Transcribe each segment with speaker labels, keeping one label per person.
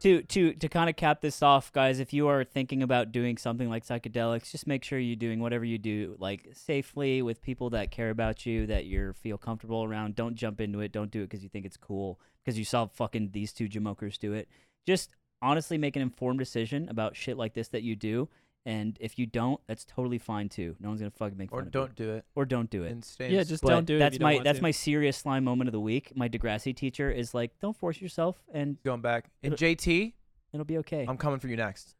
Speaker 1: to to to kind of cap this off, guys, if you are thinking about doing something like psychedelics, just make sure you're doing whatever you do like safely with people that care about you, that you feel comfortable around. Don't jump into it. Don't do it because you think it's cool because you saw fucking these two jamokers do it. Just honestly make an informed decision about shit like this that you do. And if you don't, that's totally fine too. No one's gonna fucking make
Speaker 2: or
Speaker 1: fun of
Speaker 2: don't
Speaker 1: you.
Speaker 2: do it.
Speaker 1: or don't do it.
Speaker 2: And stay in
Speaker 3: Yeah,
Speaker 2: s-
Speaker 3: just
Speaker 1: But
Speaker 3: don't do it. if
Speaker 1: that's
Speaker 3: you don't
Speaker 1: my
Speaker 3: want
Speaker 1: that's
Speaker 3: to.
Speaker 1: my serious slime moment of the week. My Degrassi teacher is like, "Don't force yourself, and
Speaker 2: going back. And
Speaker 1: It'll-
Speaker 2: JT,
Speaker 1: it'll be okay."
Speaker 2: I'm coming for you next.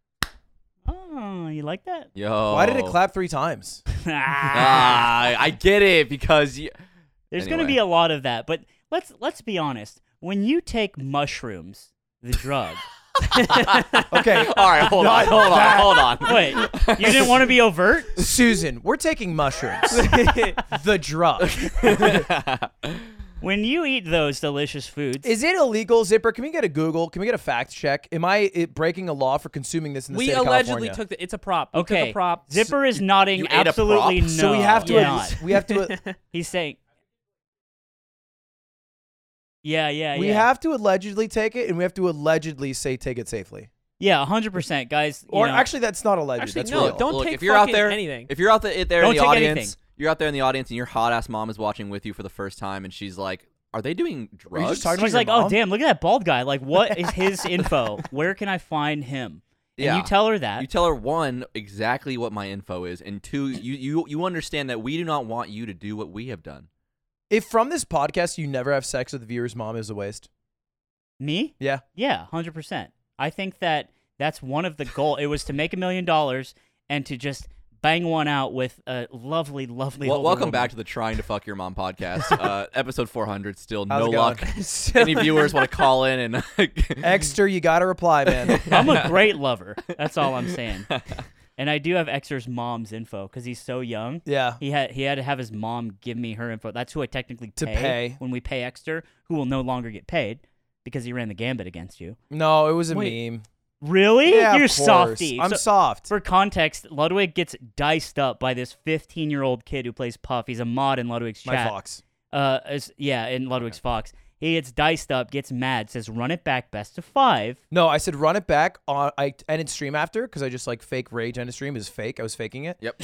Speaker 1: oh, you like that?
Speaker 4: Yo.
Speaker 2: Why did it clap three times?
Speaker 4: Ah, I get it because you.
Speaker 1: There's going to be
Speaker 4: Anyway.
Speaker 1: a lot of that, but let's let's be honest. When you take mushrooms, the drug.
Speaker 2: Okay.
Speaker 4: All right, hold on, hold on, hold on.
Speaker 1: Wait, you didn't want to be overt?
Speaker 2: Susan, we're taking mushrooms. the drug.
Speaker 1: When you eat those delicious foods,
Speaker 2: Is it illegal, Zipper? Can we get a Google? Can we get a fact check? Am I it breaking a law for consuming this in the
Speaker 3: We
Speaker 2: state of
Speaker 3: allegedly
Speaker 2: California?
Speaker 3: took the. It's a prop. We took
Speaker 1: okay,
Speaker 3: a prop.
Speaker 1: Zipper is nodding
Speaker 4: you ate a
Speaker 1: absolutely no.
Speaker 4: prop?
Speaker 2: so we have to.
Speaker 1: he's
Speaker 2: at-
Speaker 1: not.
Speaker 2: we have to.
Speaker 1: He's saying. Yeah, yeah,
Speaker 2: we
Speaker 1: yeah.
Speaker 2: have to allegedly take it, and we have to allegedly say take it safely.
Speaker 1: yeah, hundred percent, guys. you
Speaker 2: Or
Speaker 1: know.
Speaker 2: actually, that's not alleged.
Speaker 3: Actually,
Speaker 2: that's
Speaker 3: no,
Speaker 2: real.
Speaker 3: don't
Speaker 4: Look,
Speaker 3: take
Speaker 4: if you're out
Speaker 3: fucking
Speaker 4: there,
Speaker 3: anything.
Speaker 4: If you're out there, there
Speaker 1: Don't
Speaker 4: in the
Speaker 1: take
Speaker 4: audience,
Speaker 1: anything.
Speaker 4: you're out there in the audience, and your hot ass mom is watching with you for the first time, and she's like, "Are they doing drugs?"
Speaker 2: just talking
Speaker 1: She's
Speaker 2: Your
Speaker 1: like, oh
Speaker 2: mom?
Speaker 1: damn, look at that bald guy. Like, what is his info? Where can I find him? And
Speaker 4: Yeah.
Speaker 1: you tell her that.
Speaker 4: You tell her one exactly what my info is, and two, you you you understand that we do not want you to do what we have done.
Speaker 2: If from this podcast you never have sex with the viewer's mom is a waste.
Speaker 1: Me?
Speaker 2: Yeah.
Speaker 1: Yeah, hundred percent. I think that that's one of the goal. It was to make a million dollars and to just bang one out with a lovely, lovely.
Speaker 4: Well,
Speaker 1: older
Speaker 4: welcome
Speaker 1: woman.
Speaker 4: back to the Trying to Fuck Your Mom podcast, uh, episode 400. Still
Speaker 2: How's
Speaker 4: no
Speaker 2: it going?
Speaker 4: luck. Any viewers want to call in and
Speaker 2: Exter, you gotta reply, man.
Speaker 1: I'm a great lover. That's all I'm saying. And I do have Exer's mom's info because he's so young.
Speaker 2: Yeah.
Speaker 1: He had he had to have his mom give me her info. That's who I technically
Speaker 2: To pay.
Speaker 1: when we pay Exter, who will no longer get paid because he ran the gambit against you.
Speaker 2: No, it was a
Speaker 3: Wait.
Speaker 2: meme.
Speaker 1: Really?
Speaker 2: Yeah, of
Speaker 1: You're
Speaker 2: course.
Speaker 1: softy.
Speaker 2: I'm
Speaker 1: So-
Speaker 2: soft.
Speaker 1: For context, Ludwig gets diced up by this 15 year old kid who plays Puff. He's a mod in Ludwig's
Speaker 2: My
Speaker 1: chat.
Speaker 2: fox.
Speaker 1: Uh, is- yeah, in Ludwig's Fox. He gets diced up, gets mad, says, run it back best of five.
Speaker 2: No, I said run it back. On I ended stream after because I just like fake rage ended stream is fake. I was faking it,
Speaker 4: Yep.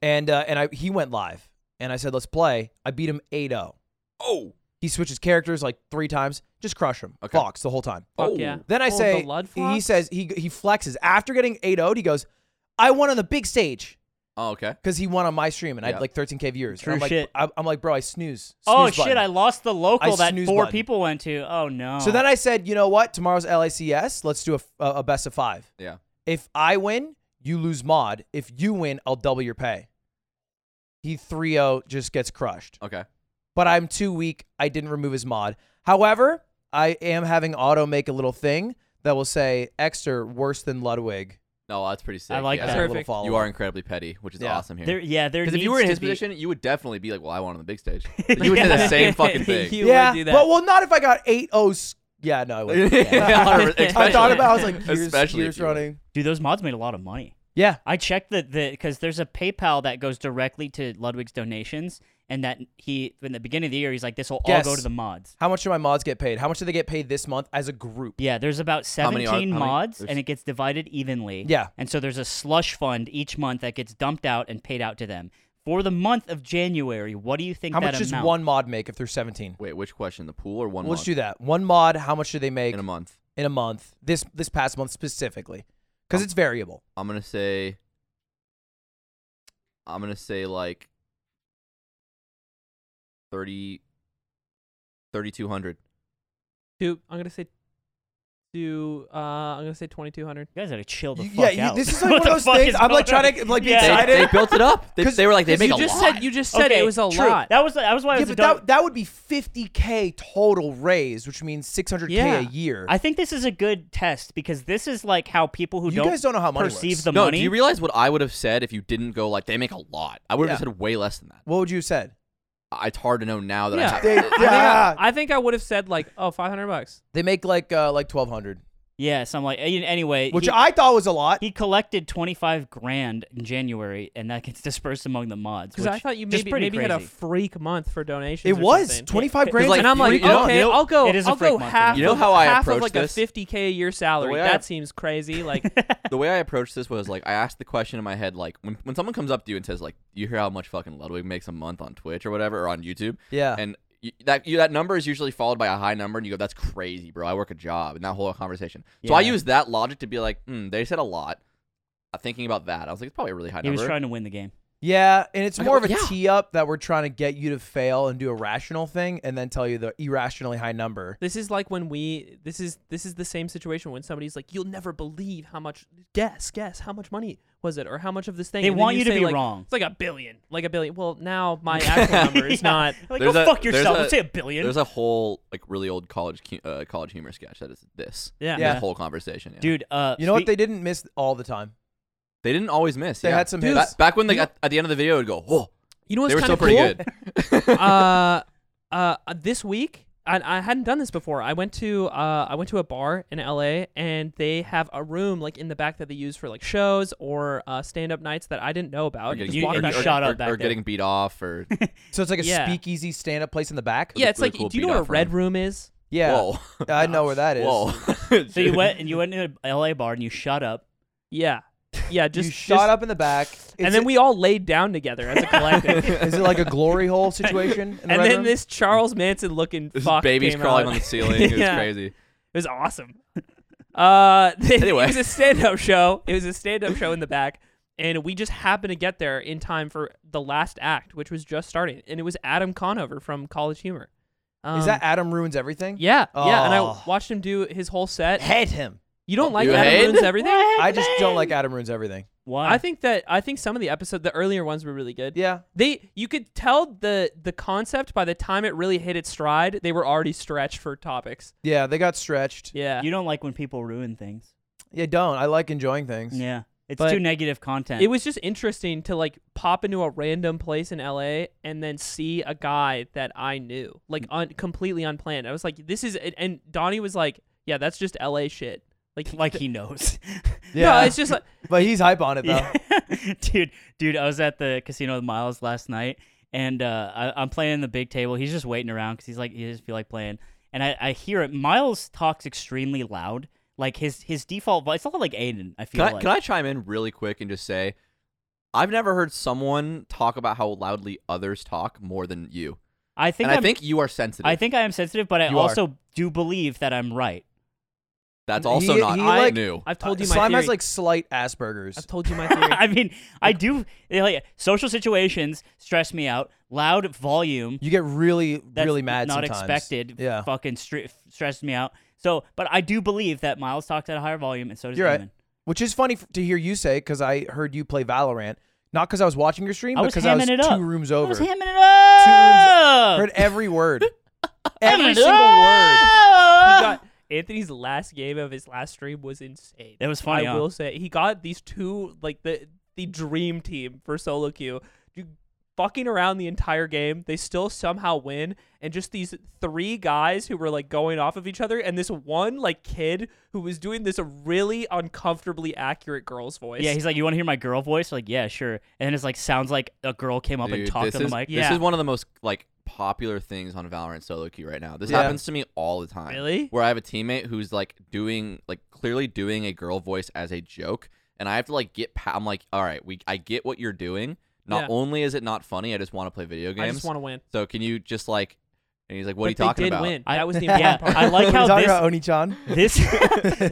Speaker 2: and uh, and I he went live, and I said let's play. I beat him 8-0.
Speaker 4: Oh.
Speaker 2: He switches characters like three times. Just crush him.
Speaker 4: Okay.
Speaker 2: Fox the whole time.
Speaker 4: Oh.
Speaker 3: yeah.
Speaker 2: Then I
Speaker 3: Oh,
Speaker 2: say,
Speaker 3: the Lud
Speaker 2: he
Speaker 3: Fox?
Speaker 2: says, he, he flexes. After getting 8 0 he goes, I won on the big stage
Speaker 4: Oh, okay.
Speaker 2: because he won on my stream and I
Speaker 4: Yeah.
Speaker 2: had like 13K viewers. And
Speaker 1: True
Speaker 2: I'm like,
Speaker 1: shit.
Speaker 2: I- I'm like, bro, I snooze.
Speaker 1: oh,
Speaker 2: Snooze
Speaker 1: shit, I
Speaker 2: button."
Speaker 1: lost the local
Speaker 2: I
Speaker 1: that
Speaker 2: snooze
Speaker 1: four
Speaker 2: button.
Speaker 1: people went to. Oh, no.
Speaker 2: So then I said, you know what? Tomorrow's LACS. Let's do a, a, a best of five.
Speaker 4: Yeah.
Speaker 2: If I win, you lose mod. If you win, I'll double your pay. He 3 0 just gets crushed.
Speaker 4: Okay.
Speaker 2: But I'm too weak. I didn't remove his mod. However, I am having auto make a little thing that will say, Exter worse than Ludwig.
Speaker 4: No, that's pretty sick.
Speaker 1: I like
Speaker 4: yeah.
Speaker 1: that.
Speaker 2: As a little
Speaker 3: Perfect.
Speaker 2: follow-up.
Speaker 4: You are incredibly petty, which is
Speaker 2: Yeah.
Speaker 4: awesome here.
Speaker 1: There, yeah, there
Speaker 4: Because
Speaker 1: needs
Speaker 4: if you were in
Speaker 1: to
Speaker 4: his
Speaker 1: be-
Speaker 4: position, you would definitely be like, "Well, I won on the big stage." You would do the
Speaker 1: Yeah.
Speaker 4: same fucking thing.
Speaker 3: You
Speaker 2: yeah,
Speaker 3: would do that.
Speaker 2: but well, not if I got eight O's. Yeah, no, I wouldn't. I
Speaker 4: I
Speaker 2: thought about. it, I was like, years,
Speaker 4: Especially if
Speaker 2: years
Speaker 4: you win.
Speaker 2: running.
Speaker 1: Dude, those mods made a lot of money.
Speaker 2: Yeah,
Speaker 1: I checked the the because there's a PayPal that goes directly to Ludwig's donations, and that he in the beginning of the year he's like, this will all
Speaker 2: Guess.
Speaker 1: go to the mods.
Speaker 2: how much do my mods get paid? How much do they get paid this month as a group?
Speaker 1: Yeah, there's about
Speaker 4: How
Speaker 1: 17
Speaker 4: many are- how many-
Speaker 1: mods,
Speaker 4: there's-
Speaker 1: and it gets divided evenly.
Speaker 2: Yeah.
Speaker 1: And so there's a slush fund each month that gets dumped out and paid out to them. For the month of January, what do you think
Speaker 2: How
Speaker 1: that
Speaker 2: much does
Speaker 1: amount?
Speaker 2: one mod make if they're seventeen?
Speaker 4: Wait, which question? The pool or one?
Speaker 2: Let's
Speaker 4: month?
Speaker 2: do that. One mod. How much do they make
Speaker 4: in a month. Oh.
Speaker 2: in a month? This this past month specifically, because it's variable.
Speaker 4: I'm gonna say. I'm gonna say like. 30 3200
Speaker 3: Dude, I'm gonna say. Two. Uh, I'm gonna say 2200.
Speaker 1: You guys are to chill the
Speaker 2: You-
Speaker 1: fuck
Speaker 2: yeah, you-
Speaker 1: out.
Speaker 2: this is like
Speaker 1: What
Speaker 2: one
Speaker 1: the
Speaker 2: of those
Speaker 1: fuck
Speaker 2: things-
Speaker 1: is
Speaker 2: I'm, like,
Speaker 1: going
Speaker 2: trying to,
Speaker 1: on?
Speaker 2: like, be
Speaker 1: Yeah.
Speaker 4: they,
Speaker 2: excited.
Speaker 4: they built it up they,
Speaker 2: 'Cause-
Speaker 4: they were like they
Speaker 2: 'cause
Speaker 4: make
Speaker 3: You
Speaker 4: a
Speaker 3: just
Speaker 4: lot
Speaker 3: said you just said
Speaker 1: Okay,
Speaker 3: it was a
Speaker 1: true.
Speaker 3: lot.
Speaker 1: That was that was why it
Speaker 2: Yeah,
Speaker 1: was a
Speaker 2: but
Speaker 1: dumb-
Speaker 2: that, that would be 50k total raise, which means 600k a
Speaker 3: Yeah.
Speaker 2: year.
Speaker 1: I think this is a good test because this is like how people who
Speaker 2: You
Speaker 1: don't
Speaker 2: guys don't know how money
Speaker 1: perceive
Speaker 2: works.
Speaker 1: the
Speaker 4: no
Speaker 1: money.
Speaker 4: do you realize what i would have said if you didn't go like they make a lot i would have
Speaker 2: Yeah.
Speaker 4: said way less than that
Speaker 2: what would you have said?
Speaker 4: I- it's hard to know now that
Speaker 3: Yeah.
Speaker 4: i have
Speaker 2: They,
Speaker 3: I think I-
Speaker 2: yeah,
Speaker 3: I think I would have said like, oh, 500 bucks.
Speaker 2: they make like uh, like 1200.
Speaker 1: Yes, I'm like any- anyway.
Speaker 2: which
Speaker 1: he,
Speaker 2: I thought was a lot.
Speaker 1: he collected 25 grand in January, and that gets dispersed among the mods.
Speaker 3: Because I
Speaker 1: which
Speaker 3: thought you
Speaker 1: is
Speaker 3: maybe
Speaker 1: pretty
Speaker 3: maybe had a
Speaker 1: crazy.
Speaker 3: freak month for donations.
Speaker 2: It
Speaker 3: or
Speaker 2: was
Speaker 3: something.
Speaker 2: twenty five
Speaker 1: Yeah,
Speaker 2: grand.
Speaker 1: 'cause, like,
Speaker 3: and I'm like,
Speaker 4: you know-
Speaker 3: okay,
Speaker 4: you know-
Speaker 3: I'll go.
Speaker 1: It is a
Speaker 3: I'll go
Speaker 1: freak month,
Speaker 3: half.
Speaker 1: you
Speaker 4: know
Speaker 3: of,
Speaker 4: how I
Speaker 3: half of
Speaker 4: approach
Speaker 3: like
Speaker 4: this?
Speaker 3: a 50k a year salary.
Speaker 4: way I-
Speaker 3: That seems crazy. Like
Speaker 4: the way I approached this was like I asked the question in my head like when when someone comes up to you and says like you hear how much fucking Ludwig makes a month on Twitch or whatever or on YouTube
Speaker 2: yeah,
Speaker 4: and you, that you, that number is usually followed by a high number and you go that's crazy bro I work a job and that whole conversation so I
Speaker 1: Yeah.
Speaker 4: used that logic to be like hmm, they said a lot Uh, thinking about that I was like it's probably a really high
Speaker 1: he was
Speaker 4: number
Speaker 1: trying to win the game.
Speaker 2: yeah, and it's
Speaker 4: I
Speaker 2: more
Speaker 3: oh,
Speaker 4: go,
Speaker 2: of a
Speaker 4: yeah.
Speaker 2: tee up that we're trying to get you to fail and do a rational thing, and then tell you the irrationally high number.
Speaker 3: this is like when we. This is this is the same situation when somebody's like, "You'll never believe how much. Guess, guess how much money was it, or how much of this thing."
Speaker 1: They
Speaker 3: and then
Speaker 1: want you to
Speaker 3: say,
Speaker 1: be
Speaker 3: like,
Speaker 1: wrong.
Speaker 3: It's like a billion, like a billion. Well, now my actual number is
Speaker 1: Yeah.
Speaker 3: not.
Speaker 1: Like,
Speaker 4: There's
Speaker 1: go
Speaker 4: a-
Speaker 1: fuck
Speaker 4: there's
Speaker 1: yourself.
Speaker 4: a-
Speaker 1: Let's say a billion.
Speaker 4: there's a whole like really old college cu- uh, college humor sketch that is this
Speaker 3: Yeah.
Speaker 2: Yeah.
Speaker 4: this whole conversation yeah.
Speaker 1: Dude, uh,
Speaker 2: You know what
Speaker 1: spe-
Speaker 2: they didn't miss all the time.
Speaker 4: they didn't always miss
Speaker 2: They
Speaker 4: yeah.
Speaker 2: had some
Speaker 4: Ba-
Speaker 2: hits.
Speaker 4: back, when they at, at the end of the video it would go whoa
Speaker 3: You know what's
Speaker 4: they were
Speaker 3: kind
Speaker 4: still
Speaker 3: of
Speaker 4: pretty
Speaker 3: cool?
Speaker 4: good
Speaker 3: uh, uh, this week I, I hadn't done this before. I went to uh, I went to a bar in LA, and they have a room like in the back that they use for like shows or uh, stand up nights that I didn't know
Speaker 4: Or
Speaker 3: about.
Speaker 4: getting-
Speaker 3: Just
Speaker 1: You-
Speaker 3: walking
Speaker 1: and
Speaker 4: or-
Speaker 3: back-
Speaker 1: you
Speaker 4: or-
Speaker 1: shot
Speaker 4: or-
Speaker 1: up back
Speaker 4: or
Speaker 1: there.
Speaker 4: getting beat off or
Speaker 2: So it's like a
Speaker 3: Yeah.
Speaker 2: speakeasy stand up place in the back.
Speaker 3: yeah, it's
Speaker 4: really
Speaker 3: like
Speaker 4: cool
Speaker 3: do you know what a
Speaker 4: beat-off
Speaker 3: red
Speaker 4: room.
Speaker 3: room is?
Speaker 2: Yeah,
Speaker 4: whoa
Speaker 2: I know where that is.
Speaker 4: whoa
Speaker 1: so you went and you went to a LA bar and you shut up.
Speaker 3: Yeah, yeah, just
Speaker 2: you shot
Speaker 3: just-
Speaker 2: up in the back,
Speaker 3: and then we all laid down together as a collective.
Speaker 2: Is it like a glory hole situation? In the
Speaker 3: And
Speaker 2: red
Speaker 3: then
Speaker 2: room?
Speaker 3: this Charles Manson looking
Speaker 4: This
Speaker 3: fuck
Speaker 4: baby's
Speaker 3: came
Speaker 4: crawling
Speaker 3: out.
Speaker 4: on the ceiling. It was
Speaker 3: Yeah.
Speaker 4: crazy.
Speaker 3: It was awesome. Uh,
Speaker 4: Anyway.
Speaker 3: it was a stand-up show. It was a stand-up show in the back, and we just happened to get there in time for the last act, which was just starting, and it was Adam Conover from College Humor. Um,
Speaker 2: is that Adam ruins everything?
Speaker 3: Yeah, yeah. And
Speaker 2: Oh.
Speaker 3: I watched him do his whole set.
Speaker 2: hate him.
Speaker 3: You don't like
Speaker 4: You
Speaker 3: Adam
Speaker 4: hate?
Speaker 3: ruins everything?
Speaker 2: I just don't like Adam ruins everything.
Speaker 1: Why?
Speaker 3: I think that I think some of the episodes, the earlier ones, were really good.
Speaker 2: Yeah,
Speaker 3: They, you could tell the the concept by the time it really hit its stride, they were already stretched for topics.
Speaker 2: yeah, they got stretched.
Speaker 3: Yeah,
Speaker 1: you don't like when people ruin things.
Speaker 2: Yeah, don't. I like enjoying things.
Speaker 1: Yeah, it's
Speaker 2: But-
Speaker 1: too negative content.
Speaker 3: It was just interesting to like pop into a random place in LA and then see a guy that I knew, like
Speaker 1: Mm.
Speaker 3: un- completely unplanned. I was like, this is, and- and Donnie was like, yeah, that's just LA shit. Like,
Speaker 1: like he knows.
Speaker 3: no,
Speaker 2: Yeah.
Speaker 3: it's just like,
Speaker 2: But he's hype on it though.
Speaker 1: Yeah. dude, dude, I was at the casino with Miles last night, and uh, I, I'm playing the big table. He's just waiting around because he's like he doesn't feel like playing, and I, I hear it. Miles talks extremely loud. Like his his default voice, it's a lot like Aiden. I feel
Speaker 4: Can I,
Speaker 1: like
Speaker 4: can I chime in really quick and just say, I've never heard someone talk about how loudly others talk more than you.
Speaker 1: I think
Speaker 4: and I
Speaker 1: I'm-
Speaker 4: think you are sensitive.
Speaker 1: I think I am sensitive, but I
Speaker 2: You are.
Speaker 1: also do believe that I'm right.
Speaker 4: that's also
Speaker 2: He-
Speaker 4: not
Speaker 2: he,
Speaker 4: I
Speaker 2: like-
Speaker 4: knew.
Speaker 3: I've told you my
Speaker 2: Uh, Slime
Speaker 3: theory.
Speaker 2: has like slight Asperger's.
Speaker 3: I've told you my theory.
Speaker 1: I mean, I do like social situations stress me out. Loud volume
Speaker 2: You get really,
Speaker 1: that's
Speaker 2: really mad.
Speaker 1: not
Speaker 2: sometimes.
Speaker 1: expected
Speaker 2: Yeah.
Speaker 1: fucking stre- f- stresses me out so but i do believe that miles talks at a higher volume and so does
Speaker 2: You're right.
Speaker 1: Eamon.
Speaker 2: Which is funny f- to hear you say because I heard you play Valorant, not because I was watching your stream,
Speaker 1: I
Speaker 2: but
Speaker 1: was
Speaker 2: because I was
Speaker 1: hamming
Speaker 2: two
Speaker 1: it up.
Speaker 2: rooms
Speaker 1: I
Speaker 2: over.
Speaker 1: was hamming it up
Speaker 2: heard every word, every
Speaker 1: Hamming it
Speaker 2: single word.
Speaker 1: up!
Speaker 3: He got- Anthony's last game of his last stream was insane.
Speaker 1: That was funny,
Speaker 3: I
Speaker 1: huh?
Speaker 3: will say he got these two like the the dream team for solo queue. You fucking around the entire game. They still somehow win and just these three guys who were like going off of each other and this one like kid who was doing this really uncomfortably accurate girl's voice.
Speaker 1: yeah he's like you want to hear my girl voice like yeah sure and it's like sounds like a girl came up and
Speaker 4: Dude,
Speaker 1: talked
Speaker 4: this
Speaker 1: on
Speaker 4: is,
Speaker 1: the mic
Speaker 4: This
Speaker 1: yeah
Speaker 4: is one of the most like popular things on Valorant solo queue right now. This
Speaker 2: Yeah.
Speaker 4: happens to me all the time.
Speaker 3: Really?
Speaker 4: Where I have a teammate who's like doing like clearly doing a girl voice as a joke, and I have to like get. Pa- I'm like, all right, we I get what you're doing. Not
Speaker 3: Yeah.
Speaker 4: only is it not funny, I just want to play video games.
Speaker 3: I just want to win.
Speaker 4: So can you just like? And he's like, "What
Speaker 3: but
Speaker 4: are you talking
Speaker 3: they did
Speaker 4: about?"
Speaker 3: Win.
Speaker 1: I-
Speaker 3: that was the
Speaker 1: yeah,
Speaker 3: important part.
Speaker 1: I like
Speaker 2: We're
Speaker 1: how
Speaker 2: talking
Speaker 1: this-
Speaker 2: about Oni-chan.
Speaker 1: this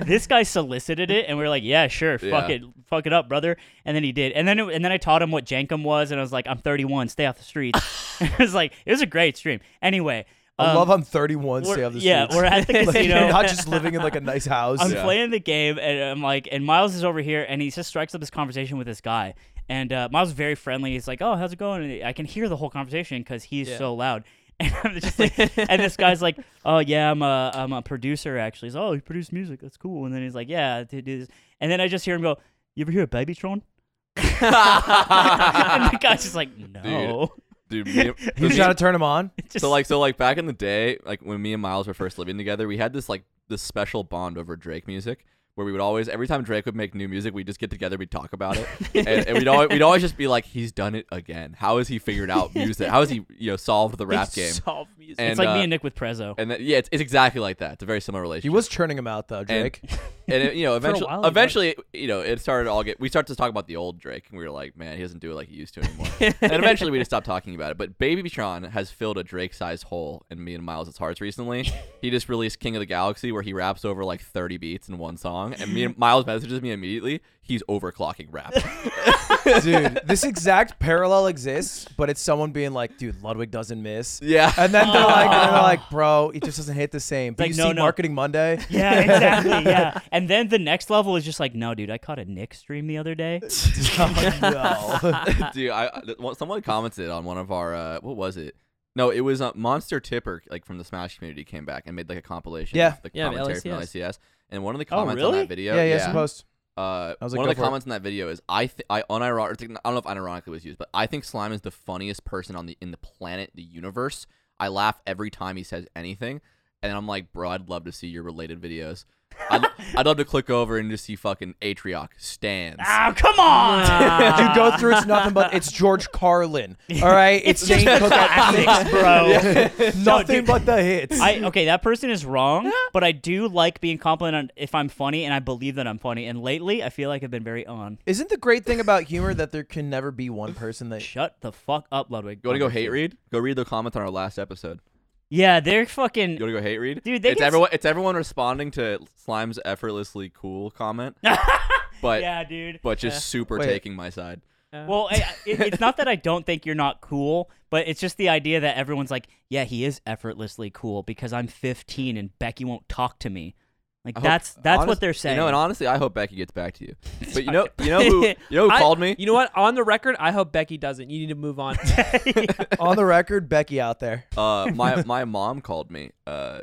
Speaker 1: this guy solicited it and we are like yeah sure fuck
Speaker 4: Yeah.
Speaker 1: it fuck it up brother and then he did and then it, and then i taught him what jankum was and i was like i'm 31 stay off the streets it was like it was a great stream anyway
Speaker 2: I
Speaker 1: um,
Speaker 2: love I'm 31.
Speaker 1: we're-
Speaker 2: Stay off the
Speaker 1: yeah,
Speaker 2: streets.
Speaker 1: we're at the
Speaker 2: Like,
Speaker 1: casino.
Speaker 2: You're not just living in like a nice house.
Speaker 1: I'm
Speaker 4: Yeah.
Speaker 1: playing the game, and I'm like, and Miles is over here, and he just strikes up this conversation with this guy. And uh, Miles is very friendly. He's like, "Oh, how's it going?" And I can hear the whole conversation because he's
Speaker 3: Yeah.
Speaker 1: so loud. And I'm just like, and this guy's like, "Oh yeah, I'm a I'm a producer actually." He's oh, you produce music, that's cool. And then he's like, "Yeah, to do this." And then I just hear him go, "You ever hear of Babytron?" and the guy's just like, "No."
Speaker 4: Dude, me,
Speaker 2: You
Speaker 4: so,
Speaker 2: trying to turn him on?
Speaker 1: Just,
Speaker 4: so like so like back in the day, like when me and Miles were first living together, we had this like this special bond over Drake music where we would always every time Drake would make new music, we'd just get together, we'd talk about it, and, and we'd always we'd always just be like, he's done it again. How has he figured out music? How has he you know solved the rap
Speaker 3: They
Speaker 4: game?
Speaker 3: solve music.
Speaker 4: And,
Speaker 1: it's like
Speaker 4: uh,
Speaker 1: me and Nick with Prezzo.
Speaker 4: And then, yeah, it's, it's exactly like that. It's a very similar
Speaker 2: He
Speaker 4: relationship.
Speaker 2: was churning him out though, Drake.
Speaker 4: and it, you know,
Speaker 3: For a
Speaker 4: eventually,
Speaker 3: while, he
Speaker 4: eventually, you know, it started to all get. We started to talk about the old Drake, and we were like, man, he doesn't do it like he used to anymore. and eventually, we just stopped talking about it. But Baby Tron has filled a Drake-sized hole in me and Miles' hearts recently. he just released King of the Galaxy, where he raps over like 30 beats in one song, and me and Miles messages me immediately. He's overclocking rap.
Speaker 2: dude, this exact parallel exists, but it's someone being like, dude, Ludwig doesn't miss.
Speaker 4: yeah.
Speaker 2: And then they're like, and they're like, bro, it just doesn't hit the same. But
Speaker 1: like,
Speaker 2: you
Speaker 1: no,
Speaker 2: see
Speaker 1: no.
Speaker 2: Marketing Monday?
Speaker 1: yeah, exactly. Yeah. And then the next level is just like, no, dude, I caught a Nick stream the other day.
Speaker 2: Oh, no.
Speaker 4: Dude, I I- th- one- someone commented on one of our uh, what was it? No, it was uh, Monster Tipper, like from the Smash community, came back and made like a compilation.
Speaker 2: Yeah.
Speaker 4: of the
Speaker 3: Yeah, the
Speaker 4: commentary from
Speaker 3: LACS.
Speaker 4: LACS. And one of the
Speaker 1: Oh,
Speaker 4: comments on
Speaker 1: really?
Speaker 4: that video,
Speaker 2: yeah, yeah, supposed.
Speaker 4: uh,
Speaker 2: I was like,
Speaker 4: one
Speaker 2: go
Speaker 4: of
Speaker 2: for
Speaker 4: the
Speaker 2: it.
Speaker 4: comments in that video is I, th- I unironically, I don't know if unironically was used, but I think Slime is the funniest person on the in the planet, the universe. I laugh every time he says anything, and I'm like, bro, I'd love to see your related videos. I'd, I'd love to click over and just see fucking Atrioc stands.
Speaker 1: Ah, come on.
Speaker 2: you go through, it's nothing but, it's George Carlin. All right? It's,
Speaker 1: It's just
Speaker 2: Dane Cook at
Speaker 1: classics, bro.
Speaker 2: six. Nothing
Speaker 1: dude.
Speaker 2: but the hits.
Speaker 1: I okay, that person is wrong, but I do like being complimented on if I'm funny and I believe that I'm funny. And lately, I feel like I've been very on.
Speaker 2: Isn't the great thing about humor that there can never be one person that
Speaker 1: Shut the fuck up, Ludwig.
Speaker 4: You want to go hate read? Go read the comments on our last episode.
Speaker 1: Yeah, they're fucking.
Speaker 4: You want to go hate read?
Speaker 1: Dude, they
Speaker 4: it's
Speaker 1: get-
Speaker 4: everyone. It's everyone responding to Slime's effortlessly cool comment, but
Speaker 1: Yeah, dude.
Speaker 4: but just super
Speaker 2: Wait.
Speaker 4: taking my side.
Speaker 1: Well, I, it, it's not that I don't think you're not cool, but it's just the idea that everyone's like, yeah, he is effortlessly cool because I'm 15 and Becky won't talk to me. Like
Speaker 4: I hope-
Speaker 1: that's that's
Speaker 4: honest-
Speaker 1: what they're saying.
Speaker 4: You know, and honestly, I hope Becky gets back to you. But you know, you know who you know who
Speaker 3: I-
Speaker 4: called me?
Speaker 3: You know what? On the record, I hope Becky doesn't. You need to move on.
Speaker 2: on the record, Becky out there.
Speaker 4: uh, my my mom called me uh, a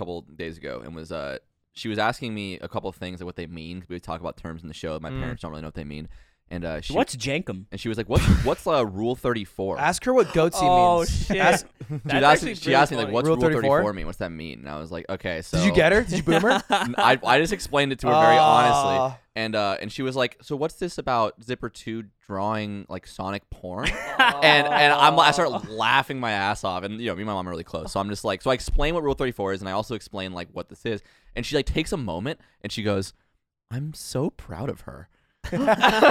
Speaker 4: couple days ago and was uh, she was asking me a couple of things and what they mean. 'cause We would talk about terms in the show.
Speaker 1: Mm.
Speaker 4: My parents don't really know what they mean, and uh, she
Speaker 1: What's Jankum?
Speaker 4: and she was like, "What's what's uh, rule thirty four?
Speaker 2: Ask her what goatsy
Speaker 3: oh
Speaker 2: means.
Speaker 3: shit!
Speaker 2: Ask-
Speaker 4: She
Speaker 3: That's
Speaker 4: asked
Speaker 3: actually
Speaker 4: me, she
Speaker 3: really
Speaker 4: asked me like,
Speaker 3: funny.
Speaker 4: "What's
Speaker 2: Rule
Speaker 4: rule thirty
Speaker 2: 34?
Speaker 4: four mean? What's that mean?" And I was like, "Okay, so
Speaker 2: Did you get her? Did you boom her?
Speaker 4: N- I, I just explained it to her very
Speaker 2: Ah.
Speaker 4: honestly, and uh, and she was like, "So what's this about Zipper Two drawing like Sonic porn?" and and I'm I start laughing my ass off, and you know me and my mom are really close, so I'm just like, so I explain what Rule Thirty Four is, and I also explain like what this is, and she like takes a moment and she goes, "I'm so proud of her."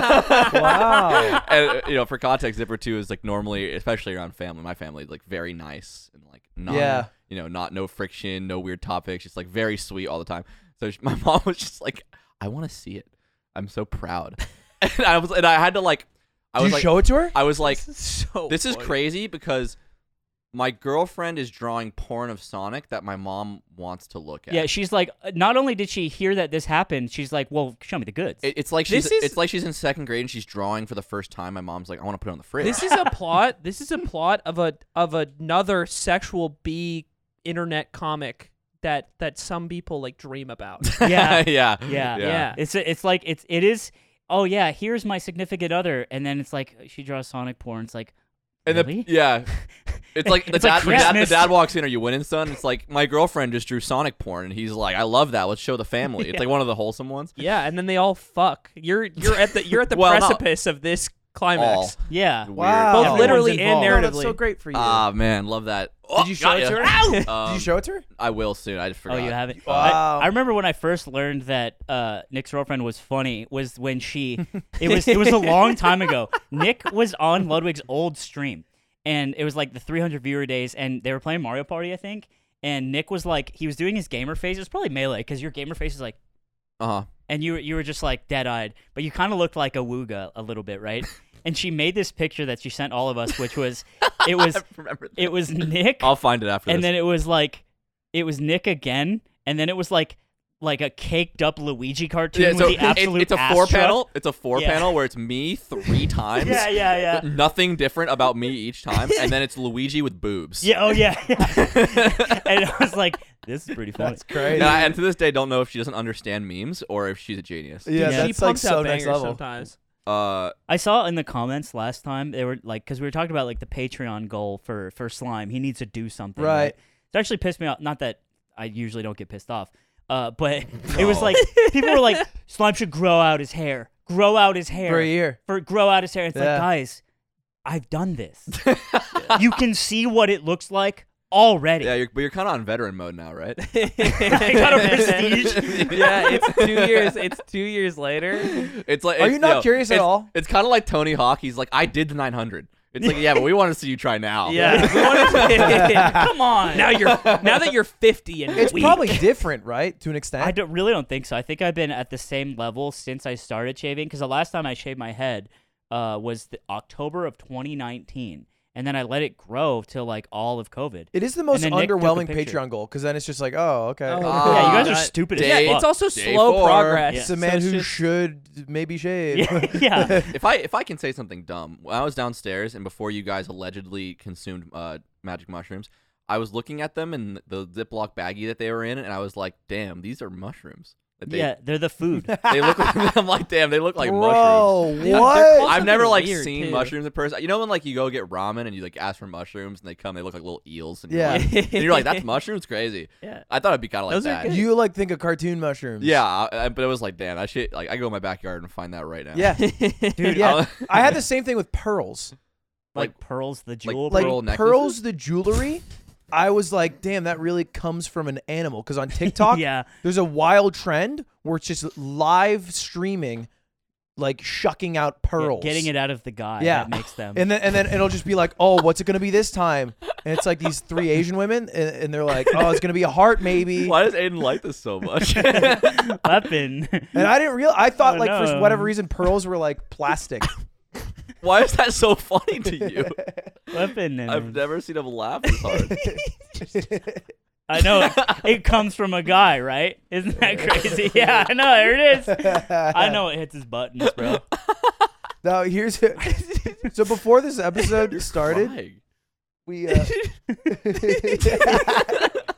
Speaker 2: wow.
Speaker 4: and uh, you know, for context, Zipper Two is like normally, especially around family. My family like very nice and like not,
Speaker 2: Yeah.
Speaker 4: you know, not no friction, no weird topics. Just like very sweet all the time. So she, my mom was just like, "I want to see it. I'm so proud." and I was, and I had to like, I
Speaker 2: Did you
Speaker 4: was like,
Speaker 2: show it to her?
Speaker 4: I was like,
Speaker 3: This is so.
Speaker 4: "This is
Speaker 3: funny.
Speaker 4: crazy because." My girlfriend is drawing porn of Sonic that my mom wants to look at.
Speaker 1: Yeah, she's like, uh, not only did she hear that this happened, she's like, well, show me the goods.
Speaker 4: It- it's like she's
Speaker 3: This is-
Speaker 4: it's like she's in second grade and she's drawing for the first time. My mom's like, I want to put it on the fridge.
Speaker 3: This is a plot. This is a plot of a of another sexual B internet comic that that some people like dream about.
Speaker 1: yeah,
Speaker 4: yeah,
Speaker 1: yeah,
Speaker 3: Yeah.
Speaker 1: It's it's like it's it is. Oh yeah, here's my significant other, and then it's like she draws Sonic porn. It's like,
Speaker 4: And
Speaker 1: Really?
Speaker 4: the yeah, it's like the,
Speaker 1: It's like
Speaker 4: dad, the dad. The
Speaker 1: Christmas.
Speaker 4: dad walks in. Are you winning, son? It's like my girlfriend just drew Sonic porn, and he's like, "I love that. Let's show the family." It's like one of the wholesome ones.
Speaker 3: Yeah, and then they all fuck. You're you're at the you're at the
Speaker 4: Well, not
Speaker 3: precipice of this climax.
Speaker 1: yeah,
Speaker 2: Wow.
Speaker 3: Both
Speaker 2: Everyone's
Speaker 3: literally and
Speaker 2: involved.
Speaker 3: narratively.
Speaker 2: No, that's so great for you.
Speaker 4: Ah man, love that. Oh, Um,
Speaker 2: Did you show it to her? Did you show it to her?
Speaker 4: I will soon. I just
Speaker 1: Oh,
Speaker 4: forgot.
Speaker 1: you haven't.
Speaker 2: Wow.
Speaker 1: I, I remember when I first learned that uh, Nick's girlfriend was funny was when she. It was it was a long time ago. Nick was on Ludwig's old stream, and it was like the 300 viewer days, and they were playing Mario Party, I think. And Nick was like, he was doing his gamer face. It was probably melee because your gamer face is like,
Speaker 4: Uh huh.
Speaker 1: and you you were just like dead eyed, but you kind of looked like a wooga a little bit, right? and she made this picture that she sent all of us, which was it was
Speaker 4: Remember. That.
Speaker 1: it was Nick,
Speaker 4: I'll find it after.
Speaker 1: and
Speaker 4: this.
Speaker 1: then it was like it was Nick again, and then it was like like a caked up Luigi cartoon
Speaker 4: yeah,
Speaker 1: with
Speaker 4: so
Speaker 1: the
Speaker 4: it-
Speaker 1: absolute.
Speaker 4: it's a
Speaker 1: ass
Speaker 4: four
Speaker 1: truck.
Speaker 4: panel. It's a four
Speaker 1: Yeah.
Speaker 4: panel where it's me three times.
Speaker 1: Yeah, yeah, yeah.
Speaker 4: but Nothing different about me each time, and then it's Luigi with boobs.
Speaker 1: Yeah, oh yeah. and I was like, this is pretty funny.
Speaker 2: That's crazy.
Speaker 4: And, I, and to this day, don't know if she doesn't understand memes or if she's a genius.
Speaker 2: yeah,
Speaker 1: she
Speaker 3: she
Speaker 2: that's like
Speaker 3: pumps
Speaker 2: so
Speaker 3: out
Speaker 2: next
Speaker 3: bangers
Speaker 2: level.
Speaker 3: sometimes.
Speaker 4: Uh,
Speaker 1: I saw in the comments last time they were like, because we were talking about like the Patreon goal for for slime. He needs to do something.
Speaker 2: Right.
Speaker 1: It actually pissed me off. Not that I usually don't get pissed off, Uh, but it was like people were like, Slime should grow out his hair, grow out his hair
Speaker 2: for a year.
Speaker 1: for grow out his hair. It's
Speaker 2: Yeah.
Speaker 1: like, guys, I've done this. you can see what it looks like already.
Speaker 4: Yeah, you're, but you're kind of on veteran mode now, right?
Speaker 1: I got a prestige.
Speaker 3: yeah, it's two years. It's two years later.
Speaker 4: It's like
Speaker 2: Are
Speaker 4: it's-
Speaker 2: you not
Speaker 4: yo,
Speaker 2: curious at
Speaker 4: it's-
Speaker 2: all?
Speaker 4: It's kind of like Tony Hawk. He's like, I did the 900. It's like, yeah, but we want to see you try now.
Speaker 3: Yeah. We wanna-
Speaker 1: Come on.
Speaker 3: now you're now that you're 50 and
Speaker 2: It's
Speaker 3: weak.
Speaker 2: probably different, right? To an extent.
Speaker 1: I don't, really don't think so. I think I've been at the same level since I started shaving because the last time I shaved my head uh, was the October of 2019, and then I let it grow till like all of COVID.
Speaker 2: It is the most
Speaker 1: then Nick took a
Speaker 2: underwhelming
Speaker 1: picture.
Speaker 2: Patreon goal because then it's just like, oh, okay.
Speaker 3: Oh,
Speaker 4: Ah,
Speaker 1: yeah, you guys are
Speaker 3: God.
Speaker 1: stupid
Speaker 4: Yeah,
Speaker 1: as
Speaker 4: it's
Speaker 1: fuck.
Speaker 3: it's also
Speaker 4: Day
Speaker 3: slow
Speaker 4: four.
Speaker 3: progress.
Speaker 2: It's a
Speaker 1: Yeah.
Speaker 2: man
Speaker 3: so it's
Speaker 2: who
Speaker 3: just-
Speaker 2: should maybe shave.
Speaker 1: yeah. yeah.
Speaker 4: If I if I can say something dumb, when I was downstairs and before you guys allegedly consumed uh, magic mushrooms, I was looking at them in the Ziploc baggie that they were in, and I was like, damn, these are mushrooms. That they,
Speaker 1: yeah, they're the food.
Speaker 4: They look. I'm like, damn, they look like mushrooms.
Speaker 2: Bro,
Speaker 3: Dude, they're
Speaker 2: what?
Speaker 3: close-
Speaker 4: I've never
Speaker 3: Something
Speaker 4: like
Speaker 3: weird,
Speaker 4: seen
Speaker 3: too.
Speaker 4: mushrooms in person. You know when like you go get ramen and you like ask for mushrooms and they come, they look like little eels. And
Speaker 2: Yeah.
Speaker 4: You're like, and you're like, that's mushrooms, crazy.
Speaker 3: Yeah.
Speaker 4: I thought it'd be kind of like
Speaker 3: Those are
Speaker 4: that.
Speaker 3: good.
Speaker 2: You like think of cartoon mushrooms?
Speaker 4: Yeah, I, I- but it was like, damn, that shit. Like, I go in my backyard and find that right now.
Speaker 2: yeah,
Speaker 1: Dude,
Speaker 2: yeah.
Speaker 4: I'll-
Speaker 2: I had the same thing with pearls.
Speaker 1: like,
Speaker 4: like-
Speaker 1: pearls, the jewel.
Speaker 2: Like
Speaker 4: Pearl necklaces?
Speaker 2: pearls, the jewelry. I was like, damn, that really comes from an animal. Because on TikTok,
Speaker 1: yeah.
Speaker 2: there's a wild trend where it's just live streaming, like shucking out pearls,
Speaker 1: Getting it out of the guy
Speaker 2: Yeah.
Speaker 1: that makes them.
Speaker 2: And then and then it'll just be like, oh, what's it gonna be this time? And it's like these three Asian women, and, and they're like, oh, it's gonna be a heart maybe.
Speaker 4: Why does Aiden like this so much?
Speaker 1: weapon.
Speaker 2: And I didn't real. I thought
Speaker 1: Oh,
Speaker 2: like for
Speaker 1: no.
Speaker 2: whatever reason pearls were like plastic.
Speaker 4: Why is that so funny to you?
Speaker 1: weapon. And
Speaker 4: I've never seen him laugh this hard.
Speaker 1: I know it, it comes from a guy, right? Isn't that crazy? Yeah, I know. There it is. I know it hits his buttons, bro.
Speaker 2: Now here's so before this episode started,
Speaker 4: Crying.
Speaker 2: we uh,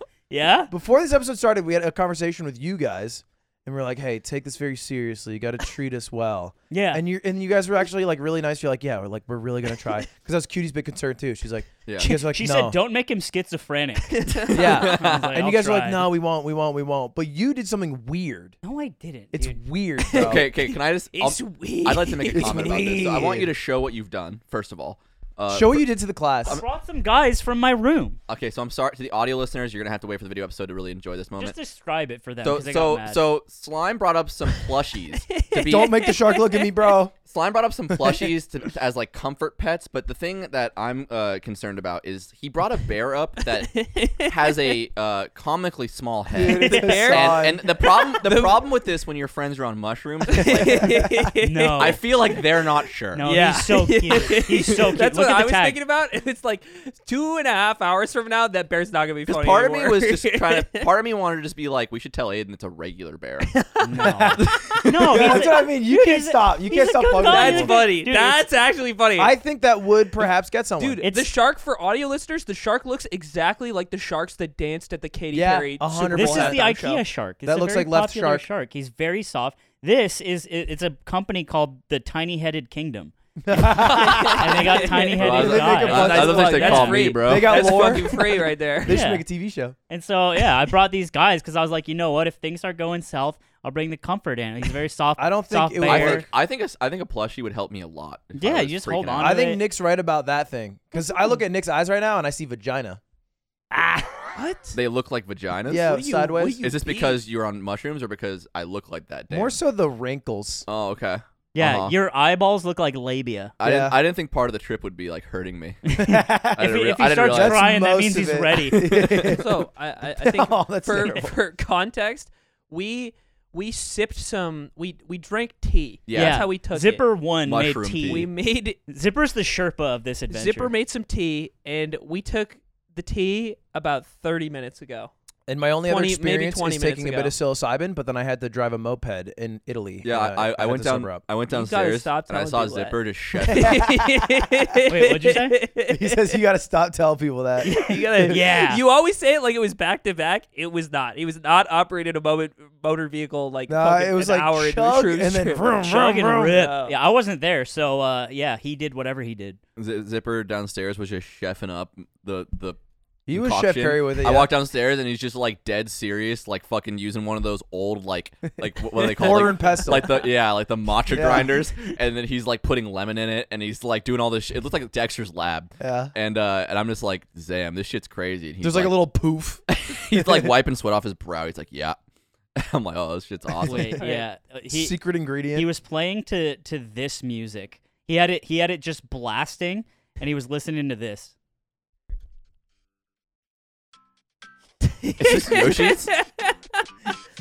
Speaker 1: Yeah.
Speaker 2: before this episode started, we had a conversation with you guys, and we are like, hey, take this very seriously. You got to treat us well.
Speaker 1: Yeah.
Speaker 2: And you and you guys were actually like really nice. You're like, yeah, we're like we're really gonna try because that was Cutie's big concern too. She's like,
Speaker 4: Yeah.
Speaker 2: you guys were like,
Speaker 1: she
Speaker 2: no.
Speaker 1: said, "Don't make him schizophrenic." I
Speaker 2: yeah.
Speaker 1: was like,
Speaker 2: and
Speaker 1: "I'll
Speaker 2: you guys were
Speaker 1: try."
Speaker 2: like, no, we won't, we won't, we won't. But you did something weird.
Speaker 1: No, I didn't.
Speaker 2: It's
Speaker 1: dude.
Speaker 2: weird. bro.
Speaker 4: Okay, okay. Can I just? I'll-
Speaker 1: It's weird.
Speaker 4: I'd like to make a
Speaker 2: It's
Speaker 4: comment about this. So I want
Speaker 2: weird.
Speaker 4: you to show what you've done first of all. Uh,
Speaker 2: Show what you did to the class.
Speaker 1: I brought some guys from my room.
Speaker 4: Okay, so I'm sorry to the audio listeners. You're gonna have to wait for the video episode to really enjoy this moment.
Speaker 1: Just describe it for them.
Speaker 4: so,
Speaker 1: 'cause they got
Speaker 4: so,
Speaker 1: mad.
Speaker 4: so, slime brought up some plushies. to be,
Speaker 2: Don't make the shark look at me, bro.
Speaker 4: Slime brought up some plushies to, as like comfort pets, but the thing that I'm uh, concerned about is he brought a bear up that has a uh, comically small head.
Speaker 2: Dude, it's a
Speaker 4: and,
Speaker 2: sign.
Speaker 4: and the problem, the problem with this when your friends are on mushrooms, is, like,
Speaker 1: no,
Speaker 4: I feel like they're not sure.
Speaker 1: oh. no,
Speaker 3: Yeah.
Speaker 1: Oh, he's so cute. He's so cute.
Speaker 3: That's
Speaker 1: Look
Speaker 3: what
Speaker 1: at the
Speaker 3: I was
Speaker 1: tag.
Speaker 3: thinking about. and It's like two and a half hours from now, that bear's not gonna be
Speaker 4: Because
Speaker 3: funny.
Speaker 4: part of me
Speaker 3: anymore.
Speaker 4: was just trying to. Part of me wanted to just be like, we should tell Aiden it's a regular bear.
Speaker 1: No, no, he's
Speaker 2: That's
Speaker 1: a-
Speaker 2: what I mean. You
Speaker 1: he's
Speaker 2: can't
Speaker 1: a-
Speaker 2: stop. You
Speaker 1: he's
Speaker 2: can't
Speaker 1: a
Speaker 2: stop
Speaker 1: good
Speaker 2: bugging
Speaker 1: guy.
Speaker 3: That's
Speaker 2: Dude,
Speaker 3: funny.
Speaker 1: dude, it's-
Speaker 3: That's actually funny.
Speaker 2: I think that would perhaps get someone.
Speaker 3: Dude, the
Speaker 1: It's-
Speaker 3: shark for audio listeners, the shark looks exactly like the sharks that danced at the Katy
Speaker 2: Yeah,
Speaker 3: Perry.
Speaker 2: a hundred
Speaker 3: Super
Speaker 1: This
Speaker 3: Bowl
Speaker 1: is
Speaker 2: Well,
Speaker 1: the
Speaker 3: halftime
Speaker 1: IKEA
Speaker 3: show.
Speaker 1: shark. It's
Speaker 2: That
Speaker 1: a
Speaker 2: looks
Speaker 1: very
Speaker 2: like Left
Speaker 1: popular
Speaker 2: Shark.
Speaker 1: shark. He's very soft. This is it- it's a company called the Tiny Headed Kingdom, and they got tiny
Speaker 4: Bro, Oh, I
Speaker 1: headed
Speaker 4: was
Speaker 2: They
Speaker 4: like,
Speaker 2: make a
Speaker 1: guys.
Speaker 2: fun-
Speaker 4: I don't think they
Speaker 3: That's
Speaker 4: call
Speaker 3: free.
Speaker 4: me, bro.
Speaker 2: They got
Speaker 3: That's
Speaker 2: lore.
Speaker 3: fucking free right there.
Speaker 2: They should
Speaker 1: Yeah.
Speaker 2: make a TV show.
Speaker 1: And so yeah, I brought these guys because I was like, you know what? If things start going south, I'll bring the comfort in. He's a very soft.
Speaker 2: I don't think
Speaker 1: soft
Speaker 2: it would
Speaker 1: bear.
Speaker 4: I
Speaker 2: Bear.
Speaker 4: think I think a s I think a plushie would help me a lot. if I
Speaker 1: Yeah,
Speaker 4: was
Speaker 1: you just
Speaker 4: freaking
Speaker 1: hold
Speaker 4: out.
Speaker 1: on.
Speaker 2: I
Speaker 1: Under
Speaker 2: think
Speaker 1: it.
Speaker 2: Nick's right about that thing because I look at Nick's eyes right now and I see vagina.
Speaker 3: What?
Speaker 4: They look like vaginas.
Speaker 2: Yeah,
Speaker 3: do you- what
Speaker 2: sideways.
Speaker 3: do you-
Speaker 4: Is this
Speaker 3: mean?
Speaker 4: because you're on mushrooms or because I look like that? Dan?
Speaker 2: More so the wrinkles.
Speaker 4: Oh, okay.
Speaker 1: yeah,
Speaker 4: Uh-huh.
Speaker 1: your eyeballs look like labia.
Speaker 4: I didn't.
Speaker 2: Yeah.
Speaker 4: I didn't think part of the trip would be like hurting me. I
Speaker 1: If
Speaker 4: didn't,
Speaker 1: he,
Speaker 4: rea-
Speaker 1: if he
Speaker 4: I didn't
Speaker 1: starts
Speaker 4: realize.
Speaker 1: crying, that
Speaker 2: Most
Speaker 1: means
Speaker 2: of
Speaker 1: he's
Speaker 2: it.
Speaker 1: ready.
Speaker 3: so I, I, I think
Speaker 2: Oh, that's
Speaker 3: for
Speaker 2: terrible.
Speaker 3: for context, we we sipped some we we drank tea.
Speaker 4: Yeah.
Speaker 3: That's how we took
Speaker 1: Zipper one
Speaker 4: Mushroom
Speaker 1: made tea.
Speaker 4: tea.
Speaker 3: it. We made
Speaker 1: Zipper's the Sherpa of this adventure.
Speaker 3: Zipper made some tea, and we took the tea about thirty minutes ago.
Speaker 2: And my only
Speaker 3: 20
Speaker 2: other
Speaker 3: maybe
Speaker 2: experience
Speaker 3: 20
Speaker 2: is taking
Speaker 3: minutes
Speaker 2: a bit
Speaker 3: ago.
Speaker 2: of psilocybin, but then I had to drive a moped in Italy.
Speaker 4: Yeah,
Speaker 2: and
Speaker 4: I, I,
Speaker 2: had
Speaker 4: went
Speaker 2: to
Speaker 4: down.
Speaker 2: sober up.
Speaker 4: I went
Speaker 3: You gotta
Speaker 4: downstairs
Speaker 3: stop
Speaker 4: and I
Speaker 3: telling
Speaker 4: saw
Speaker 3: people that.
Speaker 4: Zipper just shut.
Speaker 3: Wait,
Speaker 1: what'd you say?
Speaker 2: He says you got to stop telling people that.
Speaker 3: You gotta,
Speaker 1: Yeah.
Speaker 3: You always say it like it was back to back. It was not. It was not operated a moment, motor vehicle like
Speaker 2: No,
Speaker 3: fucking
Speaker 2: it was
Speaker 3: an
Speaker 2: like
Speaker 3: hour into
Speaker 2: chug
Speaker 3: the
Speaker 2: and then vroom,
Speaker 1: Chug
Speaker 2: vroom, vroom.
Speaker 1: and rip.
Speaker 3: Oh.
Speaker 1: Yeah, I wasn't there, so uh, yeah, he did whatever he did.
Speaker 4: Z- Zipper downstairs was just chefing up the the
Speaker 2: He was Chef
Speaker 4: concoction.
Speaker 2: Curry with it.
Speaker 4: I
Speaker 2: yeah.
Speaker 4: walked downstairs and he's just like dead serious, like fucking using one of those old like like what, what are they called?
Speaker 2: Mortar
Speaker 4: Like-
Speaker 2: and pestle.
Speaker 4: Like the yeah, like the matcha
Speaker 2: Yeah.
Speaker 4: grinders, and then he's like putting lemon in it, and he's like doing all this. Shit. It looks like Dexter's lab.
Speaker 2: Yeah.
Speaker 4: And uh, and I'm just like, damn, this shit's crazy. And he's
Speaker 2: There's like, a little poof.
Speaker 4: he's like wiping sweat off his brow. He's like, yeah. I'm like, oh, this shit's awesome.
Speaker 1: Wait, yeah. Uh, He,
Speaker 2: secret ingredient.
Speaker 1: he was playing to to this music. He had it he had it just blasting and he was listening to this.
Speaker 4: Is this Yoshi's?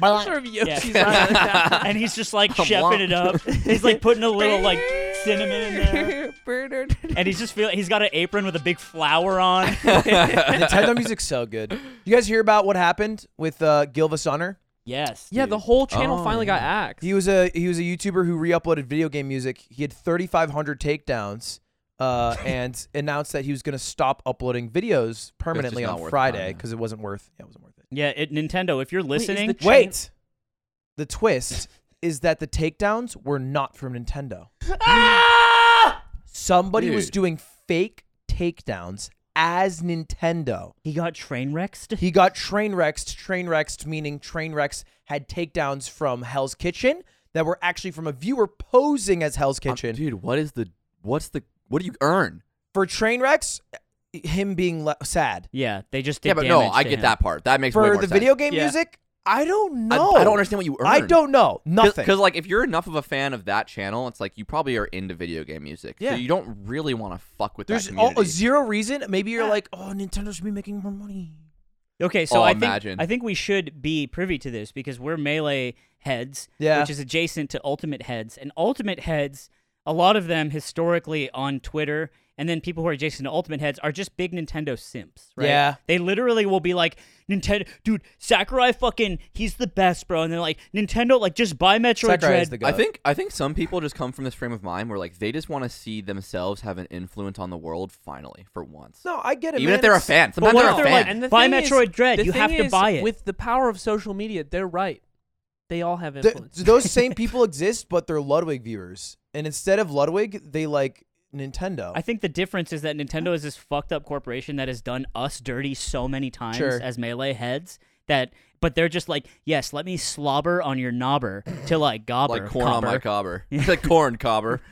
Speaker 3: Sort of Yoshi's
Speaker 1: Yeah.
Speaker 3: Island now.
Speaker 1: And he's just like
Speaker 4: A
Speaker 1: chefing it
Speaker 4: block.
Speaker 1: up. He's like putting a little like cinnamon in there. And he's just feeling he's got an apron with a big flower on.
Speaker 2: Nintendo music's so good. You guys hear about what happened with uh, Gil Vassar?
Speaker 1: yes.
Speaker 3: yeah, the
Speaker 1: dude.
Speaker 3: whole channel
Speaker 4: Oh,
Speaker 3: finally got
Speaker 4: yeah.
Speaker 3: axed.
Speaker 2: He was a he was a YouTuber who re-uploaded video game music. He had 3,500 takedowns uh, and announced that he was going to stop uploading videos permanently
Speaker 4: not
Speaker 2: on
Speaker 4: worth
Speaker 2: Friday
Speaker 4: time, yeah.
Speaker 2: because it wasn't worth yeah, it wasn't worth it.
Speaker 1: Yeah, it, Nintendo, if you're
Speaker 3: is the
Speaker 1: listening,
Speaker 3: ch-
Speaker 2: Wait, the twist is that the takedowns were not from Nintendo. Somebody was
Speaker 4: Dude.
Speaker 2: doing fake takedowns as Nintendo.
Speaker 1: he got train wrecked.
Speaker 2: He got train wrecked, train wrecked, meaning train wrecks had takedowns from Hell's Kitchen that were actually from a viewer posing as Hell's
Speaker 4: I'm-
Speaker 2: Kitchen.
Speaker 4: Uh, dude, what is the what's the what do you earn?
Speaker 2: For train wrecks, him being le- sad.
Speaker 1: Yeah, they just did
Speaker 4: Yeah, but no,
Speaker 1: damage
Speaker 4: I
Speaker 1: to
Speaker 4: get
Speaker 1: him.
Speaker 4: that part. That makes way
Speaker 2: For
Speaker 4: more
Speaker 2: the
Speaker 4: sense.
Speaker 2: video game
Speaker 3: Yeah.
Speaker 2: music, I don't
Speaker 4: I-
Speaker 2: know.
Speaker 4: I don't understand what you
Speaker 2: I
Speaker 4: earn.
Speaker 2: don't know. Nothing.
Speaker 4: Because like if you're enough of a fan of that channel, it's like you probably are into video game music.
Speaker 2: Yeah.
Speaker 4: So you don't really want to fuck with
Speaker 2: There's
Speaker 4: that
Speaker 2: all,
Speaker 4: community.
Speaker 2: zero reason. Maybe you're like, oh, Nintendo should be making more money.
Speaker 1: Okay, so
Speaker 4: Oh,
Speaker 1: I think
Speaker 4: imagine.
Speaker 1: I think we should be privy to this because we're melee heads,
Speaker 2: Yeah.
Speaker 1: which is adjacent to ultimate heads, and ultimate heads. A lot of them historically on Twitter, and then people who are adjacent to ultimate heads are just big Nintendo simps, right?
Speaker 2: Yeah.
Speaker 1: they literally will be like, Nintendo, dude, Sakurai, fucking, he's the best, bro. And they're like, Nintendo, like, just buy Metroid
Speaker 2: Sakurai
Speaker 1: Dread.
Speaker 2: is the guy.
Speaker 4: I think I think some people just come from this frame of mind where like they just want to see themselves have an influence on the world finally for once.
Speaker 2: No, I get it.
Speaker 4: Even
Speaker 2: man.
Speaker 4: if they're a
Speaker 2: It's-
Speaker 4: fan,
Speaker 1: But
Speaker 4: sometimes
Speaker 1: what
Speaker 4: they're
Speaker 1: if
Speaker 4: a
Speaker 1: they're
Speaker 4: fan.
Speaker 1: like, buy Metroid Dread,
Speaker 3: the
Speaker 1: you
Speaker 3: thing
Speaker 1: have to
Speaker 3: is,
Speaker 1: buy it.
Speaker 3: With the power of social media, they're right. They all have
Speaker 2: Th-
Speaker 3: influence.
Speaker 2: those same people exist, but they're Ludwig viewers. And instead of Ludwig, they like Nintendo.
Speaker 1: I think the difference is that Nintendo is this fucked up corporation that has done us dirty so many times
Speaker 2: Sure.
Speaker 1: as melee heads that but they're just like, yes, let me slobber on your knobber till I gobber.
Speaker 4: like corn on my
Speaker 1: copper."
Speaker 4: cobber. like corn cobber.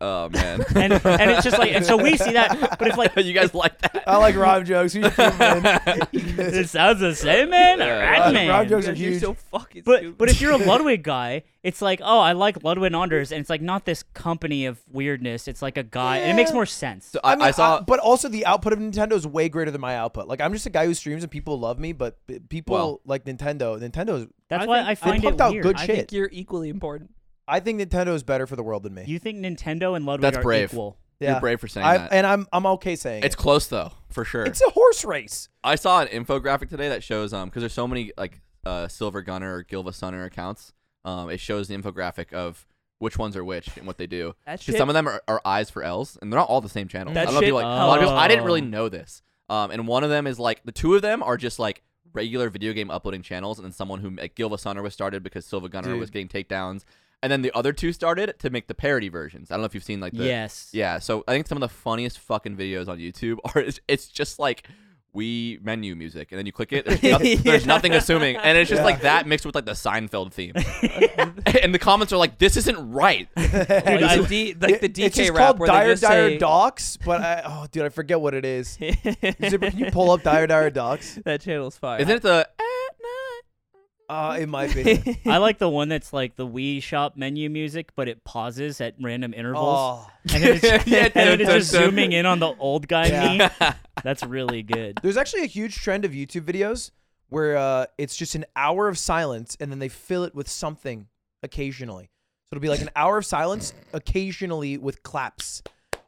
Speaker 4: oh man.
Speaker 1: and, and it's just like, and so we see that, but if like,
Speaker 4: you guys like that.
Speaker 2: I like Rob jokes. Who's your favorite man?
Speaker 1: it sounds the same, man. All
Speaker 4: Yeah,
Speaker 1: right,
Speaker 4: Rob-
Speaker 1: man.
Speaker 2: Rob jokes
Speaker 3: Guys,
Speaker 2: are
Speaker 3: you're
Speaker 2: huge.
Speaker 3: so fucking
Speaker 1: But
Speaker 3: stupid.
Speaker 1: but if you're a Ludwig guy, it's like, oh, I like Ludwig and Anders, and it's like not this company of weirdness. It's like a guy. and It makes
Speaker 2: Yeah.
Speaker 1: more sense.
Speaker 4: So
Speaker 2: I, mean,
Speaker 4: I saw
Speaker 2: but also the output of Nintendo is way greater than my output. Like I'm just a guy who streams and people love me, but b- people
Speaker 4: Well.
Speaker 2: like Nintendo. Nintendo's.
Speaker 1: That's
Speaker 3: I
Speaker 1: why
Speaker 3: think-
Speaker 1: I
Speaker 3: They
Speaker 1: find it
Speaker 2: pumped out
Speaker 1: weird.
Speaker 2: good
Speaker 3: I
Speaker 2: shit.
Speaker 3: think you're equally important.
Speaker 2: I think Nintendo is better for the world than me.
Speaker 1: you think Nintendo and Ludwig
Speaker 4: That's
Speaker 1: are
Speaker 4: brave.
Speaker 1: equal?
Speaker 2: yeah,
Speaker 4: You're brave for saying
Speaker 2: I,
Speaker 4: that.
Speaker 2: and I'm I'm okay saying
Speaker 4: It's
Speaker 2: it.
Speaker 4: close though, for sure.
Speaker 2: It's a horse race.
Speaker 4: I saw an infographic today that shows um because there's so many like uh Silver Gunner or Gilva Sunner accounts. Um, it shows the infographic of which ones are which and what they do.
Speaker 3: That
Speaker 4: Because
Speaker 3: shit.
Speaker 4: some of them are, are eyes for L's, and they're not all the same channel.
Speaker 3: That
Speaker 4: I don't know if
Speaker 3: shit-
Speaker 4: you like. a lot of people- I didn't really
Speaker 1: Oh.
Speaker 4: know this. Um, and one of them is like the two of them are just like regular video game uploading channels, and then someone who like Gilva Sunner was started because Silva Gunner
Speaker 2: Dude.
Speaker 4: was getting takedowns, and then the other two started to make the parody versions. I don't know if you've seen like the
Speaker 1: yes.
Speaker 4: yeah, so I think some of the funniest fucking videos on YouTube are it's, it's just like Wii menu music, and then you click it. There's, nothing, there's nothing assuming, and it's just
Speaker 2: Yeah.
Speaker 4: like that mixed with like the Seinfeld theme. and the comments are like, "This isn't right."
Speaker 3: Like,
Speaker 1: I-
Speaker 3: the D, like the
Speaker 2: It-
Speaker 3: DK
Speaker 2: it's just
Speaker 3: rap
Speaker 2: called
Speaker 3: where
Speaker 2: Dire
Speaker 3: they just
Speaker 2: Dire
Speaker 3: say,
Speaker 2: Docs, but I, oh dude, I forget what it is. Zipper, can you pull up Dire Dire Docs?
Speaker 3: that channel's fire.
Speaker 4: Isn't it the? "Eh,
Speaker 2: Uh, it might be.
Speaker 1: I like the one that's like the Wii shop menu music, but it pauses at random intervals,
Speaker 2: oh.
Speaker 1: and then it's,
Speaker 4: Yeah,
Speaker 1: and then it's
Speaker 4: dun,
Speaker 1: just
Speaker 4: dun, dun.
Speaker 1: zooming in on the old guy
Speaker 2: Yeah.
Speaker 1: me. That's really good.
Speaker 2: There's actually a huge trend of YouTube videos where uh, it's just an hour of silence and then they fill it with something occasionally. So it'll be like an hour of silence occasionally with claps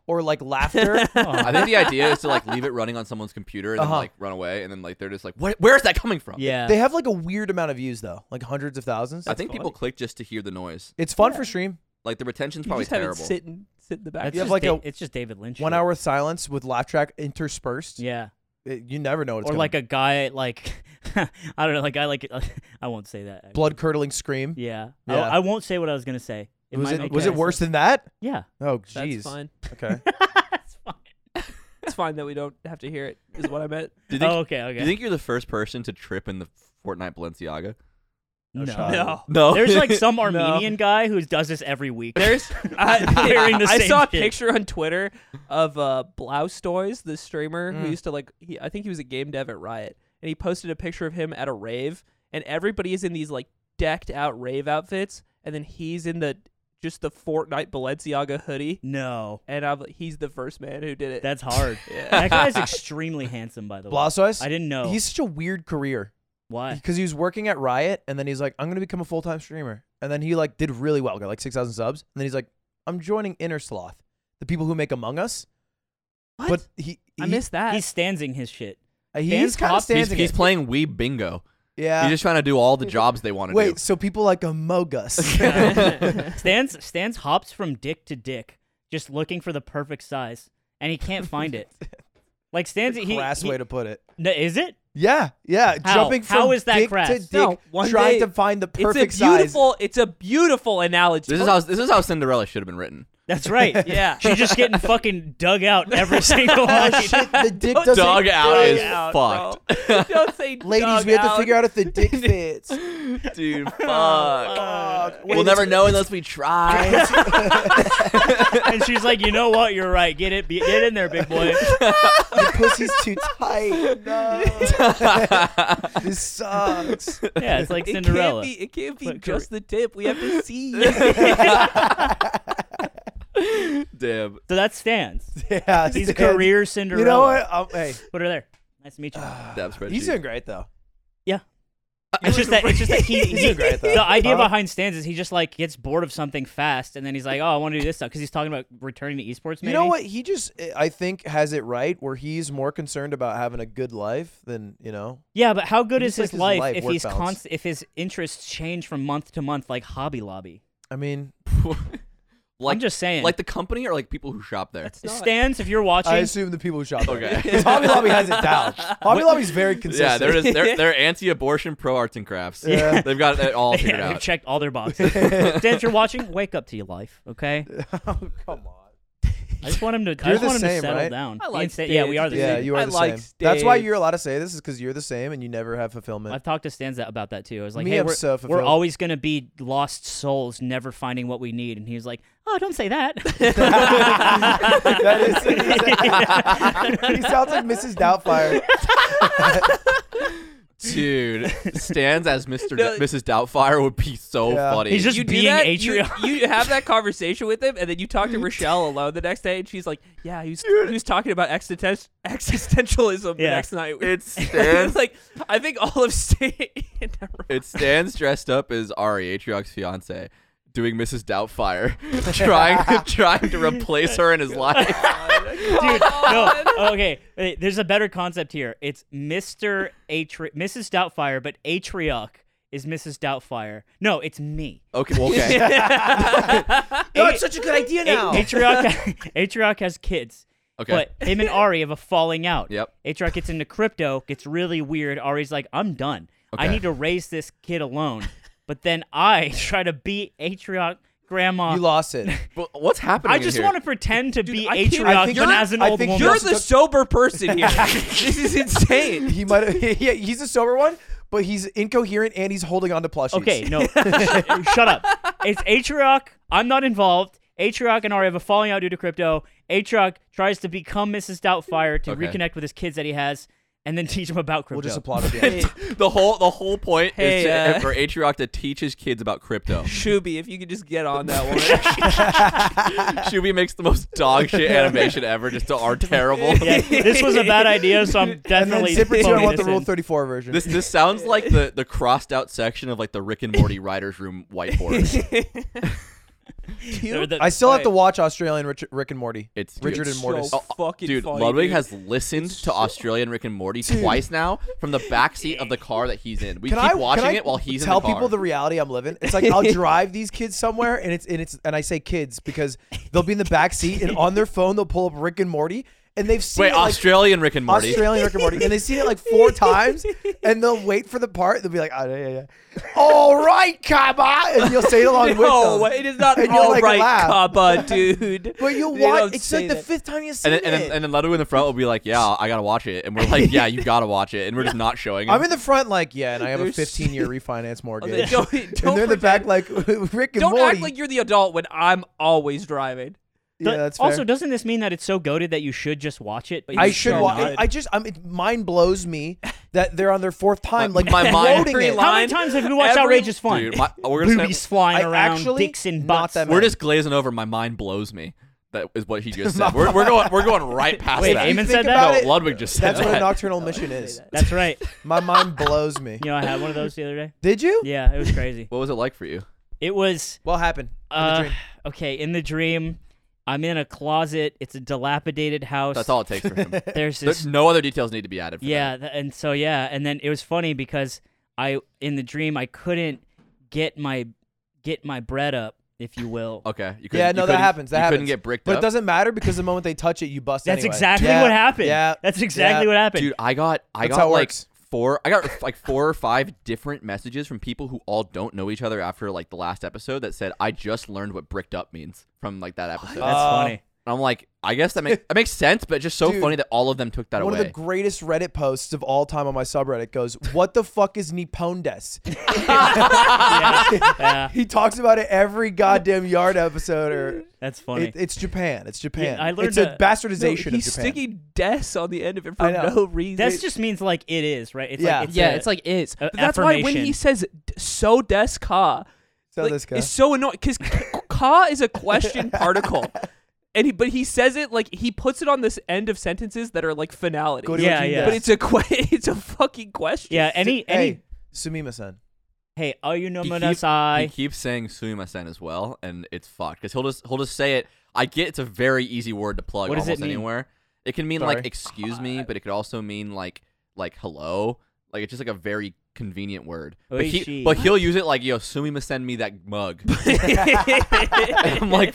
Speaker 2: or like laughter.
Speaker 4: I think
Speaker 3: Uh-huh.
Speaker 4: the idea is to like leave it running on someone's computer and
Speaker 2: Uh-huh.
Speaker 4: then like run away, and then like they're just like, "Where- "Where's that coming from?"
Speaker 1: Yeah,
Speaker 2: they have like a weird amount of views though, like hundreds of thousands.
Speaker 4: I think people click just to hear the noise.
Speaker 2: it's fun for stream.
Speaker 4: Like the retention's
Speaker 3: you
Speaker 4: probably
Speaker 3: just have
Speaker 4: terrible.
Speaker 3: it sit in, sit in the back.
Speaker 1: that's
Speaker 2: You have
Speaker 1: just
Speaker 2: like
Speaker 1: Da-
Speaker 2: a-
Speaker 1: it's just David Lynch.
Speaker 2: One
Speaker 1: shit.
Speaker 2: hour of silence with laugh track interspersed.
Speaker 1: Yeah,
Speaker 2: It- you never know what's
Speaker 1: or
Speaker 2: coming.
Speaker 1: like a guy like I don't know, like I like I won't say that.
Speaker 2: blood curdling scream.
Speaker 1: Yeah,
Speaker 2: Yeah.
Speaker 1: I, I won't say what I was gonna say.
Speaker 2: was
Speaker 1: might
Speaker 2: it
Speaker 1: make
Speaker 2: was
Speaker 1: sense.
Speaker 2: it worse than that?
Speaker 1: Yeah,
Speaker 2: Oh
Speaker 3: That's
Speaker 2: jeez.
Speaker 3: fine.
Speaker 2: Okay.
Speaker 1: that's fine.
Speaker 2: It's
Speaker 3: It's fine that we don't have to hear it. Is what I meant.
Speaker 4: Do you think,
Speaker 1: oh, okay, okay.
Speaker 4: do you think you're the first person to trip in the Fortnite Balenciaga?
Speaker 1: no.
Speaker 2: shot.
Speaker 3: No.
Speaker 2: Oh.
Speaker 4: No.
Speaker 1: There's like some Armenian guy who does this every week.
Speaker 3: There's I,
Speaker 1: Wearing the
Speaker 3: I
Speaker 1: same
Speaker 3: saw a
Speaker 1: shit.
Speaker 3: picture on Twitter of uh Blaustoys, the streamer who
Speaker 2: Mm.
Speaker 3: used to like he, I think he was a game dev at Riot, and he posted a picture of him at a rave and everybody is in these like decked out rave outfits and then he's in the just the Fortnite Balenciaga hoodie
Speaker 1: no,
Speaker 3: and I'm he's the first man who did it.
Speaker 1: that's hard.
Speaker 3: yeah.
Speaker 1: that guy's extremely handsome, by the way.
Speaker 2: Blasois.
Speaker 1: I didn't know.
Speaker 2: He's such a weird career
Speaker 1: Why?
Speaker 2: because he was working at Riot, and then he's like, "I'm gonna become a full time streamer," and then he like did really well, got like six thousand subs, and then he's like, "I'm joining Inner Sloth, the people who make Among Us."
Speaker 3: What?
Speaker 2: But he,
Speaker 3: I
Speaker 2: he-
Speaker 3: missed that.
Speaker 1: He's stanzing his shit.
Speaker 2: he's
Speaker 1: Dan's
Speaker 2: kind of
Speaker 1: pop-
Speaker 4: He's,
Speaker 2: standing.
Speaker 4: he's
Speaker 2: it.
Speaker 4: playing Wii Bingo.
Speaker 2: yeah.
Speaker 4: He's just trying to do all the jobs they want to
Speaker 2: Wait, so people like Among Us?
Speaker 1: Stans Stans hops from dick to dick, just looking for the perfect size, and he can't find it. Like Stans, he,
Speaker 2: Crass
Speaker 1: he
Speaker 2: way to put it.
Speaker 1: No, is it?
Speaker 2: Yeah, yeah.
Speaker 1: How?
Speaker 2: Jumping from
Speaker 1: How is that
Speaker 2: dick
Speaker 1: crass?
Speaker 2: to dick,
Speaker 3: No, one
Speaker 2: trying
Speaker 3: day-
Speaker 2: to find the
Speaker 3: it's
Speaker 2: perfect
Speaker 3: a beautiful it's a beautiful analogy.
Speaker 4: do. This is how this is how Cinderella should have been written.
Speaker 1: That's right.
Speaker 3: Yeah.
Speaker 1: she's just getting fucking dug out every single one.
Speaker 2: size. Shit, the dick doesn't.
Speaker 4: Dog out
Speaker 3: Dug
Speaker 4: is
Speaker 3: out,
Speaker 4: fucked.
Speaker 3: bro. Don't say
Speaker 2: Ladies,
Speaker 3: dug
Speaker 2: we have
Speaker 3: out.
Speaker 2: to figure out if the dick fits.
Speaker 4: Dude, fuck.
Speaker 2: Fuck. Uh, Wait,
Speaker 4: we'll never
Speaker 2: it's-
Speaker 4: know unless we try.
Speaker 1: and she's like, you know what? You're right. Get it. Be, get in there, big boy.
Speaker 2: The pussy's too tight. No, this sucks.
Speaker 1: Yeah, it's like
Speaker 3: It can't
Speaker 1: Cinderella.
Speaker 3: be- It can't be,
Speaker 1: But Kore-
Speaker 3: just the tip. We have to see.
Speaker 4: Damn.
Speaker 1: So that stands.
Speaker 2: Yeah,
Speaker 1: He's
Speaker 2: Stan.
Speaker 1: career Cinderella.
Speaker 2: You know what? Um, hey,
Speaker 1: Put her there. Nice to meet you.
Speaker 4: Dab spreadsheet.
Speaker 2: he's doing great though.
Speaker 1: It's just that. It's just that he.
Speaker 2: He's doing great though.
Speaker 1: the idea
Speaker 2: Huh?
Speaker 1: behind stands is he just like gets bored of something fast, and then he's like, "Oh, I want to do this stuff," because he's talking about returning to esports. Maybe.
Speaker 2: You know what? He just, eh, I think, has it right where he's more concerned about having a good life than, you know.
Speaker 1: Yeah, but how good
Speaker 2: He
Speaker 1: is
Speaker 2: just likes
Speaker 1: his, life,
Speaker 2: his life,
Speaker 1: if
Speaker 2: work
Speaker 1: he's
Speaker 2: balance.
Speaker 1: const- if his interests change from month to month like Hobby Lobby?
Speaker 2: I mean,
Speaker 4: like
Speaker 1: I'm just saying.
Speaker 4: like the company or like people who shop there.
Speaker 3: That's not-
Speaker 1: stands, if you're watching,
Speaker 2: I assume the people who shop there.
Speaker 4: Okay.
Speaker 2: 'Cause Hobby Lobby has it down. Hobby Lobby's very consistent.
Speaker 4: yeah, they're, just, they're they're anti-abortion, pro-arts and crafts.
Speaker 2: Yeah.
Speaker 4: They've got it all figured
Speaker 1: yeah, I've
Speaker 4: out.
Speaker 1: checked all their boxes. stands, if you're watching, wake up to your life, okay?
Speaker 2: oh, come on.
Speaker 1: I just want him to. I
Speaker 2: You're
Speaker 1: just
Speaker 2: the
Speaker 1: want him
Speaker 2: same,
Speaker 1: to settle
Speaker 2: right?
Speaker 1: down.
Speaker 3: I
Speaker 1: Me
Speaker 3: like
Speaker 1: and Stan- yeah,
Speaker 3: Stans,
Speaker 1: we are the
Speaker 3: dude.
Speaker 2: Yeah,
Speaker 1: same.
Speaker 2: you are
Speaker 3: I
Speaker 2: the
Speaker 3: like
Speaker 2: same. That's why
Speaker 3: Staves.
Speaker 2: you're allowed to say this is because you're the same and you never have fulfillment.
Speaker 1: I've talked to Stans about that too. I was like,
Speaker 2: Me,
Speaker 1: "Hey,
Speaker 2: I'm
Speaker 1: we're,
Speaker 2: so
Speaker 1: we're
Speaker 2: fulfilled.
Speaker 1: always gonna be lost souls, never finding what we need," and he was like, "Oh, don't say that."
Speaker 2: that is, he sounds like Mrs. Doubtfire.
Speaker 4: Dude, stands as Mr.
Speaker 3: No.
Speaker 4: Mrs. Doubtfire would be so
Speaker 2: Yeah.
Speaker 4: funny.
Speaker 1: He's just
Speaker 3: You do
Speaker 1: being
Speaker 3: that,
Speaker 1: Atreon.
Speaker 3: You, you have that conversation with him, and then you talk to Rochelle alone the next day, and she's like, "Yeah, he was, he was talking about existen- existentialism the
Speaker 1: Yeah.
Speaker 3: next night."
Speaker 4: It's
Speaker 3: It's
Speaker 4: Stan's.
Speaker 3: like I think all of state.
Speaker 4: It's Stan's dressed up as Ari Atriox's fiance, doing Mrs. Doubtfire, trying to trying to replace her in his life.
Speaker 1: Dude, no. Okay, wait, there's a better concept here. It's Mr. Atri- Mrs. Doubtfire, but Atrioc is Mrs. Doubtfire. No, it's me.
Speaker 4: Okay, well, okay,
Speaker 2: No, it's such a good idea
Speaker 1: A- Atrioc, Atrioc has kids,
Speaker 4: okay.
Speaker 1: but him and Ari have a falling out.
Speaker 4: Yep.
Speaker 1: Atrioc gets into crypto, gets really weird. Ari's like, I'm done. I
Speaker 4: Okay.
Speaker 1: need to raise this kid alone. But then I try to be Atrioc grandma.
Speaker 2: You lost it.
Speaker 4: But what's happening?
Speaker 1: I just want
Speaker 4: want
Speaker 1: to pretend to be
Speaker 3: I can't-
Speaker 2: I
Speaker 1: Atrioc,
Speaker 2: think
Speaker 1: but
Speaker 2: you're-
Speaker 1: as an
Speaker 2: I
Speaker 1: old
Speaker 2: think
Speaker 1: woman.
Speaker 3: You're the sober person here. this is insane.
Speaker 2: He might have. Yeah, he's a sober one, but he's incoherent and he's holding on to plushies.
Speaker 1: Okay, no. Sh- shut up. It's Atrioc. I'm not involved. Atrioc and Ari have a falling out due to crypto. Atrioc tries to become Mrs. Doubtfire to
Speaker 4: Okay.
Speaker 1: reconnect with his kids that he has and then teach them about crypto.
Speaker 2: We'll just applaud at the end.
Speaker 4: to. The whole the whole point
Speaker 3: Hey,
Speaker 4: is to,
Speaker 3: uh,
Speaker 4: for Atriox to teach his kids about crypto.
Speaker 3: Shuby, if you could just get on that one.
Speaker 4: Shubi makes the most dog shit animation ever, just to our terrible.
Speaker 1: Yeah, this was a bad idea, so I'm
Speaker 2: And then
Speaker 1: definitely
Speaker 2: zipper two, I
Speaker 1: phoning
Speaker 2: want the
Speaker 1: this
Speaker 2: Rule
Speaker 1: in.
Speaker 2: 34 version.
Speaker 4: This this sounds like the the crossed out section of like the Rick and Morty writers room whiteboard.
Speaker 1: Or the-
Speaker 2: I still have
Speaker 3: Wait.
Speaker 2: to watch Australian Rich, Rick and Morty.
Speaker 4: It's dude,
Speaker 2: Richard
Speaker 4: it's
Speaker 2: and Mortis.
Speaker 3: So fucking
Speaker 4: Oh, Dude,
Speaker 3: funny,
Speaker 4: Ludwig
Speaker 3: dude.
Speaker 4: has listened to Australian Rick and Morty twice now from the backseat of the car that he's in. We
Speaker 2: Can
Speaker 4: keep
Speaker 2: I
Speaker 4: watching
Speaker 2: can I
Speaker 4: it while he's in
Speaker 2: tell
Speaker 4: the car.
Speaker 2: people the reality I'm living? It's like I'll drive these kids somewhere, and it's and it's and I say kids because they'll be in the back seat and on their phone they'll pull up Rick and Morty, and they've seen
Speaker 4: Wait,
Speaker 2: it, like,
Speaker 4: Australian Rick and Morty.
Speaker 2: Australian Rick and Morty, and they've seen it like four times, and they'll wait for the part. They'll be like, oh, yeah, yeah, yeah. all right, Kaba, and you'll say it along
Speaker 3: No,
Speaker 2: with them.
Speaker 3: it is not
Speaker 2: And you'll,
Speaker 3: all
Speaker 2: like,
Speaker 3: right,
Speaker 2: laugh.
Speaker 3: Kappa, dude.
Speaker 2: But you'll
Speaker 3: They
Speaker 2: watch.
Speaker 3: don't
Speaker 2: It's like
Speaker 3: say
Speaker 2: the
Speaker 3: that.
Speaker 2: fifth time you've seen
Speaker 4: and then, and,
Speaker 2: it.
Speaker 4: then, and then Leto in the front will be like, "Yeah, I gotta watch it," and we're like, "Yeah, you gotta watch it," and we're just not showing.
Speaker 2: I'm
Speaker 4: him.
Speaker 2: in the front, like, yeah, and I have a
Speaker 3: There's-
Speaker 2: 15 year refinance mortgage.
Speaker 3: They don't, don't
Speaker 2: and they're in the back,
Speaker 3: pretend-
Speaker 2: like Rick and
Speaker 3: don't
Speaker 2: Morty.
Speaker 3: act like you're the adult when I'm always driving.
Speaker 2: yeah,
Speaker 1: Th-
Speaker 2: that's fair.
Speaker 1: also, doesn't this mean that it's so goaded that you should just watch it? But you
Speaker 2: I
Speaker 1: just
Speaker 2: should
Speaker 1: don't?
Speaker 2: watch.
Speaker 3: God.
Speaker 2: I just, I'm. It mind blows me that they're on their fourth time.
Speaker 4: My-
Speaker 2: Like
Speaker 4: my mind-
Speaker 2: loading
Speaker 3: Every
Speaker 2: it.
Speaker 3: line-
Speaker 1: How many times have you watched
Speaker 3: Every-
Speaker 1: Outrageous Fun?
Speaker 4: Dude, my, we're gonna
Speaker 1: Boobies flying
Speaker 2: I
Speaker 1: around,
Speaker 2: actually-
Speaker 1: dicks and
Speaker 2: not
Speaker 1: butts.
Speaker 2: that
Speaker 4: we're just glazing over. My mind blows me. That is what he just said. We're, we're going we're going right past
Speaker 1: Wait,
Speaker 4: that.
Speaker 2: You
Speaker 1: Eamon
Speaker 2: think
Speaker 1: said
Speaker 2: about
Speaker 1: that?
Speaker 4: no,
Speaker 2: it,
Speaker 4: Ludwig just said
Speaker 2: That's what a
Speaker 4: that.
Speaker 2: nocturnal mission is.
Speaker 1: That's right.
Speaker 2: My mind blows me.
Speaker 1: You know, I had one of those the other day.
Speaker 2: Did you?
Speaker 1: Yeah, it was crazy.
Speaker 4: what was it like for you?
Speaker 1: It was
Speaker 2: What happened? in the
Speaker 1: uh,
Speaker 2: dream?
Speaker 1: okay. In the dream, I'm in a closet. It's a dilapidated house.
Speaker 4: That's all it takes for him.
Speaker 1: There's this
Speaker 4: There's no other details need to be added. For
Speaker 1: Yeah, th- and so yeah, and then it was funny because I in the dream I couldn't get my get my bread up, if you will.
Speaker 4: That. Okay. You couldn't-
Speaker 2: yeah,
Speaker 4: you
Speaker 2: no, that
Speaker 4: couldn't-
Speaker 2: happens. That
Speaker 4: you
Speaker 2: happens.
Speaker 4: couldn't get bricked
Speaker 2: but
Speaker 4: up.
Speaker 2: it doesn't matter because the moment they touch it, you bust.
Speaker 1: That's
Speaker 2: anyway.
Speaker 1: exactly
Speaker 2: Yeah,
Speaker 1: what happened.
Speaker 2: Yeah,
Speaker 1: That's exactly
Speaker 2: yeah.
Speaker 1: what happened.
Speaker 4: Dude, I got I
Speaker 2: That's
Speaker 4: got
Speaker 2: how it
Speaker 4: like
Speaker 2: works.
Speaker 4: four I got like four or five different messages from people who all don't know each other after like the last episode that said I just learned what bricked up means from like that episode.
Speaker 1: That's
Speaker 2: Uh,
Speaker 1: funny.
Speaker 4: And I'm like, I guess that makes that makes sense, but it's just so
Speaker 2: Dude,
Speaker 4: funny that all of them took that
Speaker 2: One
Speaker 4: away.
Speaker 2: of the greatest Reddit posts of all time on my subreddit goes, "What the fuck is Nippon des?"
Speaker 1: yeah, yeah,
Speaker 2: He talks about it every goddamn yard episode. Or
Speaker 1: that's funny.
Speaker 2: it, it's Japan. It's Japan.
Speaker 1: I learned
Speaker 2: it's a
Speaker 1: that-
Speaker 3: No,
Speaker 2: bastardization of
Speaker 3: he's
Speaker 2: Japan.
Speaker 3: sticking des on the end of it
Speaker 2: I
Speaker 3: for
Speaker 2: know.
Speaker 3: no reason.
Speaker 1: that just means like it is, right? It's
Speaker 2: Yeah.
Speaker 1: like, it's
Speaker 3: yeah,
Speaker 1: a-
Speaker 3: it's like is.
Speaker 1: a
Speaker 3: But that's why when
Speaker 1: affirmation.
Speaker 3: he says d- so des ka,
Speaker 2: so
Speaker 3: like,
Speaker 2: this guy.
Speaker 3: it's so annoying because ka is a question particle. And he, but he says it like he puts it on this end of sentences that are like finality.
Speaker 2: Go to
Speaker 1: Yeah,
Speaker 2: Ujin
Speaker 1: yeah.
Speaker 2: des.
Speaker 3: But it's a que- it's a fucking question.
Speaker 1: yeah. Any any
Speaker 2: hey, Sumima-san.
Speaker 1: hey, are you no
Speaker 4: He keep- He
Speaker 1: I
Speaker 4: keeps saying Sumimasen as well, and it's fucked because he'll just he'll just say it. I get it's a very easy word to plug
Speaker 1: What does
Speaker 4: almost
Speaker 1: it mean?
Speaker 4: anywhere. It can mean
Speaker 2: Sorry.
Speaker 4: like excuse me, but it could also mean like like hello. Like it's just like a very convenient word. But, he,
Speaker 1: Oishi.
Speaker 4: but he'll use it like yo Sumimasen me that mug. And I'm like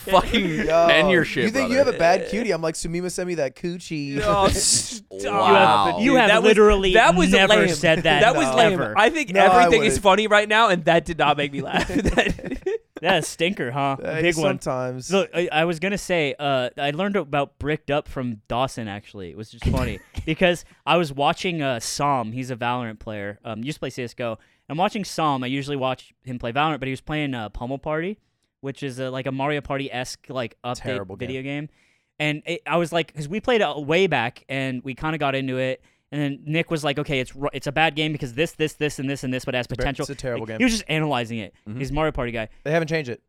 Speaker 4: fucking
Speaker 2: Yo,
Speaker 4: end your shit,
Speaker 2: You think you have
Speaker 4: brother.
Speaker 2: a bad cutie? I'm like Sumima sent me that coochie.
Speaker 3: Oh, stop.
Speaker 1: You
Speaker 4: Wow.
Speaker 1: have, you
Speaker 3: Dude,
Speaker 1: have
Speaker 3: that was-
Speaker 1: literally
Speaker 3: that was
Speaker 1: never
Speaker 3: lame.
Speaker 1: said that.
Speaker 3: That was lame.
Speaker 1: ever.
Speaker 3: I think
Speaker 2: No, I
Speaker 3: everything is
Speaker 2: wouldn't.
Speaker 3: funny right now, and that did not make me laugh. That-
Speaker 1: That's stinker, huh?
Speaker 2: Hey,
Speaker 1: Big one.
Speaker 2: Sometimes.
Speaker 1: Look, I, I was gonna say, uh, I learned about bricked up from Dawson. Actually, it was just funny because I was watching uh, Som. He's a Valorant player. Um, used to play CS:GO. I'm watching Som. I usually watch him play Valorant, but he was playing uh, Pummel Party, which is uh like a Mario Party esque like update
Speaker 2: Terrible game.
Speaker 1: video game. And it, I was like, because we played it way back, and we kind of got into it. And then Nick was like, "Okay, it's ru- it's a bad game because this, this, this, and this, and this, but it has
Speaker 2: a ba-
Speaker 1: potential."
Speaker 2: it's a terrible
Speaker 1: Like,
Speaker 2: game. Mm-hmm.
Speaker 1: He was just analyzing it. He's a Mario Party guy.
Speaker 2: They haven't changed it.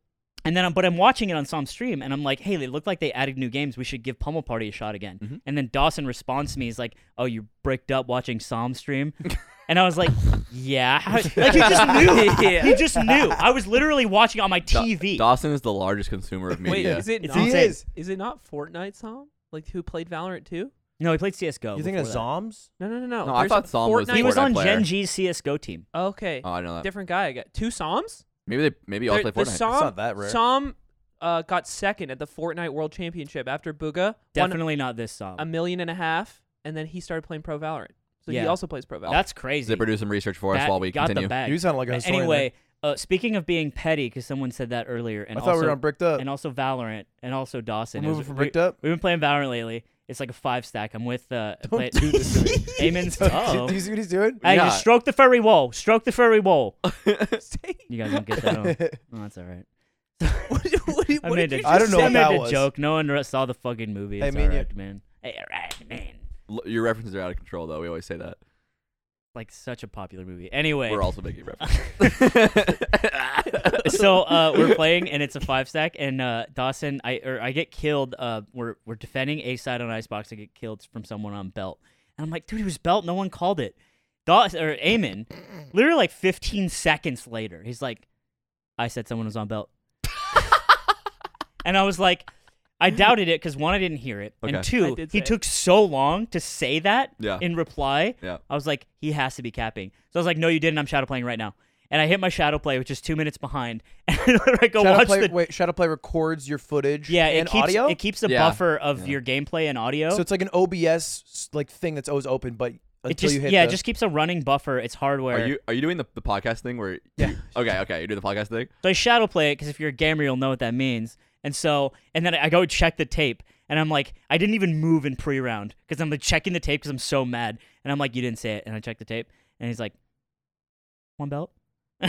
Speaker 1: And then, I'm, but I'm watching it on some stream, and I'm like, "Hey, they look like they added new games. We should give Pummel Party a shot again."
Speaker 4: Mm-hmm.
Speaker 1: And then Dawson responds to me, "He's like, oh, you bricked up watching Psalm stream," and I was like, "Yeah, how- like he just knew.
Speaker 3: Yeah.
Speaker 1: He just knew. I was literally watching on my
Speaker 4: Da-
Speaker 1: TV.
Speaker 4: Dawson is the largest consumer of
Speaker 3: Wait,
Speaker 4: media.
Speaker 3: is it
Speaker 1: It's
Speaker 3: not?
Speaker 1: insane.
Speaker 2: is.
Speaker 3: Is it not Fortnite Psalm? Like who played Valorant too?
Speaker 1: no, he played CS:GO.
Speaker 2: You thinking of
Speaker 1: Oh, before that.
Speaker 2: Zoms?
Speaker 3: No, no, no, no.
Speaker 4: No, I
Speaker 3: There's
Speaker 4: thought
Speaker 3: a
Speaker 4: Psalm was
Speaker 3: Fortnite-
Speaker 1: He was
Speaker 4: Fortnite
Speaker 1: on
Speaker 4: player.
Speaker 1: Gen G's CS:GO team.
Speaker 3: Okay,
Speaker 4: oh, I know that.
Speaker 3: different guy. I got two Psalms.
Speaker 4: Maybe they maybe all
Speaker 3: There-
Speaker 4: play
Speaker 3: the
Speaker 4: Fortnite.
Speaker 3: Psalm,
Speaker 2: It's not that rare.
Speaker 3: Psalm uh, got second at the Fortnite World Championship after Booga won
Speaker 1: Definitely not this um, Psalm.
Speaker 3: a million and a half, and then he started playing Pro Valorant. So he
Speaker 1: Yeah.
Speaker 3: also plays Pro Valorant.
Speaker 1: That's
Speaker 4: They
Speaker 1: crazy.
Speaker 4: produce some research for us
Speaker 1: Bat-
Speaker 4: while we
Speaker 1: got
Speaker 4: continue.
Speaker 1: the bag.
Speaker 2: You sound like a
Speaker 1: But
Speaker 2: historian
Speaker 1: anyway, uh, speaking of being petty, because someone said that earlier, and
Speaker 2: I thought we
Speaker 1: also-
Speaker 2: were on bricked up.
Speaker 1: and also Valorant, and also Dawson.
Speaker 2: We're
Speaker 1: It was-
Speaker 2: moving from
Speaker 1: we-
Speaker 2: bricked up?
Speaker 1: We've been playing Valorant lately. It's like a five stack. I'm with uh, play-
Speaker 2: Don't do this to me.
Speaker 1: Eamon's.
Speaker 2: Do,
Speaker 1: Oh,
Speaker 2: do you see what he's doing?
Speaker 1: hey,
Speaker 4: Yeah.
Speaker 1: just stroke the furry wall. Stroke the furry wall.
Speaker 3: Say-
Speaker 1: You guys don't get that. One. Oh, that's all right.
Speaker 3: what, what, what
Speaker 1: I made
Speaker 3: did you
Speaker 1: a,
Speaker 3: just
Speaker 2: I don't know
Speaker 3: say?
Speaker 1: I
Speaker 2: what
Speaker 1: made
Speaker 2: that
Speaker 1: a
Speaker 2: was.
Speaker 1: joke. No one re- saw the fucking movie.
Speaker 2: Hey,
Speaker 1: It's
Speaker 2: me and you-
Speaker 1: alright, man. Hey, all right, man.
Speaker 4: L- Your references are out of control, though. We always say that.
Speaker 1: Like such a popular movie. Anyway,
Speaker 4: We're also making references.
Speaker 1: so uh, we're playing and it's a five stack and uh, Dawson I or I get killed. Uh, we're we're defending a side on icebox. I get killed from someone on belt, and I'm like, dude, it was belt. No one called it. Dawson or Eamon, literally like 15 seconds later, he's like, I said someone was on belt, and I was like. I doubted it because one, I didn't hear it,
Speaker 4: Okay.
Speaker 1: and two,
Speaker 3: I did
Speaker 1: he
Speaker 3: say it.
Speaker 1: took so long to say that
Speaker 4: Yeah.
Speaker 1: in reply.
Speaker 4: Yeah.
Speaker 1: I was like, he has to be capping. So I was like, no, you didn't. I'm shadow playing right now. and I hit my shadow play, which is two minutes behind. And I go
Speaker 2: Shadow
Speaker 1: watch
Speaker 2: Play,
Speaker 1: the
Speaker 2: wait, Shadow Play records your footage
Speaker 1: yeah, it
Speaker 2: and
Speaker 1: keeps
Speaker 2: audio?
Speaker 1: it keeps a
Speaker 4: Yeah.
Speaker 1: buffer of
Speaker 4: Yeah.
Speaker 1: your gameplay and audio.
Speaker 2: so it's like an OBS s- like thing that's always open, but until
Speaker 1: it just
Speaker 2: you hit
Speaker 1: yeah,
Speaker 2: the-
Speaker 1: it just keeps a running buffer. It's hardware.
Speaker 4: Are you are you doing the, the podcast thing where?
Speaker 2: Yeah.
Speaker 4: You, okay, okay, you're doing the podcast thing.
Speaker 1: So I shadow play it because if you're a gamer, you'll know what that means. And so, and then I go check the tape, and I'm like, I didn't even move in pre-round because I'm like checking the tape because I'm so mad. And I'm like, you didn't say it. And I check the tape, and he's like, one belt.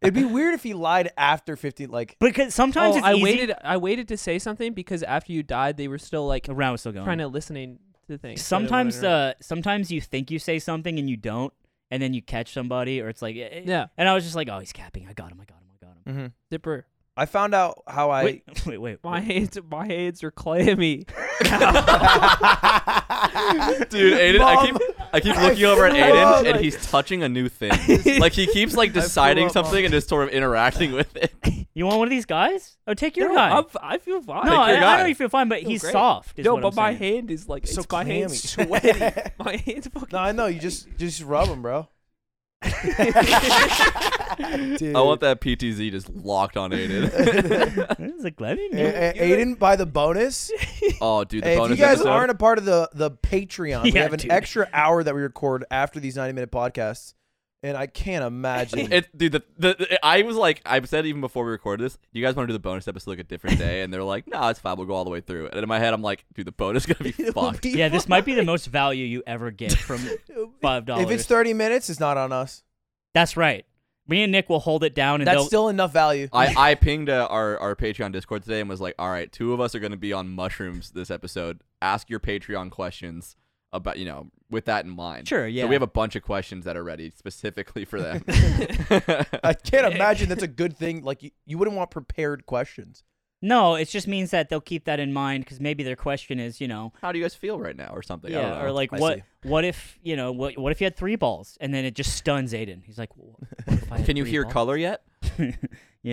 Speaker 2: it'd be weird if he lied after 50 like
Speaker 1: Because sometimes
Speaker 3: oh,
Speaker 1: it's
Speaker 3: I
Speaker 1: easy.
Speaker 3: waited. I waited to say something because after you died, they were still like
Speaker 1: The round was still going.
Speaker 3: trying to listening to things. so they wanted
Speaker 1: sometimes,
Speaker 3: to-
Speaker 1: uh, sometimes you think you say something and you don't, and then you catch somebody, or it's like, eh, eh.
Speaker 3: yeah,
Speaker 1: And I was just like, oh, he's capping. I got him. I got him. I got him.
Speaker 2: mhm.
Speaker 3: Dipper.
Speaker 2: I found out how I
Speaker 1: Mm-hmm. Wait, wait, wait.
Speaker 3: My
Speaker 1: wait.
Speaker 3: hands, my hands are clammy.
Speaker 4: Dude, Aiden, I keep
Speaker 2: Mom,
Speaker 4: I keep looking over at
Speaker 2: Oh
Speaker 4: Aiden
Speaker 2: up.
Speaker 4: and he's touching a new thing. like he keeps like deciding
Speaker 2: up, Mom.
Speaker 4: something and just sort of interacting with it.
Speaker 1: You want one of these guys? Oh, take your
Speaker 3: no,
Speaker 1: guy.
Speaker 3: I'm, I feel fine.
Speaker 1: no,
Speaker 4: your
Speaker 1: I, I
Speaker 4: guy.
Speaker 1: don't know if you feel fine, but
Speaker 3: Feel
Speaker 1: he's
Speaker 3: great.
Speaker 1: soft. Is
Speaker 3: no,
Speaker 1: what
Speaker 3: but
Speaker 1: I'm
Speaker 3: my
Speaker 1: saying.
Speaker 3: hand is like
Speaker 2: So
Speaker 3: it's my hand's
Speaker 2: clammy.
Speaker 3: sweaty. my hand's fucking.
Speaker 2: No, I know. You just just rub them, bro. Dude.
Speaker 4: I want that PTZ just locked on Aiden.
Speaker 1: This is a Glennon.
Speaker 2: A-
Speaker 1: dude.
Speaker 2: A- Aiden by the bonus.
Speaker 4: oh, dude, the
Speaker 2: Hey, if
Speaker 4: bonus
Speaker 2: you guys
Speaker 4: episode.
Speaker 2: aren't a part of the the Patreon, we
Speaker 1: Yeah,
Speaker 2: have an
Speaker 1: dude.
Speaker 2: extra hour that we record after these ninety minute podcasts, and I can't imagine.
Speaker 4: It, dude, the, the, the- I was like, I said even before we recorded this, you guys want to do the bonus episode like a different day? And they're like, no, it's fine. We'll go all the way through. And in my head, I'm like, dude, the bonus is gonna be fucked.
Speaker 1: Yeah, this might be the most value you ever get from five
Speaker 2: if it's
Speaker 1: dollars.
Speaker 2: thirty minutes, it's not on us.
Speaker 1: That's right. Me and Nick will hold it down, and
Speaker 2: That's
Speaker 1: they'll.
Speaker 2: still enough value.
Speaker 4: I, I pinged uh, our, our Patreon Discord today and was like, all right, two of us are going to be on mushrooms this episode. Ask your Patreon questions about, you know, with that in mind.
Speaker 1: Sure, yeah.
Speaker 4: So we have a bunch of questions that are ready specifically for them.
Speaker 2: I can't imagine that's a good thing. Like you, you wouldn't want prepared questions.
Speaker 1: no, it just means that they'll keep that in mind because maybe their question is, you know,
Speaker 4: How do you guys feel right now or something? I don't
Speaker 1: yeah,
Speaker 4: know.
Speaker 1: uh, or like
Speaker 2: I
Speaker 1: what?
Speaker 2: see.
Speaker 1: What if you know? What what if you had three balls and then it just stuns Aiden? He's like, "Wha- what if I had
Speaker 4: Can you
Speaker 1: three
Speaker 4: hear
Speaker 1: balls?"
Speaker 4: color yet?
Speaker 1: you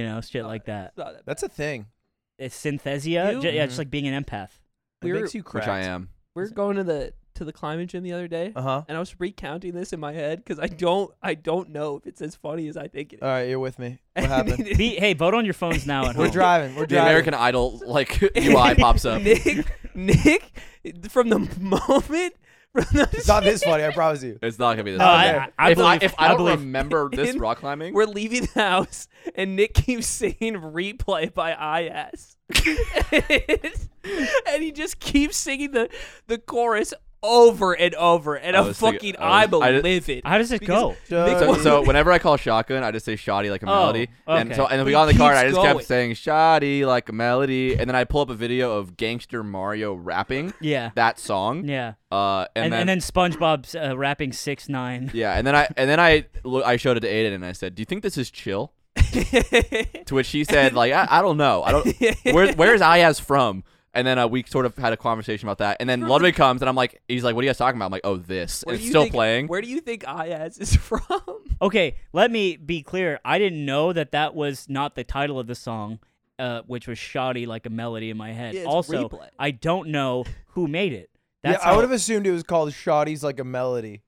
Speaker 1: know, shit like that.
Speaker 2: That's a thing.
Speaker 1: It's synthesia.
Speaker 3: Uh, You-
Speaker 1: Ju- yeah, just like being an empath.
Speaker 2: It
Speaker 3: We're-
Speaker 2: makes you
Speaker 4: Which
Speaker 2: cracked.
Speaker 4: I am.
Speaker 3: We're going to the to the climbing gym the other day,
Speaker 2: Uh huh. All
Speaker 3: and I was recounting this in my head because I don't I don't know if it's as funny as I think it is.
Speaker 2: right, you're with me. What happened?
Speaker 1: Be, hey, vote on your phones now at
Speaker 2: We're
Speaker 1: home.
Speaker 2: driving. We're
Speaker 4: The
Speaker 2: driving.
Speaker 4: American Idol like UI pops up.
Speaker 3: Nick, Nick, from the moment from the
Speaker 2: it's not this funny. I promise you.
Speaker 4: It's not gonna be this.
Speaker 1: No,
Speaker 4: bad.
Speaker 1: I- I- I
Speaker 4: if I,
Speaker 1: believe-
Speaker 4: if I
Speaker 1: I
Speaker 4: don't
Speaker 1: believe-
Speaker 4: remember this
Speaker 3: In-
Speaker 4: rock climbing,
Speaker 3: We're leaving the house, and Nick keeps singing "Replay" by IS, and he just keeps singing the the chorus over and over, and
Speaker 4: I
Speaker 3: I'm
Speaker 4: was thinking-
Speaker 3: fucking
Speaker 4: I
Speaker 3: I,
Speaker 4: was- I did-
Speaker 3: believe it.
Speaker 1: How does it
Speaker 3: Because-
Speaker 1: go?
Speaker 4: so, so whenever I call shotgun, I just say shoddy like a
Speaker 1: Oh,
Speaker 4: melody, and
Speaker 1: okay.
Speaker 4: so and then we
Speaker 3: He
Speaker 4: got in the car, and I
Speaker 3: keeps
Speaker 4: just
Speaker 3: going.
Speaker 4: kept saying shoddy like a melody, and then I pull up a video of Gangster Mario rapping
Speaker 1: Yeah,
Speaker 4: that song,
Speaker 1: yeah.
Speaker 4: uh, and,
Speaker 1: And,
Speaker 4: then,
Speaker 1: and then SpongeBob's uh, rapping six nine.
Speaker 4: yeah, and then I and then I lo- I showed it to Aiden, and I said, "Do you think this is chill?" To which he said, "Like I, I don't know, I don't where where's Ayaz from." And then uh, we sort of had a conversation about that, and then Ludwig comes, and I'm like, he's like, "What are you guys talking about?" I'm like, "Oh, this."
Speaker 3: Where
Speaker 4: And
Speaker 3: do
Speaker 4: it's
Speaker 3: you
Speaker 4: still
Speaker 3: think-
Speaker 4: playing.
Speaker 3: Where do you think IS is from?
Speaker 1: Okay, let me be clear. I didn't know that that was not the title of the song, uh, which was shoddy like a melody in my head.
Speaker 3: Yeah, it's
Speaker 1: also,
Speaker 3: replay.
Speaker 1: I don't know who made it.
Speaker 2: yeah,
Speaker 1: That's
Speaker 2: I
Speaker 1: how-
Speaker 2: would have assumed it was called "Shoddy's Like a Melody."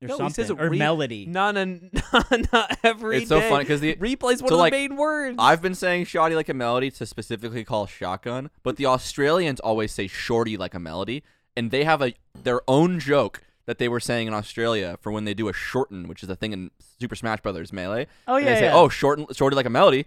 Speaker 1: or
Speaker 3: No, he
Speaker 1: something
Speaker 3: says a
Speaker 1: or
Speaker 3: re-
Speaker 1: melody.
Speaker 3: Not a not every
Speaker 4: It's so
Speaker 3: day.
Speaker 4: funny 'cause the-
Speaker 3: replay's one
Speaker 4: so,
Speaker 3: of
Speaker 4: like,
Speaker 3: the main words.
Speaker 4: I've been saying shoddy like a melody to specifically call shotgun, but the Australians always say shorty like a melody, and they have a their own joke that they were saying in Australia for when they do a shorten, which is a thing in Super Smash Brothers Melee.
Speaker 1: Oh,
Speaker 4: and
Speaker 1: yeah,
Speaker 4: they say,
Speaker 1: yeah. Mm-hmm.
Speaker 4: "Oh, shorten, shorty like a melody,"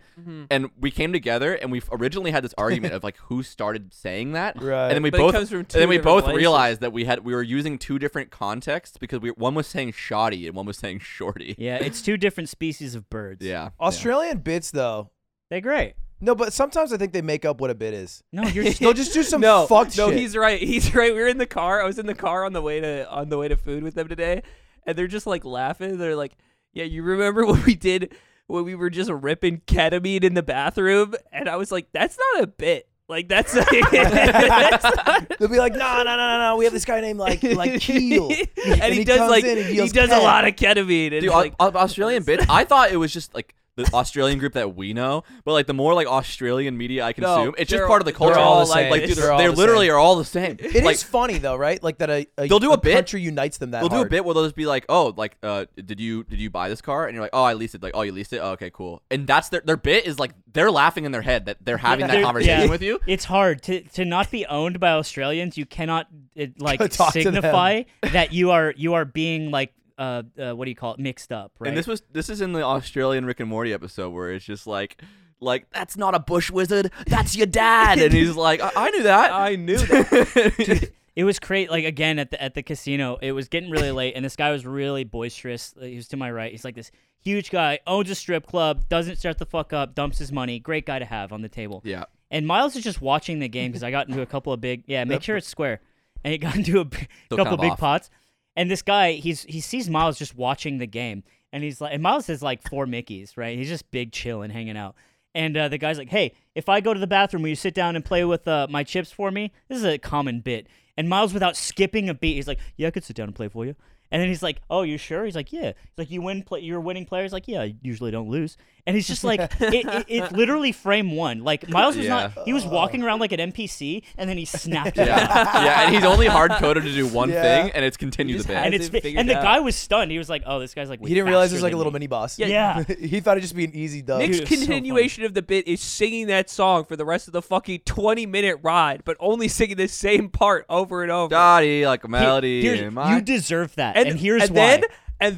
Speaker 4: and we came together and we originally had this argument of like who started saying that,
Speaker 2: Right.
Speaker 4: And then we
Speaker 3: But it
Speaker 4: both
Speaker 3: comes from
Speaker 4: and
Speaker 3: two
Speaker 4: then we
Speaker 3: different
Speaker 4: both
Speaker 3: places.
Speaker 4: realized that we had we were using two different contexts because we one was saying shoddy and one was saying shorty.
Speaker 1: Yeah, it's two different species of birds.
Speaker 4: yeah.
Speaker 2: Australian bits, though.
Speaker 1: they're great.
Speaker 2: No, but sometimes I think they make up what a bit is.
Speaker 1: No, you're just
Speaker 2: They'll just do some
Speaker 3: no,
Speaker 2: fucked
Speaker 3: no,
Speaker 2: shit.
Speaker 3: he's right. He's right. We were in the car. I was in the car on the way to on the way to food with them today, and they're just like laughing. They're like, "Yeah, you remember what we did when we were just ripping ketamine in the bathroom?" And I was like, "That's not a bit. Like that's." that's not-
Speaker 2: They'll be like, no, no, no, no, no. We have this guy named like like Keel,
Speaker 3: and,
Speaker 2: And
Speaker 3: he,
Speaker 2: he
Speaker 3: does
Speaker 2: comes
Speaker 3: like
Speaker 2: in and
Speaker 3: he,
Speaker 2: yells,
Speaker 3: does
Speaker 2: "Cat."
Speaker 3: a lot of ketamine. And
Speaker 4: Dude,
Speaker 3: it's like,
Speaker 4: Au- Au- Australian bit. I thought it was just like the Australian group that we know, but like the more like Australian media I consume, it's just
Speaker 3: they're-
Speaker 4: part of the
Speaker 3: they're
Speaker 4: culture.
Speaker 2: all the
Speaker 4: like,
Speaker 2: same.
Speaker 4: like dude,
Speaker 2: They're all
Speaker 4: they
Speaker 2: the
Speaker 4: literally
Speaker 2: same.
Speaker 4: are all the same.
Speaker 2: It is
Speaker 4: like,
Speaker 2: funny though, right? Like that a, a
Speaker 4: They'll do a bit.
Speaker 2: country unites them that
Speaker 4: They'll do a
Speaker 2: hard.
Speaker 4: bit where they'll just be like, "Oh, like, uh, did you did you buy this car?" And you're like, "Oh, I leased it." Like, "Oh, you leased it? Oh, okay, cool." And that's their their bit is like they're laughing in their head that they're having that
Speaker 1: They're-
Speaker 4: conversation
Speaker 1: yeah.
Speaker 4: with you.
Speaker 1: It's hard to to not be owned by Australians. You cannot it, like
Speaker 2: Go talk to them.
Speaker 1: signify that you are you are being like uh, uh what do you call it mixed up, right?
Speaker 4: And this was this is in the Australian Rick and Morty episode where it's just like. Like that's not a bush wizard, that's your dad, and he's like, I, I knew that.
Speaker 3: I knew that.
Speaker 1: it was great. Like again at the at the casino, it was getting really late, and this guy was really boisterous. Like, He was to my right. He's like this huge guy, owns a strip club, doesn't shut the fuck up, dumps his money. Great guy to have on the table.
Speaker 4: yeah,
Speaker 1: And Miles is just watching the game because I got into a couple of big yeah. Make sure it's square. And he got into a b- couple
Speaker 4: kind of
Speaker 1: big
Speaker 4: off.
Speaker 1: pots. And this guy, he's he sees Miles just watching the game, and he's like, and Miles has like four Mickey's, right? He's just big chilling, hanging out. And uh, the guy's like, "Hey, if I go to the bathroom, will you sit down and play with uh, my chips for me?" This is a common bit. And Miles, without skipping a beat, he's like, "Yeah, I could sit down and play for you." And then he's like, "Oh, you sure?" He's like, "Yeah." He's like, "You win, play. You're a winning player." He's like, "Yeah, I usually don't lose." And he's just like, it, it, "It's literally frame one." Like Miles was
Speaker 4: Yeah.
Speaker 1: not. He was walking around like an NPC, and then he snapped. it out.
Speaker 4: yeah, yeah. And he's only hard coded to do one
Speaker 2: Yeah.
Speaker 4: thing, and it's continue the
Speaker 3: just
Speaker 4: bit.
Speaker 3: had
Speaker 1: and
Speaker 3: As
Speaker 1: it's
Speaker 3: it
Speaker 1: fi-
Speaker 3: figured
Speaker 1: and the
Speaker 3: out.
Speaker 1: guy was stunned. He was like, "Oh, this guy's like." way
Speaker 2: he didn't realize it was
Speaker 1: faster
Speaker 2: like a
Speaker 1: than
Speaker 2: little
Speaker 1: me."
Speaker 2: mini boss.
Speaker 1: Yeah.
Speaker 2: he thought it'd just be an easy dub.
Speaker 1: Nick-
Speaker 3: Nick's
Speaker 1: Dude, it's so funny.
Speaker 3: continuation of the bit is singing that song for the rest of the fucking 20 minute ride, but only singing the same part over and over.
Speaker 4: Dottie, like a
Speaker 1: Here-
Speaker 4: melody.
Speaker 1: here's-
Speaker 4: in my-
Speaker 1: you deserve that, and, here's why.
Speaker 3: and Then, and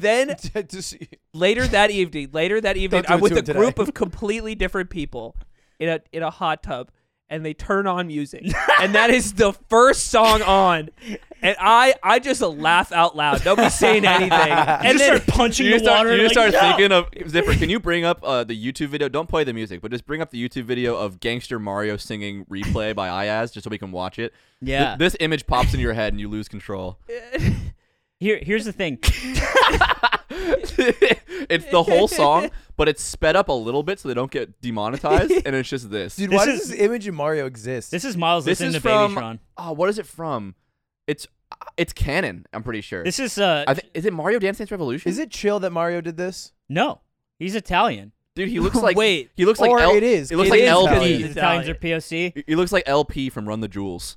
Speaker 3: then
Speaker 2: Just-
Speaker 3: later that evening, later that evening,
Speaker 2: Don't do
Speaker 3: I'm
Speaker 2: it
Speaker 3: with
Speaker 2: to
Speaker 3: a
Speaker 2: him today.
Speaker 3: group of completely different people in a in a hot tub, and they turn on music, and that is the first song on, and I I just laugh out loud. Nobody's saying anything,
Speaker 1: you just
Speaker 3: and then
Speaker 1: start punching
Speaker 4: you
Speaker 1: the
Speaker 4: just start,
Speaker 1: water.
Speaker 4: you just
Speaker 1: like,
Speaker 4: start
Speaker 1: "Yeah!"
Speaker 4: thinking of Zipper. Can you bring up uh, the YouTube video? Don't play the music, but just bring up the YouTube video of Gangster Mario singing "Replay" by Iaz, just so we can watch it. Th-
Speaker 1: Yeah.
Speaker 4: this image pops into your head, and you lose control.
Speaker 1: Here, here's the thing.
Speaker 4: it's the whole song, but it's sped up a little bit so they don't get demonetized, and it's just this.
Speaker 2: dude,
Speaker 1: This
Speaker 2: why
Speaker 1: is-
Speaker 2: does this image of Mario exist?
Speaker 1: This is Miles
Speaker 4: this
Speaker 1: listening
Speaker 4: is
Speaker 1: to
Speaker 4: from.
Speaker 1: Baby Tron.
Speaker 4: Oh, what is it from? It's uh, it's canon. I'm pretty sure.
Speaker 1: This is uh,
Speaker 4: I thi- is it Mario Dance Dance Revolution?
Speaker 2: is it chill that Mario did this?
Speaker 1: no, he's Italian.
Speaker 4: Dude, he looks like
Speaker 3: Wait.
Speaker 4: He looks like
Speaker 2: Or
Speaker 4: L-
Speaker 2: it is.
Speaker 4: He looks
Speaker 2: It
Speaker 4: like
Speaker 2: is
Speaker 4: LP.
Speaker 2: Italian.
Speaker 1: The Italians are POC.
Speaker 4: He looks like LP from Run the Jewels.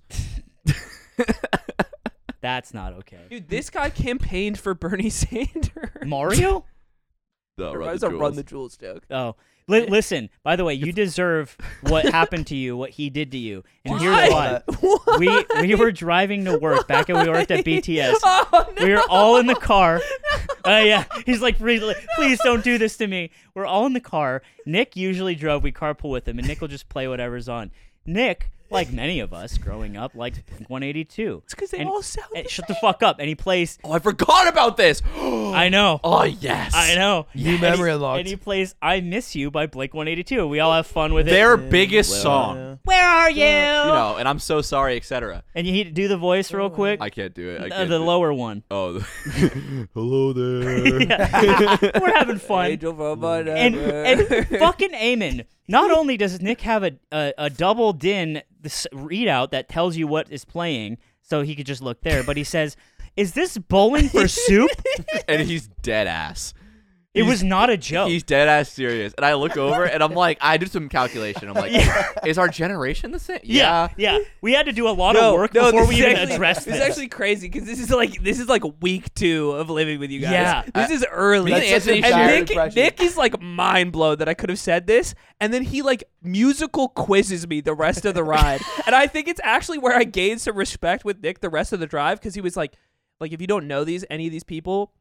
Speaker 1: That's not okay.
Speaker 3: dude, this guy campaigned for Bernie Sanders.
Speaker 1: Mario?
Speaker 4: The
Speaker 3: That was a run the jewels joke.
Speaker 1: Oh, Li- listen. By the way, you deserve what happened to you, what he did to you, and here's why.
Speaker 2: Why?
Speaker 3: What?
Speaker 1: We we were driving to work back when we worked at BTS.
Speaker 3: Oh, no.
Speaker 1: We were all in the car. Uh, yeah, he's like, please, please don't do this to me. We're all in the car. Nick usually drove. We carpool with him, and Nick will just play whatever's on. Nick, like many of us growing up, liked Blink 182. It's
Speaker 3: 'cause they all sound the
Speaker 1: eh, Shut the fuck up. And he plays.
Speaker 4: Oh, I forgot about this.
Speaker 1: I know.
Speaker 4: oh yes.
Speaker 1: I know.
Speaker 2: New
Speaker 1: And
Speaker 2: memory
Speaker 1: he-
Speaker 2: unlocked.
Speaker 1: And he plays "I Miss You" by Blink 182. We all have fun with it.
Speaker 4: Their biggest song.
Speaker 1: Where are you?
Speaker 4: You know, and I'm so sorry, etc.
Speaker 1: And you need to do the voice real quick.
Speaker 4: I can't do it. I
Speaker 1: Uh,
Speaker 4: can't
Speaker 1: the
Speaker 4: do-
Speaker 1: lower one.
Speaker 4: Oh. the- Hello there.
Speaker 1: Yeah. We're having fun.
Speaker 3: Angel uh, from another-
Speaker 1: and and fucking Amen. Not only does Nick have a a, a double din this readout that tells you what is playing, so he could just look there, but he says, "Is this bowling for soup?"
Speaker 4: and he's dead ass.
Speaker 1: It was not a joke.
Speaker 4: He's dead ass serious. And I look over and I'm like, I do some calculation. I'm like, is our generation the same?
Speaker 1: yeah, yeah, We had to do a lot of work before
Speaker 3: this
Speaker 1: we
Speaker 3: is
Speaker 1: even
Speaker 3: actually,
Speaker 1: addressed this.
Speaker 3: It's actually crazy because this is like this is like week two of living with you guys.
Speaker 1: Yeah.
Speaker 3: this is early.
Speaker 4: Me and That's such Anthony a shared
Speaker 3: and Nick,
Speaker 2: impression.
Speaker 3: Nick is like mind blown that I could have said this, and then he like musical quizzes me the rest of the ride, and I think it's actually where I gained some respect with Nick the rest of the drive because he was like, like if you don't know these any of these people,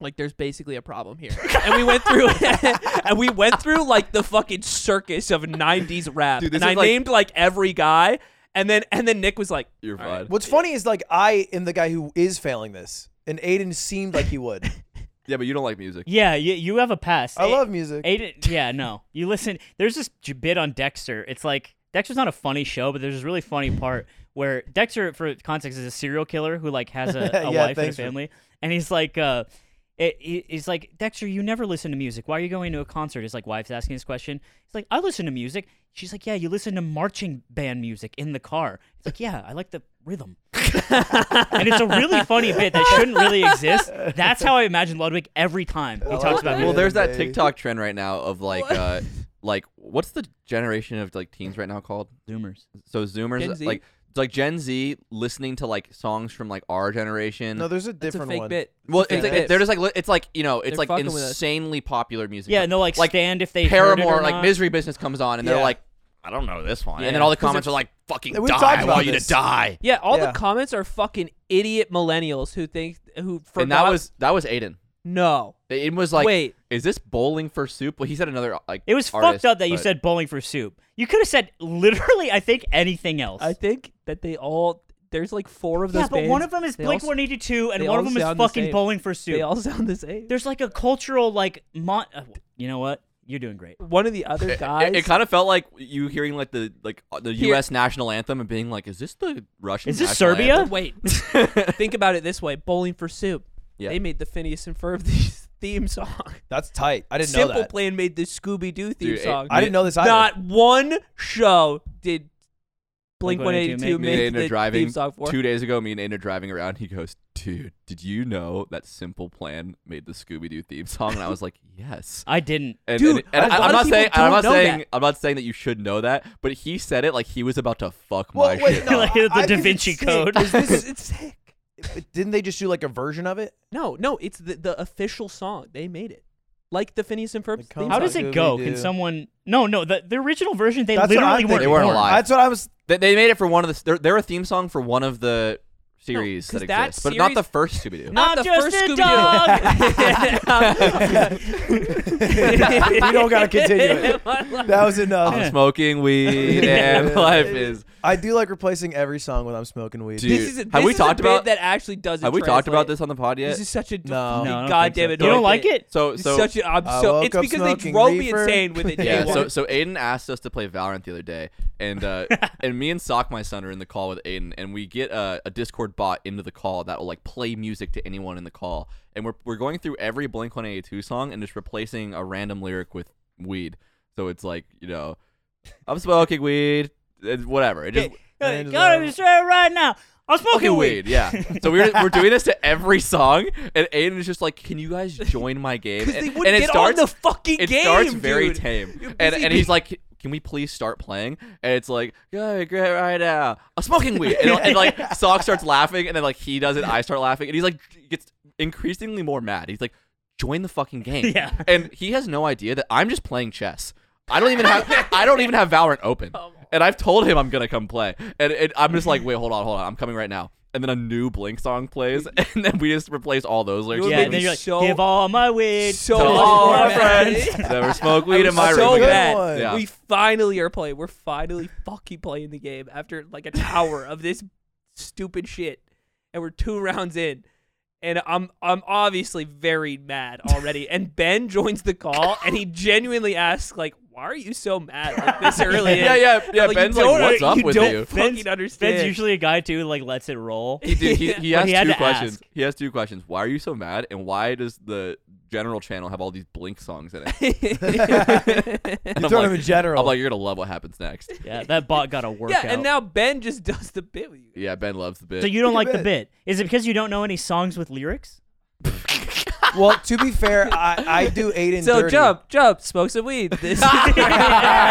Speaker 3: like there's basically a problem here and we went through and we went through like the fucking circus of 90s rap
Speaker 4: Dude, this
Speaker 3: and
Speaker 4: is
Speaker 3: i
Speaker 4: like-
Speaker 3: named like every guy and then and then nick was like
Speaker 4: You're
Speaker 3: "All right."
Speaker 4: fine.
Speaker 2: What's funny is like I am the guy who is failing this, and Aiden seemed like he would.
Speaker 4: Yeah, but you don't like music.
Speaker 1: yeah, you, you have a pass.
Speaker 2: I
Speaker 1: A-
Speaker 2: love music.
Speaker 1: Aiden, yeah, no. You listen. There's this j- bit on Dexter. It's like Dexter's not a funny show, but there's this really funny part where Dexter, for context, is a serial killer who like has a, a
Speaker 2: Yeah,
Speaker 1: wife and a
Speaker 2: thanks for-
Speaker 1: family, and he's like, uh, it, he- he's like, Dexter, you never listen to music. Why are you going to a concert? His like wife's asking this question. He's like, I listen to music. She's like, Yeah, you listen to marching band music in the car. It's like, Yeah, I like the rhythm. and it's a really funny bit that shouldn't really exist. That's how I imagine Ludwig every time
Speaker 2: Oh.
Speaker 1: he talks about
Speaker 4: Well,
Speaker 1: music.
Speaker 4: there's that
Speaker 2: Hey.
Speaker 4: TikTok trend right now of like, uh, like what's the generation of like teens right now called?
Speaker 1: Zoomers.
Speaker 4: So
Speaker 3: Gen
Speaker 4: Zoomers,
Speaker 3: Z?
Speaker 4: like it's like Gen Z listening to like songs from like our generation.
Speaker 2: No, there's a
Speaker 3: That's a
Speaker 2: different
Speaker 3: fake
Speaker 2: one.
Speaker 3: bit.
Speaker 4: well,
Speaker 3: a
Speaker 4: it's
Speaker 3: fake
Speaker 4: like,
Speaker 3: bit.
Speaker 4: they're just like li- it's like you know it's
Speaker 3: They're
Speaker 4: like
Speaker 3: fucking with us.
Speaker 4: insanely popular music.
Speaker 1: Yeah, no, like,
Speaker 4: Like,
Speaker 1: stand if they heard it
Speaker 4: Paramore,
Speaker 1: or
Speaker 4: like
Speaker 1: not.
Speaker 4: Misery Business comes on, and they're
Speaker 2: Yeah.
Speaker 4: like, I don't know this one,
Speaker 1: Yeah.
Speaker 4: and then all the
Speaker 3: 'Cause
Speaker 4: comments are like, fucking
Speaker 2: We've
Speaker 4: die,
Speaker 2: talked
Speaker 4: I
Speaker 2: about
Speaker 4: want you
Speaker 2: this.
Speaker 4: to die.
Speaker 3: Yeah, all
Speaker 2: Yeah.
Speaker 3: the comments are fucking idiot millennials who think who forgot.
Speaker 4: And that was that was Aiden.
Speaker 3: no.
Speaker 4: Aiden was like,
Speaker 3: Wait,
Speaker 4: is this bowling for soup? Well, he said another like
Speaker 1: It was
Speaker 4: artist,
Speaker 1: fucked up that you
Speaker 4: but-
Speaker 1: said bowling for soup. You could have said literally, I think, anything else.
Speaker 3: I think that they all there's like four of those.
Speaker 1: yeah, but one
Speaker 3: bands,
Speaker 1: of them is
Speaker 3: they
Speaker 1: Blink
Speaker 3: all-
Speaker 1: 182, and
Speaker 3: they
Speaker 1: one of
Speaker 3: all
Speaker 1: them is
Speaker 3: sound the
Speaker 1: fucking
Speaker 3: same.
Speaker 1: bowling for soup.
Speaker 3: They all sound the same.
Speaker 1: there's like a cultural like mon- uh, you know what you're doing great
Speaker 3: one of the other
Speaker 4: It-
Speaker 3: guys.
Speaker 4: It, kind of felt like you hearing like the like uh, the
Speaker 3: Here-
Speaker 4: U.S. national anthem and being like, "Is this the Russian?
Speaker 1: Is this
Speaker 4: national
Speaker 1: Serbia?
Speaker 4: anthem?
Speaker 3: Wait, think about it this way: Bowling for Soup.
Speaker 4: Yeah.
Speaker 3: They made the Phineas and Ferb these theme song.
Speaker 2: That's tight. I didn't
Speaker 3: Simple
Speaker 2: know that.
Speaker 3: Plan made the Scooby Doo theme
Speaker 4: Dude, it-
Speaker 3: song.
Speaker 2: I didn't know this either.
Speaker 3: Not one show did Blink One Eighty
Speaker 1: 182
Speaker 3: Two
Speaker 1: make-
Speaker 4: Me
Speaker 3: make
Speaker 4: and
Speaker 3: the
Speaker 4: Aiden are
Speaker 3: theme
Speaker 4: driving
Speaker 3: song for.
Speaker 4: two days ago. Me and Aiden are driving around. He goes, "Dude, did you know that Simple Plan made the Scooby Doo theme song?" And I was like, "Yes."
Speaker 1: i didn't
Speaker 4: And,
Speaker 3: Dude,
Speaker 4: and- and
Speaker 3: a
Speaker 4: I-
Speaker 3: lot
Speaker 4: I'm
Speaker 3: of
Speaker 4: not
Speaker 3: people
Speaker 4: saying I'm
Speaker 3: don't
Speaker 4: not
Speaker 3: know
Speaker 4: saying
Speaker 3: that.
Speaker 4: I'm not saying that you should know that, but he said it like he was about to fuck
Speaker 2: Well,
Speaker 4: my
Speaker 2: wait,
Speaker 4: shit.
Speaker 2: no,
Speaker 4: up.
Speaker 1: Like the
Speaker 2: I-
Speaker 1: Da
Speaker 2: I think it's
Speaker 1: Vinci
Speaker 2: sick.
Speaker 1: Code.
Speaker 2: Is
Speaker 3: This
Speaker 2: this-
Speaker 3: is- it's sick.
Speaker 2: didn't they just do like a version of it?
Speaker 3: No, no, it's the, the official song. They made it. Like the Phineas and Ferb
Speaker 2: The
Speaker 3: theme
Speaker 2: I'm
Speaker 1: how
Speaker 3: song.
Speaker 2: sorry,
Speaker 1: does it
Speaker 2: Scooby
Speaker 1: go
Speaker 2: Doo.
Speaker 1: can someone no no the, the original version they
Speaker 2: That's what I'm
Speaker 1: literally
Speaker 2: thinking.
Speaker 1: weren't
Speaker 4: They weren't
Speaker 1: born.
Speaker 4: alive.
Speaker 2: That's what I was.
Speaker 4: They, they made it for one of the. They're, they're a theme song for one of the series
Speaker 3: 'cause
Speaker 4: that
Speaker 3: that
Speaker 4: exists, but not
Speaker 3: series-
Speaker 4: the first Scooby
Speaker 1: No.
Speaker 4: Doo.
Speaker 3: Not
Speaker 1: I'm
Speaker 3: the
Speaker 1: just
Speaker 3: first
Speaker 1: a
Speaker 2: We
Speaker 3: Scooby Doo.
Speaker 2: don't gotta continue it. That was enough.
Speaker 4: I'm smoking weed and life is.
Speaker 2: I do like replacing every song when I'm smoking weed.
Speaker 4: Dude.
Speaker 3: This is a,
Speaker 4: Have
Speaker 3: this
Speaker 4: we
Speaker 3: is
Speaker 4: talked
Speaker 3: a bit
Speaker 4: about-
Speaker 3: that? Actually, doesn't
Speaker 4: Have we talked
Speaker 3: translate.
Speaker 4: about this on the pod yet?
Speaker 3: This is such a d-
Speaker 2: No.
Speaker 1: No, I don't
Speaker 3: goddamn
Speaker 1: think
Speaker 3: it!
Speaker 1: so. You don't like it?
Speaker 4: so
Speaker 3: It's
Speaker 4: so
Speaker 3: such a, I'm
Speaker 2: I
Speaker 3: so
Speaker 2: woke
Speaker 3: it's
Speaker 2: up
Speaker 3: because they
Speaker 2: smoking
Speaker 3: drove me
Speaker 2: reefer.
Speaker 3: insane with it. day
Speaker 4: yeah.
Speaker 3: one.
Speaker 4: So so Aiden asked us to play Valorant the other day, and uh, and me and Sock my son are in the call with Aiden, and we get a, a Discord bot into the call that will like play music to anyone in the call, and we're we're going through every Blink One Eighty Two song and just replacing a random lyric with weed. So it's like you know, I'm smoking weed, and whatever. It just
Speaker 1: Hey,
Speaker 2: Angela.
Speaker 3: uh,
Speaker 1: God, I'm just right right now i'm smoking
Speaker 4: fucking
Speaker 1: weed
Speaker 4: weed. Yeah. So we're, we're doing this to every song, and Aiden is just like, "Can you guys join my game?"
Speaker 3: because
Speaker 4: And,
Speaker 3: they
Speaker 4: and
Speaker 3: wouldn't
Speaker 4: it
Speaker 3: get
Speaker 4: starts.
Speaker 3: on the fucking
Speaker 4: it
Speaker 3: game.
Speaker 4: starts very
Speaker 3: dude.
Speaker 4: tame,
Speaker 3: You're
Speaker 4: and
Speaker 3: busy
Speaker 4: and he's like. Can we please start playing? And it's like, yeah, great right now. I'm smoking weed. And, and like, Sock starts laughing, and then like he does it. I start laughing, and he's like, gets increasingly more mad. He's like, join the fucking game.
Speaker 1: Yeah.
Speaker 4: And he has no idea that I'm just playing chess. I don't even have I don't even have Valorant open. And I've told him I'm gonna come play. And, and I'm just like, wait, hold on, hold on, I'm coming right now. And then a new Blink song plays, and then we just replace all those lyrics.
Speaker 3: You
Speaker 1: yeah
Speaker 4: with
Speaker 1: and then you're like
Speaker 3: so-
Speaker 1: give all my weed
Speaker 3: so
Speaker 4: to
Speaker 1: to
Speaker 4: all
Speaker 1: my
Speaker 4: our
Speaker 3: bad.
Speaker 1: friends
Speaker 4: Never smoke weed in
Speaker 3: was
Speaker 4: my
Speaker 3: so
Speaker 4: room. again.
Speaker 3: bad.
Speaker 2: Good one.
Speaker 4: Yeah.
Speaker 3: We finally are playing. We're finally fucking playing the game after like an hour of this stupid shit, and we're two rounds in, and I'm I'm obviously very mad already. and Ben joins the call, and he genuinely asks like, "Why are you so mad like, this early?" in?"
Speaker 4: Yeah, yeah, yeah.
Speaker 3: Like, you
Speaker 4: Ben's like,
Speaker 3: don't-
Speaker 4: what's up
Speaker 3: you
Speaker 4: with
Speaker 3: don't
Speaker 4: you?
Speaker 3: Fucking
Speaker 1: Ben's-
Speaker 3: understand.
Speaker 1: ben's usually a guy too who, like lets it roll
Speaker 4: He, did, he, he
Speaker 1: But
Speaker 4: asked
Speaker 1: he had
Speaker 4: two
Speaker 1: to
Speaker 4: questions.
Speaker 1: ask.
Speaker 4: He has two questions. Why are you so mad? And why does the general channel have all these Blink songs in it? And
Speaker 2: You
Speaker 4: I'm
Speaker 2: throw them
Speaker 4: like,
Speaker 2: in general.
Speaker 4: I'm like, you're gonna love what happens next.
Speaker 1: yeah that bot got a workout
Speaker 3: yeah, and now Ben just does the bit with you.
Speaker 4: Yeah, Ben loves the bit.
Speaker 1: so you don't
Speaker 2: Look
Speaker 1: like
Speaker 2: at
Speaker 1: the bit is it because you don't know any songs with lyrics
Speaker 2: well, to be fair, I, I do Aiden.
Speaker 3: So
Speaker 2: dirty.
Speaker 3: jump, jump, smoke some weed. This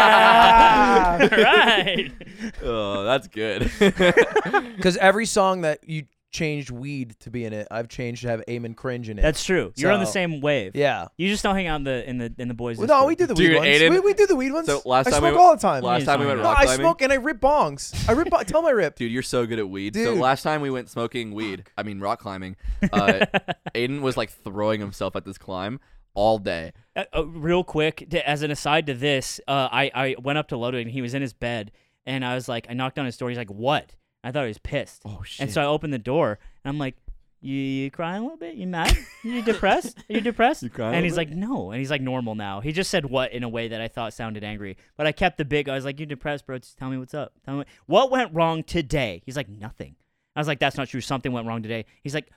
Speaker 1: right
Speaker 4: oh, that's good.
Speaker 2: Because every song that you changed weed to be in it, I've changed to have Amen cringe in it.
Speaker 1: that's true you're on the
Speaker 2: So-
Speaker 1: same wave
Speaker 2: yeah.
Speaker 1: You just don't hang out in the in the in the boys.
Speaker 2: Well, no, we do the
Speaker 4: Dude,
Speaker 2: weed ones.
Speaker 4: Aiden-
Speaker 2: we, we do the weed ones.
Speaker 4: so last
Speaker 2: I
Speaker 4: time
Speaker 2: smoke
Speaker 4: we,
Speaker 2: all the time.
Speaker 4: Last
Speaker 1: Yeah,
Speaker 4: time we
Speaker 1: sorry.
Speaker 4: went
Speaker 2: no,
Speaker 4: rock
Speaker 2: I
Speaker 4: climbing.
Speaker 2: smoke and I rip bongs. I rip. Bon- tell my rip.
Speaker 4: Dude, you're so good at weed. So
Speaker 2: Dude.
Speaker 4: last time we went smoking weed, I mean rock climbing, uh, Aiden was like throwing himself at this climb all day.
Speaker 1: Uh, uh, real quick, to, as an aside to this, uh, I I went up to Ludwig and he was in his bed, and I was like, I knocked on his door. He's like, "What?" I thought he was pissed,
Speaker 4: Oh shit!
Speaker 1: and so I opened the door and I'm like, "You, you crying a little bit? You mad? You depressed? Are you depressed?"
Speaker 4: You crying a
Speaker 1: and
Speaker 4: little
Speaker 1: he's like, "No," and he's like, "Normal now." He just said "what" in a way that I thought sounded angry, but I kept the big. I was like, "You depressed, bro? Just tell me what's up. Tell me what went wrong today." He's like, "Nothing." I was like, "That's not true. Something went wrong today." He's like,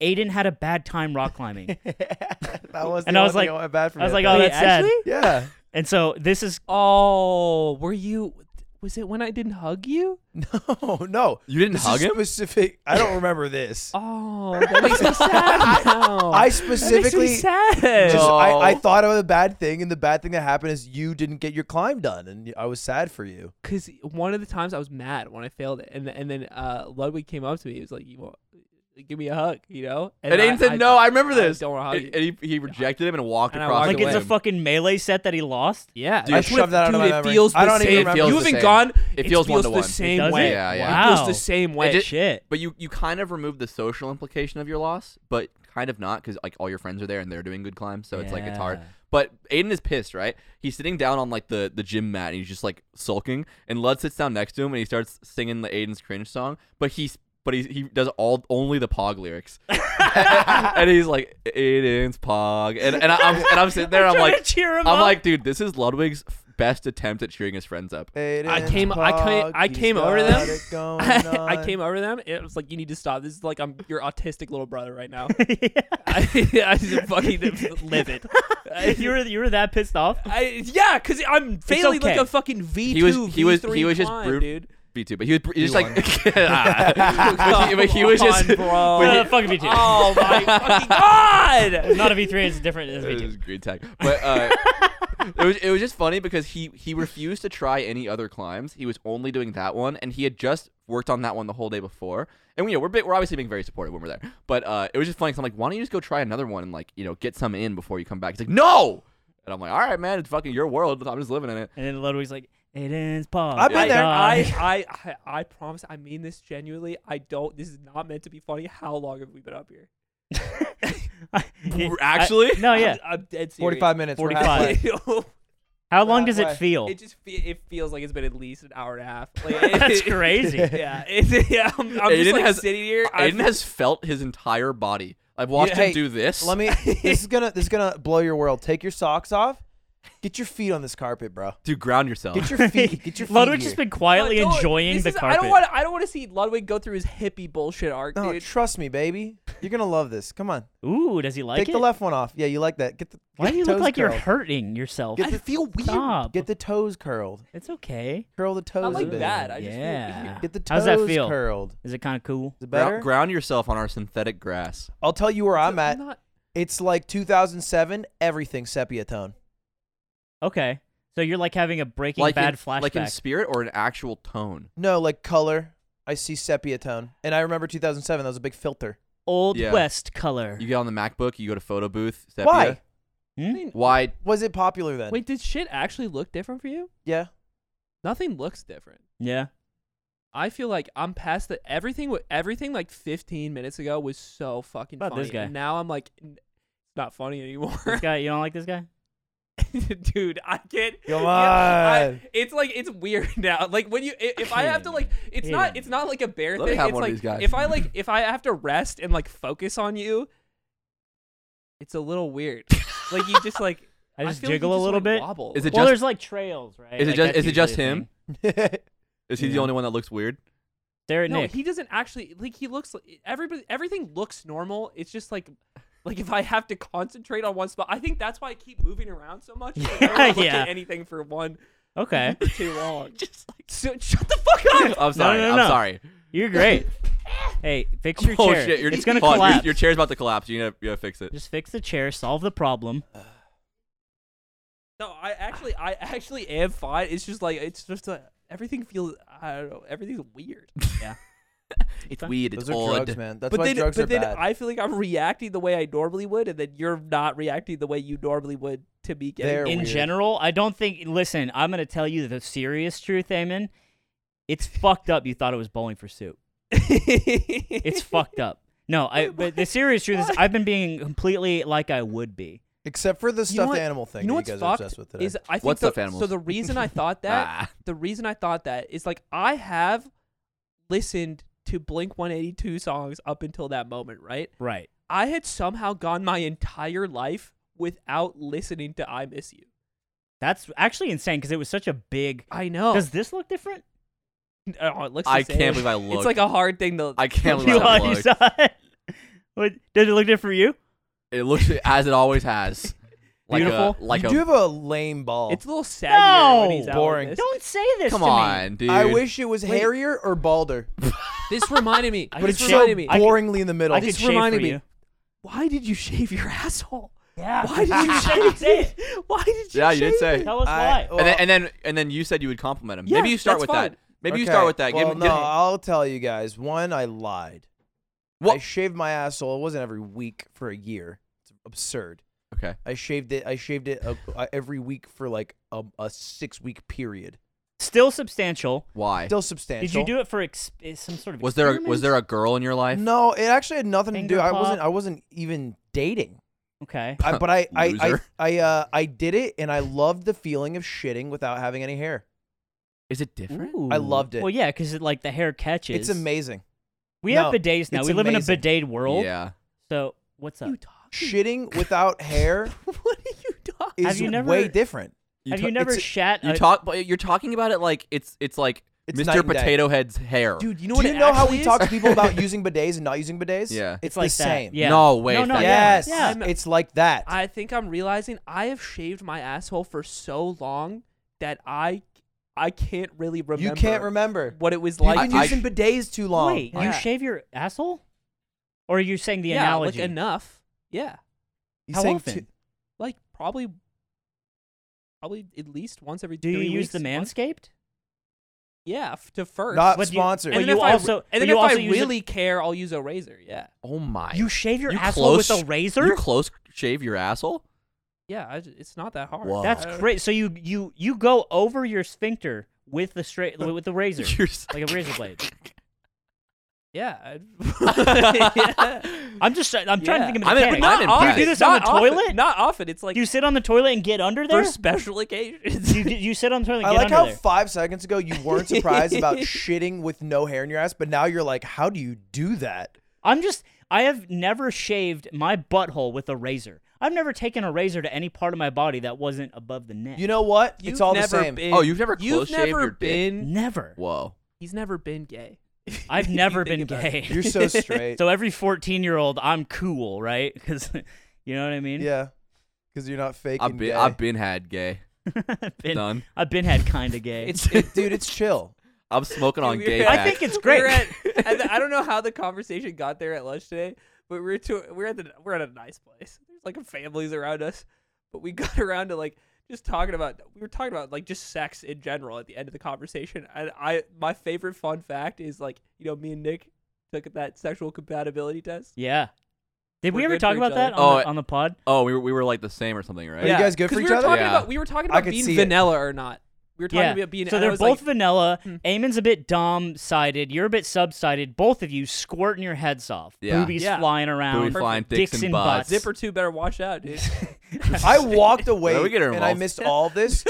Speaker 1: "Aiden had a bad time rock climbing."
Speaker 2: that was.
Speaker 1: And
Speaker 2: the
Speaker 1: I was
Speaker 2: only
Speaker 1: like-
Speaker 2: thing went bad for
Speaker 1: I was
Speaker 2: me
Speaker 1: like,
Speaker 2: that
Speaker 1: "Oh,
Speaker 3: Wait,
Speaker 1: that's sad."
Speaker 3: actually?
Speaker 2: day. yeah.
Speaker 1: And so this is
Speaker 3: Oh, were you? was it when I didn't hug you?
Speaker 2: No, no.
Speaker 4: You didn't
Speaker 2: This
Speaker 4: hug
Speaker 2: is
Speaker 4: him?
Speaker 2: specific. I don't remember this.
Speaker 3: Oh, that makes me sad now.
Speaker 2: I
Speaker 3: that makes me
Speaker 2: specifically
Speaker 3: sad.
Speaker 2: just
Speaker 4: No.
Speaker 2: I, I thought of a bad thing, and the bad thing that happened is you didn't get your climb done, and I was sad for you.
Speaker 3: because one of the times I was mad when I failed it, and th- and then uh, Ludwig came up to me. He was like, "You want, give me a hug," you know?
Speaker 4: And, Aiden said, "No, I remember this."
Speaker 3: don't want to hug
Speaker 4: and,
Speaker 3: you.
Speaker 4: and he, he rejected him and walked
Speaker 3: And I
Speaker 4: across.
Speaker 3: walked
Speaker 4: the
Speaker 1: Like it's a
Speaker 4: room.
Speaker 1: fucking melee set that he lost.
Speaker 3: yeah,
Speaker 4: Dude, I
Speaker 3: that's what-
Speaker 2: shoved that out of
Speaker 3: dude,
Speaker 2: my
Speaker 3: it
Speaker 2: memory.
Speaker 3: feels
Speaker 2: I
Speaker 3: the
Speaker 2: don't even
Speaker 3: same.
Speaker 2: remember
Speaker 3: You
Speaker 4: this.
Speaker 3: haven't
Speaker 4: It feels
Speaker 3: gone.
Speaker 4: It feels one to
Speaker 3: the
Speaker 4: one.
Speaker 3: same
Speaker 1: does
Speaker 3: way.
Speaker 1: it?
Speaker 4: Yeah, yeah.
Speaker 3: It feels
Speaker 1: Wow.
Speaker 3: the same
Speaker 4: It
Speaker 3: way.
Speaker 4: just-
Speaker 1: Shit.
Speaker 4: But you you kind of remove the social implication of your loss, but kind of not because like all your friends are there and they're doing good climbs, so it's like it's hard.
Speaker 1: Yeah.
Speaker 4: But Aiden is pissed, right? He's sitting down on like the the gym mat and he's just like sulking. And Lud sits down next to him and he starts singing the Aiden's cringe song, but he's but he, he does all only the pog lyrics, and he's like Aiden's pog, and and I, I'm and I'm sitting there, I'm,
Speaker 1: trying
Speaker 4: like
Speaker 1: to cheer him
Speaker 4: I'm
Speaker 1: up.
Speaker 4: like, dude, this is Ludwig's f- best attempt at cheering his friends up.
Speaker 2: Eh,
Speaker 3: I came- I came- I came over to them. I came over to them. It was like, "You need to stop. This is like I'm your autistic little brother right now." I, I just fucking livid.
Speaker 1: you were you were that pissed off.
Speaker 3: I, yeah, because I'm failing like
Speaker 1: okay.
Speaker 3: a fucking V two.
Speaker 4: He was he was
Speaker 3: V3
Speaker 4: he was just
Speaker 3: climb,
Speaker 4: brute,
Speaker 3: dude.
Speaker 4: V two, but he was br- he was
Speaker 2: You
Speaker 4: just like, Ah. but, he, but he was
Speaker 3: Come
Speaker 4: just
Speaker 3: on, bro.
Speaker 4: but
Speaker 1: Uh,
Speaker 4: he-
Speaker 1: fuck V two.
Speaker 3: Oh my fucking god!
Speaker 1: It's not a V three. It's different. It's a
Speaker 4: It
Speaker 1: V
Speaker 4: was
Speaker 1: two.
Speaker 4: green tag. But uh, it was it was just funny because he he refused to try any other climbs. He was only doing that one, and he had just worked on that one the whole day before. And you know we're big, we're obviously being very supportive when we're there. But uh, it was just funny. Cause I'm like, why don't you just go try another one and like you know get some in before you come back? He's like, no. And I'm like, all right, man, it's fucking your world. I'm just living in it.
Speaker 1: And then Ludwig's like, Aiden's paw.
Speaker 2: I've been
Speaker 3: I,
Speaker 1: my
Speaker 2: there.
Speaker 1: God."
Speaker 3: I, I, I, I promise. I mean this genuinely. I don't. This is not meant to be funny. How long have we been up here?
Speaker 1: I-
Speaker 4: Actually?
Speaker 1: no, yeah.
Speaker 3: I'm, I'm dead serious.
Speaker 2: Forty-five minutes. we're
Speaker 1: 45.
Speaker 2: halfway.
Speaker 1: How long does it
Speaker 2: Halfway.
Speaker 1: feel?
Speaker 3: it just fe- it feels like it's been at least an hour and a half. Like,
Speaker 1: That's
Speaker 3: it-
Speaker 1: crazy.
Speaker 3: Yeah, it's, yeah. I'm, I'm
Speaker 4: Aiden
Speaker 3: just like
Speaker 4: has-
Speaker 3: sitting here. I-
Speaker 4: Aiden has felt his entire body. I've watched
Speaker 2: hey,
Speaker 4: him do this.
Speaker 2: Let me. This is gonna. This is gonna blow your world. Take your socks off. Get your feet on this carpet, bro.
Speaker 4: Dude, ground yourself.
Speaker 2: Get your feet. Get your feet.
Speaker 1: Ludwig's
Speaker 2: here.
Speaker 1: just been
Speaker 3: I
Speaker 1: quietly
Speaker 3: don't-
Speaker 1: enjoying
Speaker 3: this
Speaker 1: the
Speaker 3: is-
Speaker 1: carpet.
Speaker 3: I don't want. I don't want to see Ludwig go through his hippie bullshit arc,
Speaker 2: No,
Speaker 3: dude.
Speaker 2: trust me, baby. You're gonna love this. Come on.
Speaker 1: Ooh, does he like
Speaker 2: Take
Speaker 1: it?
Speaker 2: the left one off. Yeah, you like that. Get the.
Speaker 1: Why
Speaker 2: get
Speaker 1: do you
Speaker 2: the
Speaker 1: look
Speaker 2: toes
Speaker 1: like you're
Speaker 2: curled.
Speaker 1: hurting yourself?
Speaker 2: Get the feel weird.
Speaker 1: Stop.
Speaker 2: Get the toes curled.
Speaker 1: it's okay.
Speaker 2: Curl the toes.
Speaker 3: I
Speaker 2: a
Speaker 3: like
Speaker 2: bit.
Speaker 3: that. I just feel
Speaker 1: yeah.
Speaker 3: weird.
Speaker 2: Get the toes
Speaker 1: How's that feel?
Speaker 2: curled.
Speaker 1: Is it kind of cool?
Speaker 2: Is it
Speaker 4: Ground-
Speaker 2: better?
Speaker 4: ground yourself on our synthetic grass.
Speaker 2: I'll tell you where I'm at.
Speaker 3: not-
Speaker 2: It's like 2007. Everything sepia tone.
Speaker 1: Okay. So you're like having a Breaking Bad
Speaker 4: in,
Speaker 1: flashback.
Speaker 4: Like in spirit or an actual tone.
Speaker 2: No, like color. I see sepia tone, and I remember 2007. That was a big filter.
Speaker 1: Old
Speaker 4: Yeah.
Speaker 1: West color.
Speaker 4: You get on the MacBook, you go to photo booth. Sepia.
Speaker 2: Why?
Speaker 1: Hmm?
Speaker 4: Why?
Speaker 2: Was it popular then?
Speaker 3: Wait, did shit actually look different for you?
Speaker 2: Yeah.
Speaker 3: Nothing looks different.
Speaker 1: Yeah.
Speaker 3: I feel like I'm past the everything. wa- Everything like 15 minutes ago was so fucking
Speaker 1: About
Speaker 3: funny.
Speaker 1: this guy.
Speaker 3: And now I'm like, n- it's not funny
Speaker 1: This
Speaker 3: anymore,
Speaker 1: guy, you don't like this guy?
Speaker 3: dude. I can't.
Speaker 2: Come on.
Speaker 3: I, it's like it's weird now. Like when you, i- if I have to like, it's not,
Speaker 1: Aiden.
Speaker 3: it's not like a bear
Speaker 4: Let me
Speaker 3: thing.
Speaker 4: have
Speaker 3: it's
Speaker 4: one of
Speaker 3: like
Speaker 4: these guys.
Speaker 3: if I like, if I have to rest and like focus on you, it's a little weird. like you just like,
Speaker 1: I just
Speaker 3: feel like you
Speaker 1: jiggle a
Speaker 3: just,
Speaker 1: little
Speaker 3: like,
Speaker 1: bit.
Speaker 3: wobble.
Speaker 4: Is it
Speaker 1: well,
Speaker 4: just-
Speaker 1: there's like trails, right?
Speaker 4: Is it
Speaker 1: Like,
Speaker 4: just-
Speaker 1: that's
Speaker 4: is it just
Speaker 1: usually a
Speaker 4: him?
Speaker 1: thing.
Speaker 4: Is he the
Speaker 1: Yeah.
Speaker 4: only one that looks weird?
Speaker 1: Stare at
Speaker 3: no,
Speaker 1: Nick.
Speaker 3: he doesn't actually like. He looks like everybody. Everything looks normal. It's just like, like if I have to concentrate on one spot, I think that's why I keep moving around so much. like, I
Speaker 1: Yeah,
Speaker 3: don't look
Speaker 1: yeah.
Speaker 3: at anything for one
Speaker 1: Okay.
Speaker 3: for too long. just like, so, shut the fuck up.
Speaker 4: I'm sorry.
Speaker 1: no,
Speaker 4: I'm
Speaker 1: no.
Speaker 4: sorry.
Speaker 1: You're great. hey, fix your
Speaker 4: oh
Speaker 1: chair.
Speaker 4: shit! You're,
Speaker 1: it's gonna
Speaker 4: hold on, your-
Speaker 1: collapse.
Speaker 4: Your, chair's about to collapse. You gotta, you gotta fix it.
Speaker 1: Just fix the chair. Solve the problem.
Speaker 3: No, I actually, I actually am fine. It's just like it's just uh everything feels. I don't know. Everything's weird.
Speaker 4: It's
Speaker 1: fine.
Speaker 4: weird.
Speaker 2: Those are drugs, man. That's
Speaker 3: but
Speaker 2: why
Speaker 3: then,
Speaker 2: drugs
Speaker 3: but
Speaker 2: are
Speaker 3: then
Speaker 2: bad.
Speaker 3: I feel like I'm reacting the way I normally would, and then you're not reacting the way you normally would to me getting
Speaker 2: They're
Speaker 3: in-
Speaker 1: in
Speaker 2: weird.
Speaker 1: general, I don't think. Listen, I'm gonna tell you the serious truth, Eamon. It's fucked up. You thought it was bowling for soup. It's fucked up. No, I. But the serious truth is, I've been being completely like I would be.
Speaker 2: Except for the
Speaker 3: You know
Speaker 2: stuffed
Speaker 3: what-
Speaker 2: animal thing
Speaker 3: You know
Speaker 2: that
Speaker 3: what's
Speaker 2: you guys are
Speaker 3: fucked
Speaker 2: obsessed with today.
Speaker 3: is I think
Speaker 4: What
Speaker 3: the-
Speaker 4: stuffed animals?
Speaker 3: So the reason I thought that,
Speaker 4: Ah.
Speaker 3: the reason I thought that is like I have listened to Blink 182 songs up until that moment, right?
Speaker 1: Right.
Speaker 3: I had somehow gone my entire life without listening to I Miss You.
Speaker 1: That's actually insane because it was such a big.
Speaker 3: I know.
Speaker 1: Does this look different?
Speaker 3: Oh, it looks the
Speaker 4: I
Speaker 3: same.
Speaker 4: can't believe I
Speaker 3: It's
Speaker 4: looked.
Speaker 3: like a hard thing to.
Speaker 4: I can't
Speaker 1: you,
Speaker 4: believe I
Speaker 1: uh, you
Speaker 4: looked.
Speaker 1: saw it. What, did it look different for you?
Speaker 4: It looks as it always has. Like
Speaker 3: Beautiful.
Speaker 4: A, like
Speaker 2: you
Speaker 4: a,
Speaker 2: do have a lame ball.
Speaker 3: It's a little saggier when he's
Speaker 1: No!
Speaker 3: out
Speaker 2: Boring.
Speaker 3: Like this.
Speaker 1: Don't say this.
Speaker 4: come
Speaker 1: to me.
Speaker 4: on, dude.
Speaker 2: I wish it was
Speaker 1: Wait.
Speaker 2: hairier or balder,
Speaker 5: This reminded me.
Speaker 1: I
Speaker 2: but
Speaker 1: could
Speaker 2: it's
Speaker 5: this
Speaker 1: shave-
Speaker 2: so
Speaker 5: reminded me.
Speaker 1: I could-
Speaker 2: boringly in the middle.
Speaker 1: I could
Speaker 5: This
Speaker 1: shave
Speaker 5: reminded
Speaker 1: for
Speaker 5: me.
Speaker 1: you.
Speaker 3: Why did you shave your asshole?
Speaker 1: Yeah.
Speaker 3: Why did you shave
Speaker 1: say it?
Speaker 3: it? Why did you?
Speaker 4: Yeah, you did
Speaker 3: shave
Speaker 4: say.
Speaker 3: it?
Speaker 1: Tell us
Speaker 2: I-
Speaker 1: why.
Speaker 2: well,
Speaker 4: and, then, and then and then you said you would compliment him.
Speaker 3: Yeah,
Speaker 4: Maybe you start
Speaker 3: that's
Speaker 4: with
Speaker 3: fine.
Speaker 4: that. Maybe you
Speaker 2: Okay.
Speaker 4: start with that. Give
Speaker 2: Well,
Speaker 4: him-
Speaker 2: no,
Speaker 4: give-
Speaker 2: I'll tell you guys. One, I lied.
Speaker 4: What-
Speaker 2: I shaved my asshole. It wasn't every week for a year. It's absurd.
Speaker 4: Okay.
Speaker 2: I shaved it. I shaved it uh, uh, every week for like a, a six week period.
Speaker 1: Still substantial.
Speaker 4: Why?
Speaker 2: Still
Speaker 1: Did
Speaker 2: substantial.
Speaker 1: you do it for ex- eh, some sort of?
Speaker 4: Was there a, was
Speaker 1: experiment?
Speaker 4: there a girl in your life?
Speaker 2: No, it actually had nothing to
Speaker 1: Finger
Speaker 2: do. I
Speaker 1: pop?
Speaker 2: wasn't. I wasn't even dating.
Speaker 1: Okay.
Speaker 2: I, but I, I, I,
Speaker 4: Loser.
Speaker 2: I, uh, I did it, and I loved the feeling of shitting without having any hair.
Speaker 4: Is it different?
Speaker 2: I loved it.
Speaker 1: Well, yeah, because it, like the hair catches.
Speaker 2: It's amazing.
Speaker 1: We
Speaker 2: No,
Speaker 1: have bidets now.
Speaker 2: it's
Speaker 1: We live
Speaker 2: amazing.
Speaker 1: in a bidet world.
Speaker 4: Yeah.
Speaker 1: So what's up?
Speaker 3: What are you talking?
Speaker 2: Shitting without hair
Speaker 3: What are you talking?
Speaker 1: Have
Speaker 2: is
Speaker 1: you never-
Speaker 2: way different.
Speaker 1: have
Speaker 4: ta-
Speaker 1: you uh, never
Speaker 2: it's-
Speaker 1: shat?
Speaker 4: You
Speaker 1: a-
Speaker 4: talk, but you're talking about it like it's it's like
Speaker 2: It's night
Speaker 4: Mr.
Speaker 2: and day.
Speaker 4: Potato Head's hair.
Speaker 3: Dude, you know
Speaker 2: Do
Speaker 3: what
Speaker 2: you
Speaker 3: it
Speaker 2: know how
Speaker 3: actually
Speaker 2: we
Speaker 3: is?
Speaker 2: talk to people about using bidets and not using bidets?
Speaker 4: Yeah.
Speaker 2: it's,
Speaker 1: It's like
Speaker 2: the
Speaker 1: that.
Speaker 2: same.
Speaker 1: Yeah.
Speaker 4: No way,
Speaker 1: No, no,
Speaker 4: that-
Speaker 1: yeah,
Speaker 2: Yes,
Speaker 1: Yeah.
Speaker 3: I'm-
Speaker 2: it's like that.
Speaker 3: I think I'm realizing I have shaved my asshole for so long that I I can't really remember.
Speaker 2: you can't remember.
Speaker 3: what it was
Speaker 2: You've
Speaker 3: like.
Speaker 2: been
Speaker 4: I-
Speaker 2: using bidets too long.
Speaker 1: Wait,
Speaker 3: Yeah.
Speaker 1: you shave your asshole? Or are you saying the
Speaker 3: yeah,
Speaker 1: analogy?
Speaker 3: like enough. Yeah,
Speaker 2: He's
Speaker 1: How
Speaker 2: saying
Speaker 1: often?
Speaker 2: two-
Speaker 3: like probably probably at least once every.
Speaker 1: Do you
Speaker 3: three
Speaker 1: use
Speaker 3: weeks,
Speaker 1: the
Speaker 3: once-
Speaker 1: manscaped?
Speaker 3: Yeah, f- to first.
Speaker 2: Not
Speaker 1: But do you-
Speaker 2: sponsored.
Speaker 1: but
Speaker 3: and then
Speaker 1: you
Speaker 3: if I-
Speaker 1: also- but
Speaker 3: and then
Speaker 1: you
Speaker 3: if
Speaker 1: also
Speaker 3: I
Speaker 1: use a-
Speaker 3: really care, I'll use a razor. Yeah,
Speaker 4: Oh my.
Speaker 1: You shave your
Speaker 4: You
Speaker 1: asshole
Speaker 4: close-
Speaker 1: with a razor?
Speaker 4: You close shave your asshole?
Speaker 3: yeah. I j- it's not that hard.
Speaker 4: Whoa.
Speaker 1: That's
Speaker 3: I-
Speaker 1: crazy. So you you you go over your sphincter with the straight with the razor,
Speaker 4: You're s-
Speaker 1: like a razor blade.
Speaker 3: Yeah. I- yeah.
Speaker 1: I'm just I'm trying to
Speaker 3: Yeah.
Speaker 1: think of the
Speaker 4: I
Speaker 1: mechanics.
Speaker 4: mean, but not
Speaker 1: do you
Speaker 4: impressed.
Speaker 1: do this on the
Speaker 3: Not often-
Speaker 1: toilet?
Speaker 3: Not often. It's like
Speaker 1: do you sit on the toilet and get under there?
Speaker 3: for special occasions.
Speaker 1: you, you sit on the toilet and
Speaker 2: I
Speaker 1: get
Speaker 2: like
Speaker 1: under
Speaker 2: how
Speaker 1: there.
Speaker 2: five seconds ago you weren't surprised about shitting with no hair in your ass, but now you're like, how do you do that?
Speaker 1: I'm just I have never shaved my butthole with a razor. I've never taken a razor to any part of my body that wasn't above the neck.
Speaker 2: You know what?
Speaker 3: You've
Speaker 2: it's all the
Speaker 3: never
Speaker 2: same.
Speaker 3: Been,
Speaker 4: Oh, you've never
Speaker 3: You've
Speaker 4: close shaved
Speaker 3: never
Speaker 4: your dick?
Speaker 3: been.
Speaker 1: never.
Speaker 4: Whoa.
Speaker 3: He's never been gay.
Speaker 1: I've never been gay.
Speaker 2: You're so straight.
Speaker 1: so every 14 year old, I'm cool, right? Because you know what I mean.
Speaker 2: yeah, because you're not fake.
Speaker 4: I've
Speaker 2: and
Speaker 4: been
Speaker 2: gay.
Speaker 4: I've been had gay.
Speaker 1: I've been,
Speaker 4: Done.
Speaker 1: I've been had kind of gay.
Speaker 2: It's it, dude. It's chill.
Speaker 4: I'm smoking on
Speaker 3: We
Speaker 4: gay.
Speaker 3: were-
Speaker 1: I
Speaker 4: pack.
Speaker 1: think it's
Speaker 3: We
Speaker 1: great.
Speaker 3: were at, and I don't know how the conversation got there at lunch today, but we were to we we're at the we're at a nice place. There's like families around us, but we got around to like just talking about we were talking about like just sex in general at the end of the conversation. And I my favorite fun fact is like you know me and Nick took that sexual compatibility test.
Speaker 1: yeah. Did we
Speaker 3: We're
Speaker 1: ever
Speaker 3: good
Speaker 1: talk
Speaker 3: for
Speaker 1: about
Speaker 3: each
Speaker 1: that
Speaker 4: other.
Speaker 1: on,
Speaker 4: Oh,
Speaker 1: the, on the pod?
Speaker 4: Oh, we were, we were like the same or something, right?
Speaker 2: you guys good
Speaker 3: 'cause
Speaker 2: for
Speaker 3: we
Speaker 2: each
Speaker 3: were
Speaker 2: other?
Speaker 3: Talking
Speaker 4: Yeah.
Speaker 3: about, we were talking
Speaker 2: I
Speaker 3: about
Speaker 2: could
Speaker 3: being
Speaker 2: see it.
Speaker 3: vanilla or not. We were talking
Speaker 1: Yeah.
Speaker 3: about being.
Speaker 1: so
Speaker 3: and I
Speaker 1: they're
Speaker 3: was
Speaker 1: both
Speaker 3: like,
Speaker 1: vanilla.
Speaker 3: Hmm.
Speaker 1: Eamon's a bit dom sided. You're a bit subsided. Both of you squirting your heads off.
Speaker 4: Yeah.
Speaker 1: Boobies
Speaker 3: Yeah.
Speaker 1: flying
Speaker 4: Booty
Speaker 1: around.
Speaker 4: flying
Speaker 1: Dicks
Speaker 4: dicks and
Speaker 1: and
Speaker 4: butts.
Speaker 1: butts.
Speaker 3: zipper two better watch out, dude.
Speaker 2: I walked away
Speaker 4: Well, we get her
Speaker 2: and I
Speaker 4: involved.
Speaker 2: missed all this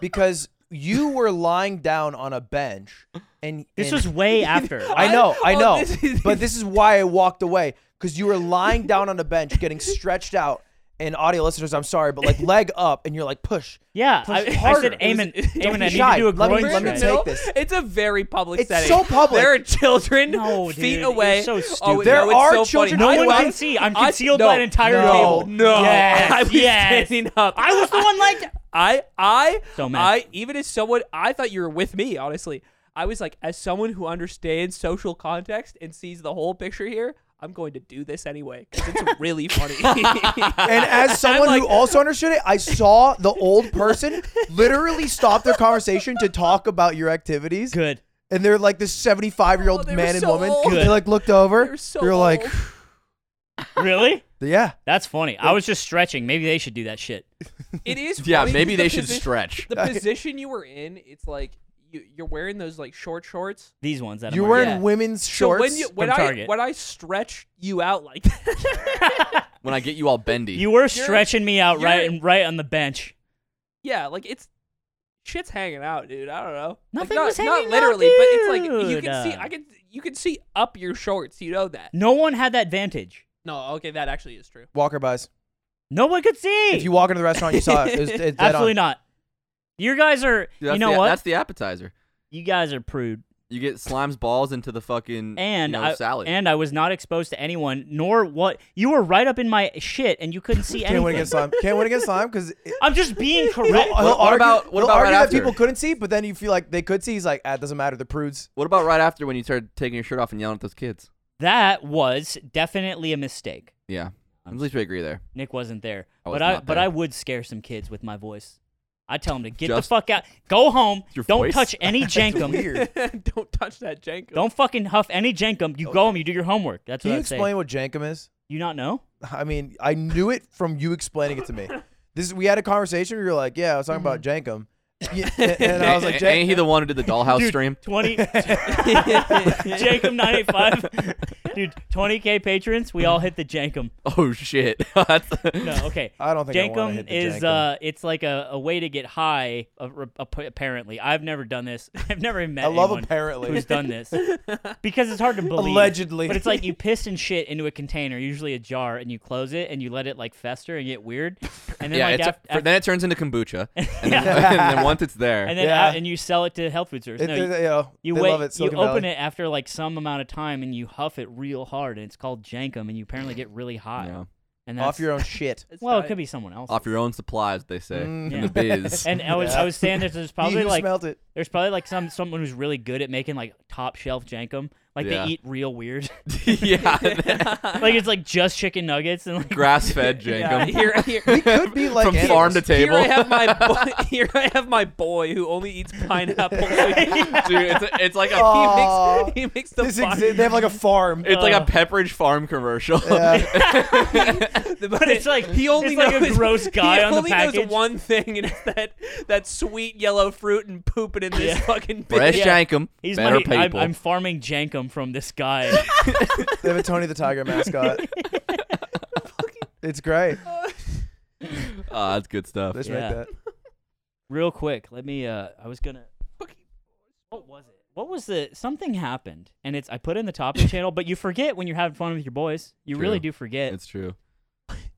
Speaker 2: because you were lying down on a bench and
Speaker 1: This
Speaker 2: and-
Speaker 1: was way after.
Speaker 2: I know, I
Speaker 3: Oh,
Speaker 2: know.
Speaker 3: this is-
Speaker 2: but this is why I walked away because you were lying down on a bench, getting stretched out. And audio listeners, I'm sorry, but like leg up, and you're like push.
Speaker 1: Yeah,
Speaker 2: Push
Speaker 1: I, I
Speaker 2: harder.
Speaker 1: said, Eamon,
Speaker 2: It was-
Speaker 1: Eamon,
Speaker 2: don't
Speaker 1: I
Speaker 2: be
Speaker 1: need
Speaker 2: shy.
Speaker 1: to do a
Speaker 2: Let me-
Speaker 1: groin
Speaker 2: let me
Speaker 1: stretch.
Speaker 2: take
Speaker 3: Vanilla?
Speaker 2: this.
Speaker 3: It's a very public
Speaker 2: It's
Speaker 3: setting.
Speaker 2: so public.
Speaker 3: There are children
Speaker 1: No, dude,
Speaker 3: feet
Speaker 1: it's
Speaker 3: away.
Speaker 1: so
Speaker 3: Oh,
Speaker 1: stupid.
Speaker 2: There
Speaker 3: no, it's
Speaker 2: are
Speaker 3: so
Speaker 2: children-
Speaker 1: No
Speaker 2: I
Speaker 3: funny.
Speaker 1: one
Speaker 2: was-
Speaker 1: can see. I'm
Speaker 3: I-
Speaker 1: concealed
Speaker 3: no,
Speaker 1: by an entire
Speaker 2: no,
Speaker 1: table.
Speaker 3: No,
Speaker 1: yes,
Speaker 3: I was
Speaker 1: yes.
Speaker 3: standing up.
Speaker 1: I was the one like that.
Speaker 3: I, I,
Speaker 1: So mad.
Speaker 3: I, even as someone, I thought you were with me. Honestly, I was like, as someone who understands social context and sees the whole picture here, I'm going to do this anyway because it's really funny.
Speaker 2: And as someone who
Speaker 3: like-
Speaker 2: also understood it, I saw the old person literally stop their conversation to talk about your activities.
Speaker 1: Good.
Speaker 2: And they're like this 75 year
Speaker 3: Oh,
Speaker 2: old
Speaker 3: they were
Speaker 2: man and
Speaker 3: so
Speaker 2: woman.
Speaker 3: old.
Speaker 2: They like looked over.
Speaker 3: They were so
Speaker 2: You're like,
Speaker 3: old.
Speaker 1: Really?
Speaker 2: yeah.
Speaker 1: That's funny. I was just stretching. Maybe they should do that shit.
Speaker 3: it is.
Speaker 4: yeah,
Speaker 3: funny
Speaker 4: maybe
Speaker 3: the
Speaker 4: they should
Speaker 3: position-
Speaker 4: stretch.
Speaker 3: The position you were in, it's like you, you're wearing those like short shorts.
Speaker 1: These ones that I'm
Speaker 2: You're wearing
Speaker 1: wearing.
Speaker 2: women's shorts.
Speaker 3: So when you when
Speaker 1: from
Speaker 3: I
Speaker 1: Target.
Speaker 3: when I stretch you out like that,
Speaker 4: When I get you all bendy.
Speaker 1: You were stretching me out right
Speaker 3: you're-
Speaker 1: and right on the bench.
Speaker 3: yeah, like it's shit's hanging out, dude. I don't know. Like,
Speaker 1: Nothing
Speaker 3: not,
Speaker 1: was
Speaker 3: not
Speaker 1: hanging out,
Speaker 3: literally, but it's like you
Speaker 1: dude.
Speaker 3: can see I can you can see up your shorts. You know that?
Speaker 1: No one had that vantage.
Speaker 3: No, okay, that actually is true.
Speaker 2: Walker buys.
Speaker 1: No one could see.
Speaker 2: If you walk into the restaurant, you saw it. It was- it's dead
Speaker 1: Absolutely
Speaker 2: on.
Speaker 1: not. You guys are.
Speaker 4: Dude, that's
Speaker 1: you know
Speaker 4: the,
Speaker 1: what?
Speaker 4: That's the appetizer.
Speaker 1: You guys are prude.
Speaker 4: You get slimes balls into the fucking
Speaker 1: and
Speaker 4: you know,
Speaker 1: I,
Speaker 4: salad.
Speaker 1: and I was not exposed to anyone, nor what you were right up in my shit, and you couldn't see
Speaker 2: Can't
Speaker 1: anything.
Speaker 2: win against slime. Can't win against slime because
Speaker 1: I'm just being correct.
Speaker 4: What- what about- what
Speaker 2: he'll
Speaker 4: about right
Speaker 2: argue
Speaker 4: after?
Speaker 2: that people couldn't see, but then you feel like they could see. He's like, ah, it doesn't matter. The prudes.
Speaker 4: what about right after when you started taking your shirt off and yelling at those kids?
Speaker 1: that was definitely a mistake.
Speaker 4: Yeah, at least we agree there.
Speaker 1: Nick wasn't there,
Speaker 4: I was
Speaker 1: but I
Speaker 4: not
Speaker 1: but
Speaker 4: there.
Speaker 1: I would scare some kids with my voice. I tell them to get
Speaker 4: Just-
Speaker 1: the fuck out, go home,
Speaker 4: Your
Speaker 1: don't
Speaker 4: voice?
Speaker 1: touch any jankum,
Speaker 2: Weird.
Speaker 3: Don't touch that jank.
Speaker 1: don't fucking huff any jankum. You go home, you do your homework. That's
Speaker 2: Can
Speaker 1: what
Speaker 2: you
Speaker 1: I
Speaker 2: explain
Speaker 1: say.
Speaker 2: what jankum is?
Speaker 1: You not know?
Speaker 2: I mean, I knew it from you explaining it to me. This is, we had a conversation. Where you were like, "Yeah, I was talking about
Speaker 1: Mm-hmm.
Speaker 2: Jankum," Yeah, and, and I was like,
Speaker 4: A- ain't he
Speaker 2: "Jankum."
Speaker 4: the one who did the dollhouse
Speaker 1: Dude,
Speaker 4: stream?
Speaker 1: 20 Jankum 985. Dude, 20k patrons, we all hit the jankum.
Speaker 4: Oh shit! That's-
Speaker 1: No, okay.
Speaker 2: I don't think I want to
Speaker 1: Jankum
Speaker 2: hit the
Speaker 1: is
Speaker 2: Jankum.
Speaker 1: uh, it's like a, a way to get high. uh, r- app- Apparently, I've never done this. I've never met
Speaker 2: I love
Speaker 1: anyone
Speaker 2: apparently.
Speaker 1: who's done this because it's hard to believe.
Speaker 2: Allegedly.
Speaker 1: but it's like you piss and shit into a container, usually a jar, and you close it and you let it like fester and get weird, and then
Speaker 4: yeah,
Speaker 1: like
Speaker 4: it's a-
Speaker 1: af-
Speaker 4: for-
Speaker 1: af-
Speaker 4: then it turns into kombucha, and then, and then once it's there,
Speaker 1: and then
Speaker 2: Yeah.
Speaker 1: out- and you sell it to health food stores.
Speaker 2: It-
Speaker 1: no,
Speaker 2: it-
Speaker 1: you-
Speaker 2: you know,
Speaker 1: you
Speaker 2: they
Speaker 1: wait.
Speaker 2: love it.
Speaker 1: you
Speaker 2: Silicon
Speaker 1: open
Speaker 2: Valley.
Speaker 1: it after like some amount of time, and you huff it real hard, and it's called jankum, and you apparently get really hot.
Speaker 4: Yeah.
Speaker 1: And that's,
Speaker 2: off your own shit.
Speaker 1: well, it could be someone else.
Speaker 4: off your own supplies, they say
Speaker 2: Mm.
Speaker 4: in
Speaker 1: Yeah.
Speaker 4: the biz.
Speaker 1: And I was
Speaker 2: Yeah.
Speaker 1: I was saying that there's
Speaker 2: He
Speaker 1: probably
Speaker 2: who
Speaker 1: like
Speaker 2: smelt it.
Speaker 1: there's probably like some someone who's really good at making like top shelf jankum. Like
Speaker 4: Yeah.
Speaker 1: they eat real weird.
Speaker 4: yeah,
Speaker 1: like it's like just chicken nuggets and like
Speaker 4: grass fed
Speaker 3: Yeah,
Speaker 4: jankum
Speaker 3: here, here,
Speaker 2: We could be like
Speaker 4: from
Speaker 2: animals.
Speaker 4: farm to
Speaker 3: here
Speaker 4: table.
Speaker 3: I have my boy, here I have my boy who only eats pineapple. So he, he makes,
Speaker 4: Dude, it's, a, it's like
Speaker 3: Oh,
Speaker 4: a
Speaker 2: Aw.
Speaker 3: he makes the
Speaker 2: This
Speaker 3: fire-
Speaker 2: exi- they have like a farm.
Speaker 4: it's like
Speaker 1: Uh.
Speaker 4: a Pepperidge Farm commercial.
Speaker 2: Yeah.
Speaker 1: but it's like
Speaker 3: He only
Speaker 1: it's like
Speaker 3: knows,
Speaker 1: a gross guy
Speaker 3: he
Speaker 1: on the
Speaker 3: only knows
Speaker 1: package.
Speaker 3: one thing, and it's that that sweet yellow fruit and pooping in this
Speaker 1: Yeah.
Speaker 3: fucking bitch.
Speaker 4: Fresh
Speaker 1: Yeah.
Speaker 4: jankum,
Speaker 1: He's
Speaker 4: better
Speaker 1: my, I'm,
Speaker 4: people.
Speaker 1: I'm farming jankum from this guy.
Speaker 2: they have a Tony the Tiger mascot. it's great.
Speaker 4: Ah, that's good stuff.
Speaker 2: Let's
Speaker 1: Yeah.
Speaker 2: make that.
Speaker 1: Real quick, let me. Uh, I was gonna. What was it? What was the something happened? And it's I put in the topic channel, but you forget when you're having fun with your boys. You really
Speaker 4: True.
Speaker 1: do forget.
Speaker 4: It's true.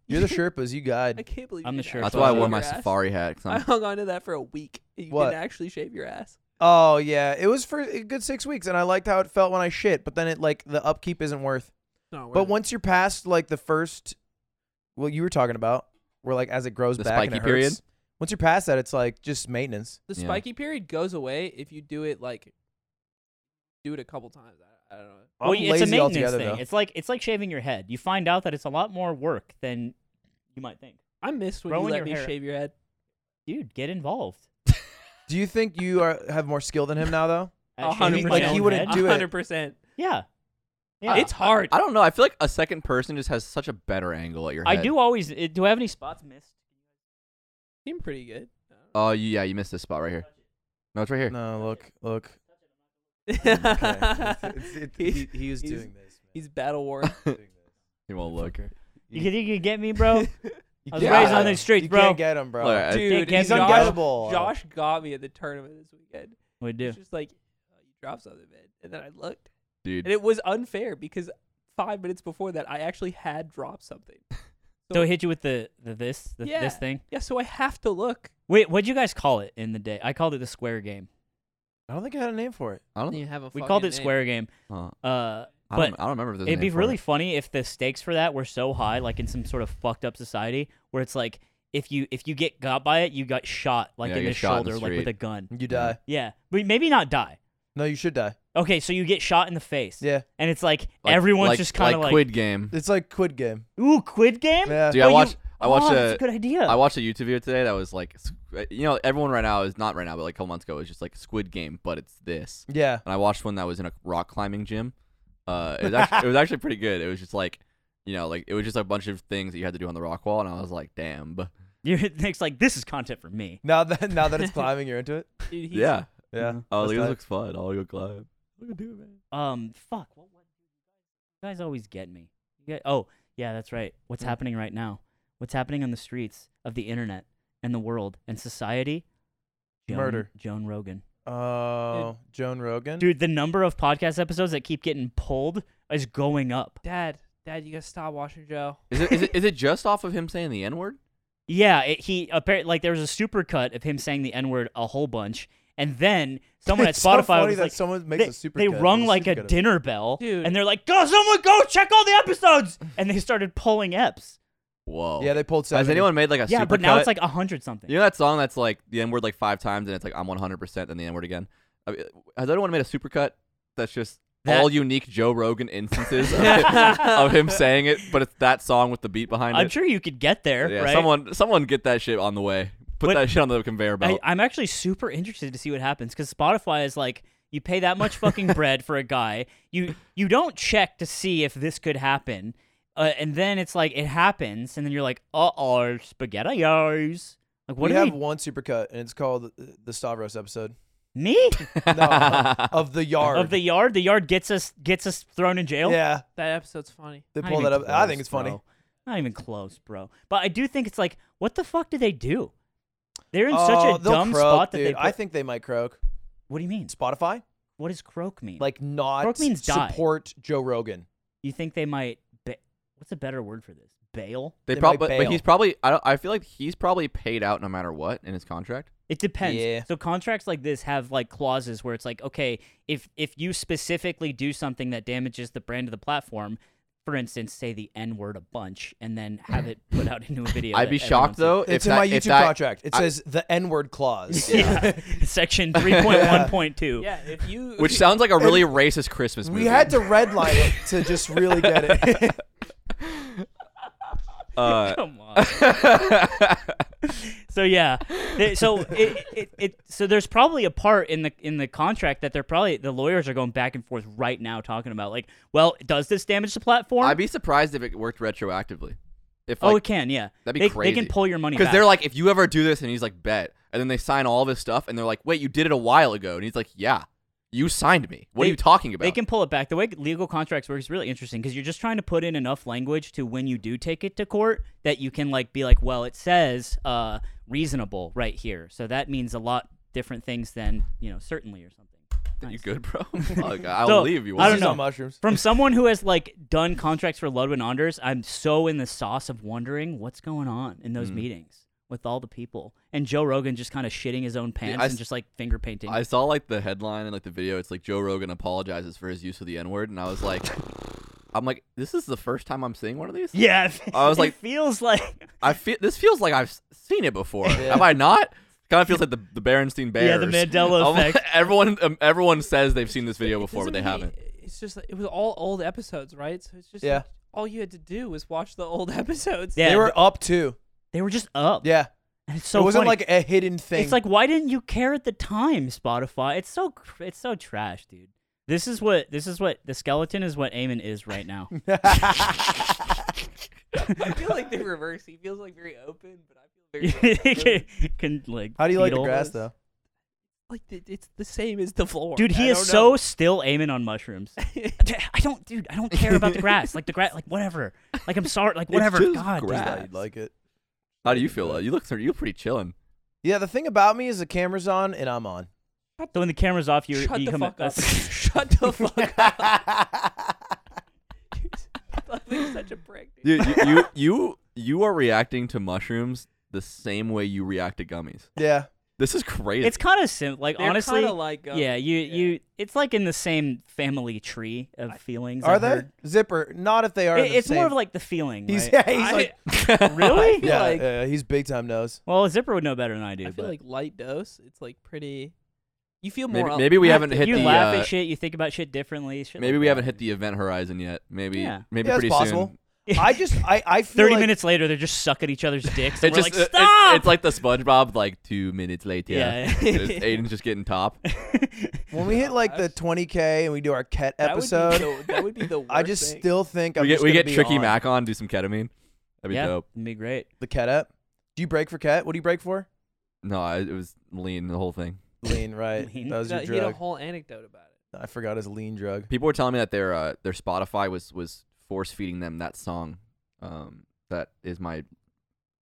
Speaker 2: You're the Sherpas. You
Speaker 3: I
Speaker 2: guide.
Speaker 3: can't believe
Speaker 1: I'm
Speaker 3: you
Speaker 1: the
Speaker 3: didn't
Speaker 1: sheriff.
Speaker 4: That's
Speaker 1: Sure.
Speaker 4: why I
Speaker 1: Yeah.
Speaker 4: wore my
Speaker 3: Your ass.
Speaker 4: safari hat. 'cause
Speaker 3: I
Speaker 4: I'm-
Speaker 3: hung on to that for a week. You
Speaker 2: What?
Speaker 3: didn't actually shave your ass.
Speaker 2: Oh yeah, it was for a good six weeks, and I liked how it felt when I shit. But then it like the upkeep isn't worth. But once you're past like the first, what you were talking about, where like as it grows
Speaker 4: The
Speaker 2: back and
Speaker 4: spiky
Speaker 2: it hurts.
Speaker 4: period?
Speaker 2: Once you're past that, it's like just maintenance.
Speaker 3: the
Speaker 4: Yeah.
Speaker 3: spiky period goes away if you do it like do it a couple times. I, I don't know.
Speaker 1: well,
Speaker 2: I'm
Speaker 1: it's
Speaker 2: lazy
Speaker 1: a maintenance
Speaker 2: altogether
Speaker 1: thing.
Speaker 2: though.
Speaker 1: It's like it's like shaving your head. You find out that it's a lot more work than you might think.
Speaker 3: I missed when
Speaker 1: Growing
Speaker 3: you let
Speaker 1: your
Speaker 3: me
Speaker 1: hair-
Speaker 3: shave your head.
Speaker 1: Dude, get involved.
Speaker 2: Do you think you are have more skill than him now though?
Speaker 1: At
Speaker 3: A
Speaker 1: shaving
Speaker 3: hundred
Speaker 1: your
Speaker 2: Like,
Speaker 3: percent.
Speaker 2: he
Speaker 1: own
Speaker 2: wouldn't
Speaker 1: head.
Speaker 2: do it.
Speaker 3: A hundred percent.
Speaker 1: Yeah. Yeah.
Speaker 3: It's hard.
Speaker 4: I don't know. I feel like a second person just has such a better angle at your
Speaker 1: I
Speaker 4: head.
Speaker 1: do always. uh, Do I have any spots missed?
Speaker 3: Seemed pretty good.
Speaker 4: Oh, you- yeah, you missed this spot right here. No, it's right here.
Speaker 2: No, look, look. It's- it's-
Speaker 3: He's-
Speaker 2: he, he was
Speaker 3: he's-
Speaker 2: doing this. man.
Speaker 3: He's battle war.
Speaker 4: You won't look.
Speaker 1: You think you can get me, bro? I was
Speaker 4: Yeah.
Speaker 1: raised on these
Speaker 2: you
Speaker 1: streets, bro.
Speaker 2: can't get him, bro.
Speaker 4: Look, I-
Speaker 3: Dude,
Speaker 1: Can't
Speaker 3: he's
Speaker 1: get me,
Speaker 3: Josh,
Speaker 2: unguidable.
Speaker 3: Josh got me at the tournament this weekend.
Speaker 1: we do.
Speaker 3: He's just like, oh, you dropped something, man. And then I looked,
Speaker 4: dude.
Speaker 3: and it was unfair because five minutes before that, I actually had dropped something.
Speaker 1: So it hit you with the, the this the,
Speaker 3: Yeah.
Speaker 1: this thing.
Speaker 3: Yeah, so I have to look.
Speaker 1: Wait, what'd you guys call it in the day? I called it the square game.
Speaker 2: I don't think I had a name for it.
Speaker 4: I don't.
Speaker 3: You have a
Speaker 1: We called it
Speaker 3: fucking name.
Speaker 1: square game.
Speaker 4: uh,
Speaker 1: Uh,
Speaker 4: I
Speaker 1: but
Speaker 4: don't, I don't remember if there's a
Speaker 1: It'd be
Speaker 4: name for
Speaker 1: really
Speaker 4: it.
Speaker 1: funny if the stakes for that were so high, like in some sort of fucked up society where it's like if you if you get got by it, you got shot like
Speaker 4: Yeah,
Speaker 1: in
Speaker 4: you
Speaker 1: the
Speaker 4: get shot in the
Speaker 1: shoulder, like with
Speaker 4: street.
Speaker 1: a gun.
Speaker 2: You die.
Speaker 1: Yeah, but maybe not die.
Speaker 2: No, you should die.
Speaker 1: Okay, so you get shot in the face.
Speaker 2: Yeah,
Speaker 1: and it's like,
Speaker 4: Like-
Speaker 1: everyone's
Speaker 4: like-
Speaker 1: just kind of like,
Speaker 4: quid game.
Speaker 2: it's like quid game.
Speaker 1: ooh, quid game.
Speaker 2: Yeah.
Speaker 4: Dude, I
Speaker 1: Oh, you-
Speaker 4: watched. I watched
Speaker 1: oh,
Speaker 4: a.
Speaker 1: that's a good idea.
Speaker 4: I watched a YouTube video today that was like, s- you know, everyone right now is not right now, but like a couple months ago, it was just like Squid Game, but it's this.
Speaker 2: Yeah.
Speaker 4: And I watched one that was in a rock climbing gym. Uh, it was actually, it was actually pretty good. It was just like, you know, like it was just a bunch of things that you had to do on the rock wall, and I was like, damn. b-
Speaker 1: You're, Nick's like, this is content for me.
Speaker 2: Now that now that it's climbing, you're into it.
Speaker 3: Dude, he's-
Speaker 4: Yeah.
Speaker 2: Yeah.
Speaker 4: Oh, like,
Speaker 2: That's
Speaker 4: this
Speaker 2: tight.
Speaker 4: looks fun. I'll go climb. Look at it, man.
Speaker 1: Um, fuck. What, what you guys always get me? You guys, oh, yeah, that's right. What's happening right now? What's happening on the streets of the internet and the world and society? Joan,
Speaker 2: Murder.
Speaker 1: Joan Rogan.
Speaker 2: Oh, Joan Rogan.
Speaker 1: Dude, the number of podcast episodes that keep getting pulled is going up.
Speaker 3: Dad, Dad, you gotta stop watching Joe.
Speaker 4: Is it, is it is it just off of him saying the N word?
Speaker 1: Yeah, it, he apparently like there was a supercut of him saying the n word a whole bunch, and then someone at
Speaker 2: It's so
Speaker 1: Spotify
Speaker 2: funny
Speaker 1: was
Speaker 2: that
Speaker 1: like,
Speaker 2: someone makes
Speaker 1: they,
Speaker 2: a super
Speaker 1: they
Speaker 2: cut.
Speaker 1: rung
Speaker 2: It's
Speaker 1: like
Speaker 2: super
Speaker 1: a
Speaker 2: good.
Speaker 1: dinner bell,
Speaker 3: Dude.
Speaker 1: and they're like, "Go, someone go check all the episodes," and they started pulling eps.
Speaker 4: Whoa.
Speaker 2: Yeah, they pulled. 70.
Speaker 4: Has anyone made like a
Speaker 1: yeah, but now
Speaker 4: supercut?
Speaker 1: it's like a hundred something.
Speaker 4: You know that song that's like the N word like five times and it's like I'm 100% and the N word again? I mean, has anyone made a supercut that's just
Speaker 1: That-
Speaker 4: all unique Joe Rogan instances of, him, of him saying it, but it's that song with the beat behind
Speaker 1: I'm
Speaker 4: it?
Speaker 1: sure you could get there,
Speaker 4: yeah,
Speaker 1: right?
Speaker 4: someone someone get that shit on the way. Put
Speaker 1: But-
Speaker 4: that shit on the conveyor
Speaker 1: I,
Speaker 4: belt.
Speaker 1: I'm actually super interested to see what happens because Spotify is like, you pay that much fucking bread for a guy, you you don't check to see if this could happen, uh, and then it's like it happens, and then you're like, uh oh, spaghettios. Like what
Speaker 2: we
Speaker 1: do
Speaker 2: have
Speaker 1: we?
Speaker 2: one super cut, and it's called uh, the Stavros episode
Speaker 1: Me
Speaker 2: no, of the yard.
Speaker 1: of the yard. The yard gets us gets us thrown in jail.
Speaker 2: yeah,
Speaker 3: That episode's funny.
Speaker 2: they
Speaker 1: Not
Speaker 2: pull
Speaker 1: even
Speaker 2: that up. I
Speaker 1: close,
Speaker 2: think it's funny.
Speaker 1: bro. Not even close, bro. But I do think it's like, what the fuck do they do? They're in
Speaker 2: Oh,
Speaker 1: such a
Speaker 2: they'll
Speaker 1: dumb
Speaker 2: croak,
Speaker 1: spot that
Speaker 2: dude.
Speaker 1: they. Put,
Speaker 2: I think they might croak.
Speaker 1: what do you mean?
Speaker 2: Spotify,
Speaker 1: What does croak mean?
Speaker 2: like not
Speaker 1: Croak means die.
Speaker 2: support Joe Rogan.
Speaker 1: You think they might? Ba- What's a better word for this? Bail.
Speaker 4: they
Speaker 2: they
Speaker 4: probably,
Speaker 2: might
Speaker 4: but,
Speaker 2: bail.
Speaker 4: he's probably. I don't. I feel like he's probably paid out no matter what in his contract.
Speaker 1: It depends.
Speaker 2: Yeah.
Speaker 1: So contracts like this have like clauses where it's like, okay, if if you specifically do something that damages the brand of the platform, for instance, say the N word a bunch, and then have it put out into a video.
Speaker 4: I'd
Speaker 1: that
Speaker 4: be
Speaker 1: everyone
Speaker 4: shocked
Speaker 1: sees.
Speaker 4: though if
Speaker 2: It's in
Speaker 4: that,
Speaker 2: my
Speaker 4: if
Speaker 2: YouTube
Speaker 4: that-
Speaker 2: contract. It
Speaker 4: I-
Speaker 2: says the N word clause.
Speaker 1: Yeah. Section three point one point two.
Speaker 3: Yeah, if you
Speaker 4: which sounds like a really racist Christmas movie.
Speaker 2: We had to redline it to just really get it.
Speaker 4: Uh,
Speaker 1: Come on. so yeah, They- so it, it, it so there's probably a part in the in the contract that they're probably the lawyers are going back and forth right now talking about like, well, does this damage the platform?
Speaker 4: I'd be surprised if it worked retroactively. If
Speaker 1: oh,
Speaker 4: like,
Speaker 1: it can, yeah.
Speaker 4: That'd be
Speaker 1: they,
Speaker 4: crazy.
Speaker 1: They can pull your money
Speaker 4: Because
Speaker 1: back.
Speaker 4: they're like, if you ever do this, and he's like, bet. And then they sign all of his stuff, and they're like, wait, you did it a while ago. And he's like, yeah, you signed me. What
Speaker 1: They-
Speaker 4: are you talking about?
Speaker 1: they can pull it back. The way legal contracts work is really interesting because you're just trying to put in enough language to when you do take it to court that you can like be like, well, it says uh, reasonable right here, so that means a lot different things than you know certainly or something.
Speaker 4: you
Speaker 1: Nice.
Speaker 4: good, bro? Fuck, I'll
Speaker 1: So,
Speaker 4: leave you.
Speaker 1: I don't
Speaker 2: She's
Speaker 1: know.
Speaker 2: on mushrooms.
Speaker 1: From someone who has like done contracts for Ludwin Anders, I'm so in the sauce of wondering what's going on in
Speaker 2: Mm.
Speaker 1: those meetings with all the people. And Joe Rogan just kind of shitting his own pants
Speaker 4: I
Speaker 1: and
Speaker 4: s-
Speaker 1: just like finger painting.
Speaker 4: I saw like the headline and like the video. It's like Joe Rogan apologizes for his use of the N word, and I was like, I'm like, this is the first time I'm seeing one of these.
Speaker 1: yeah,
Speaker 4: I was
Speaker 1: it
Speaker 4: like-
Speaker 1: feels like
Speaker 4: I feel this feels like I've s- seen it before. Have I not? Kind of feels like the the Berenstein Bears.
Speaker 1: Yeah, the Mandela
Speaker 4: Um,
Speaker 1: effect.
Speaker 4: everyone um, everyone says they've seen this video before, but they
Speaker 3: doesn't mean-
Speaker 4: haven't.
Speaker 3: It's just like- it was all old episodes, right? So it's just
Speaker 2: Yeah.
Speaker 3: like, all you had to do was watch the old episodes.
Speaker 1: Yeah.
Speaker 2: they were up too.
Speaker 1: they were just up.
Speaker 2: Yeah,
Speaker 1: And it's so
Speaker 2: it wasn't
Speaker 1: funny.
Speaker 2: like a hidden thing.
Speaker 1: It's like why didn't you care at the time, Spotify? It's so cr- it's so trash, dude. This is what this is what the skeleton is what Eamon is right now.
Speaker 3: I feel like they reverse. He feels like very open, but I feel very
Speaker 1: can, can, like
Speaker 2: How do you like the
Speaker 1: fetal-
Speaker 2: grass though?
Speaker 3: like it- it's the same as the floor.
Speaker 1: Dude, he
Speaker 3: I
Speaker 1: is
Speaker 3: don't
Speaker 1: so
Speaker 3: know.
Speaker 1: still aiming on mushrooms. I don't, dude. I don't care about the grass. Like the grass, like whatever. Like I'm sorry, like whatever.
Speaker 4: just
Speaker 1: God, dude.
Speaker 4: grass.
Speaker 2: Thought you'd like it.
Speaker 4: How do you feel? Uh, you look you look pretty chilling.
Speaker 2: Yeah, the thing about me is the camera's on and I'm on.
Speaker 1: So when the camera's off, you're
Speaker 3: Shut
Speaker 1: you
Speaker 3: the
Speaker 1: come
Speaker 3: fuck up.
Speaker 1: that's-
Speaker 3: Shut the fuck up. He's such a prick. Dude.
Speaker 4: You you, you you you are reacting to mushrooms the same way you react to gummies.
Speaker 2: yeah,
Speaker 4: This is crazy.
Speaker 1: It's kind of sim. Like
Speaker 3: They're
Speaker 1: honestly,
Speaker 3: kinda like, um,
Speaker 1: yeah. You you. It's like in the same family tree of feelings.
Speaker 2: are
Speaker 1: I've
Speaker 2: they
Speaker 1: heard.
Speaker 2: zipper? Not if they are.
Speaker 1: It- it's more of like the feeling.
Speaker 2: he's
Speaker 1: right?
Speaker 2: yeah, he's
Speaker 3: I-
Speaker 2: like
Speaker 1: really?
Speaker 3: feel
Speaker 2: yeah,
Speaker 3: like-
Speaker 2: yeah, he's big time nose.
Speaker 1: Well, Zipper would know better than I do.
Speaker 3: I feel
Speaker 1: but
Speaker 3: like light dose. It's like pretty. You feel more.
Speaker 4: maybe,
Speaker 3: al-
Speaker 4: maybe we haven't
Speaker 1: you
Speaker 4: hit the
Speaker 1: laugh
Speaker 4: uh,
Speaker 1: at shit. You think about shit differently. Shit
Speaker 4: maybe
Speaker 1: like
Speaker 4: we
Speaker 1: that.
Speaker 4: haven't hit the event horizon yet. Maybe
Speaker 1: Yeah.
Speaker 4: maybe
Speaker 2: Yeah, it's
Speaker 4: pretty
Speaker 2: possible.
Speaker 4: soon.
Speaker 2: I just I I feel
Speaker 1: Thirty
Speaker 2: like,
Speaker 1: minutes later, they're just sucking each other's dicks.
Speaker 4: It
Speaker 1: And we're
Speaker 4: just uh,
Speaker 1: like,
Speaker 4: it-
Speaker 1: stop.
Speaker 4: it's like the SpongeBob like two minutes later.
Speaker 1: Yeah.
Speaker 4: Just- Aiden's just getting top.
Speaker 2: when we hit like the
Speaker 3: I've-
Speaker 2: 20k and we do our Ket
Speaker 3: that
Speaker 2: episode.
Speaker 3: Would be the, that would be the worst
Speaker 2: I just
Speaker 3: thing.
Speaker 2: still think I'm
Speaker 4: we get
Speaker 2: just
Speaker 4: we
Speaker 2: gonna
Speaker 4: get
Speaker 2: be
Speaker 4: Tricky
Speaker 2: on
Speaker 4: Mac on do some ketamine. That'd be
Speaker 1: yeah,
Speaker 4: dope.
Speaker 1: it'd be great.
Speaker 2: the Ket up. Do you break for Ket? What do you break for?
Speaker 4: No, I, it was lean the whole thing.
Speaker 2: Lean, right?
Speaker 1: Lean.
Speaker 2: That was
Speaker 3: No,
Speaker 2: your
Speaker 3: he had a
Speaker 2: drug.
Speaker 3: whole anecdote about it.
Speaker 2: I forgot his lean drug.
Speaker 4: People were telling me that their uh, their Spotify was was force feeding them that song. Um, that is my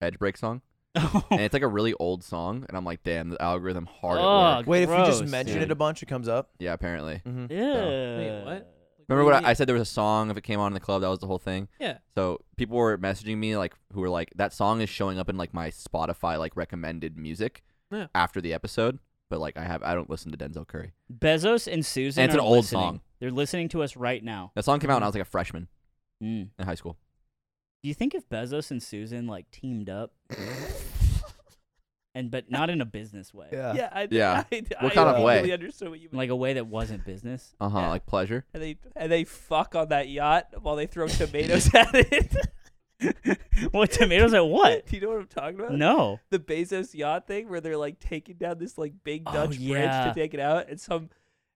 Speaker 4: edge break song.
Speaker 1: Oh.
Speaker 4: and it's like a really old song, and I'm like, damn, the algorithm hard at
Speaker 1: Ugh.
Speaker 4: work.
Speaker 2: Wait, if you
Speaker 1: Gross,
Speaker 2: just mention
Speaker 4: dude.
Speaker 2: it a bunch, it comes up.
Speaker 4: Yeah, apparently.
Speaker 2: Mm-hmm.
Speaker 1: Yeah.
Speaker 3: Wait, what?
Speaker 4: Remember what I, I said? There was a song if it came on in the club. That was the whole thing.
Speaker 3: Yeah.
Speaker 4: So people were messaging me like, who were like, that song is showing up in like my Spotify like recommended music
Speaker 3: Yeah.
Speaker 4: after the episode, but like I have I don't listen to Denzel Curry.
Speaker 1: Bezos and Susan.
Speaker 4: And it's an
Speaker 1: are
Speaker 4: old
Speaker 1: listening.
Speaker 4: song.
Speaker 1: They're listening to us right now.
Speaker 4: That song came out when I was like a freshman
Speaker 1: Mm.
Speaker 4: in high school.
Speaker 1: Do you think if Bezos and Susan like teamed up,
Speaker 4: Uh-huh,
Speaker 1: and but not in a business way,
Speaker 2: Yeah.
Speaker 3: yeah, I,
Speaker 4: Yeah.
Speaker 3: I, I,
Speaker 4: What kind
Speaker 2: of
Speaker 4: way?
Speaker 3: Really understood what you mean.
Speaker 1: like a way that wasn't business?
Speaker 4: Uh huh.
Speaker 3: Yeah.
Speaker 4: Like pleasure.
Speaker 3: and they and they fuck on that yacht while they throw tomatoes at it.
Speaker 1: What tomatoes at what?
Speaker 3: Do you know what I'm talking about?
Speaker 1: No.
Speaker 3: The Bezos yacht thing where they're like taking down this like big
Speaker 1: Oh,
Speaker 3: Dutch
Speaker 1: yeah.
Speaker 3: bridge to take it out, and some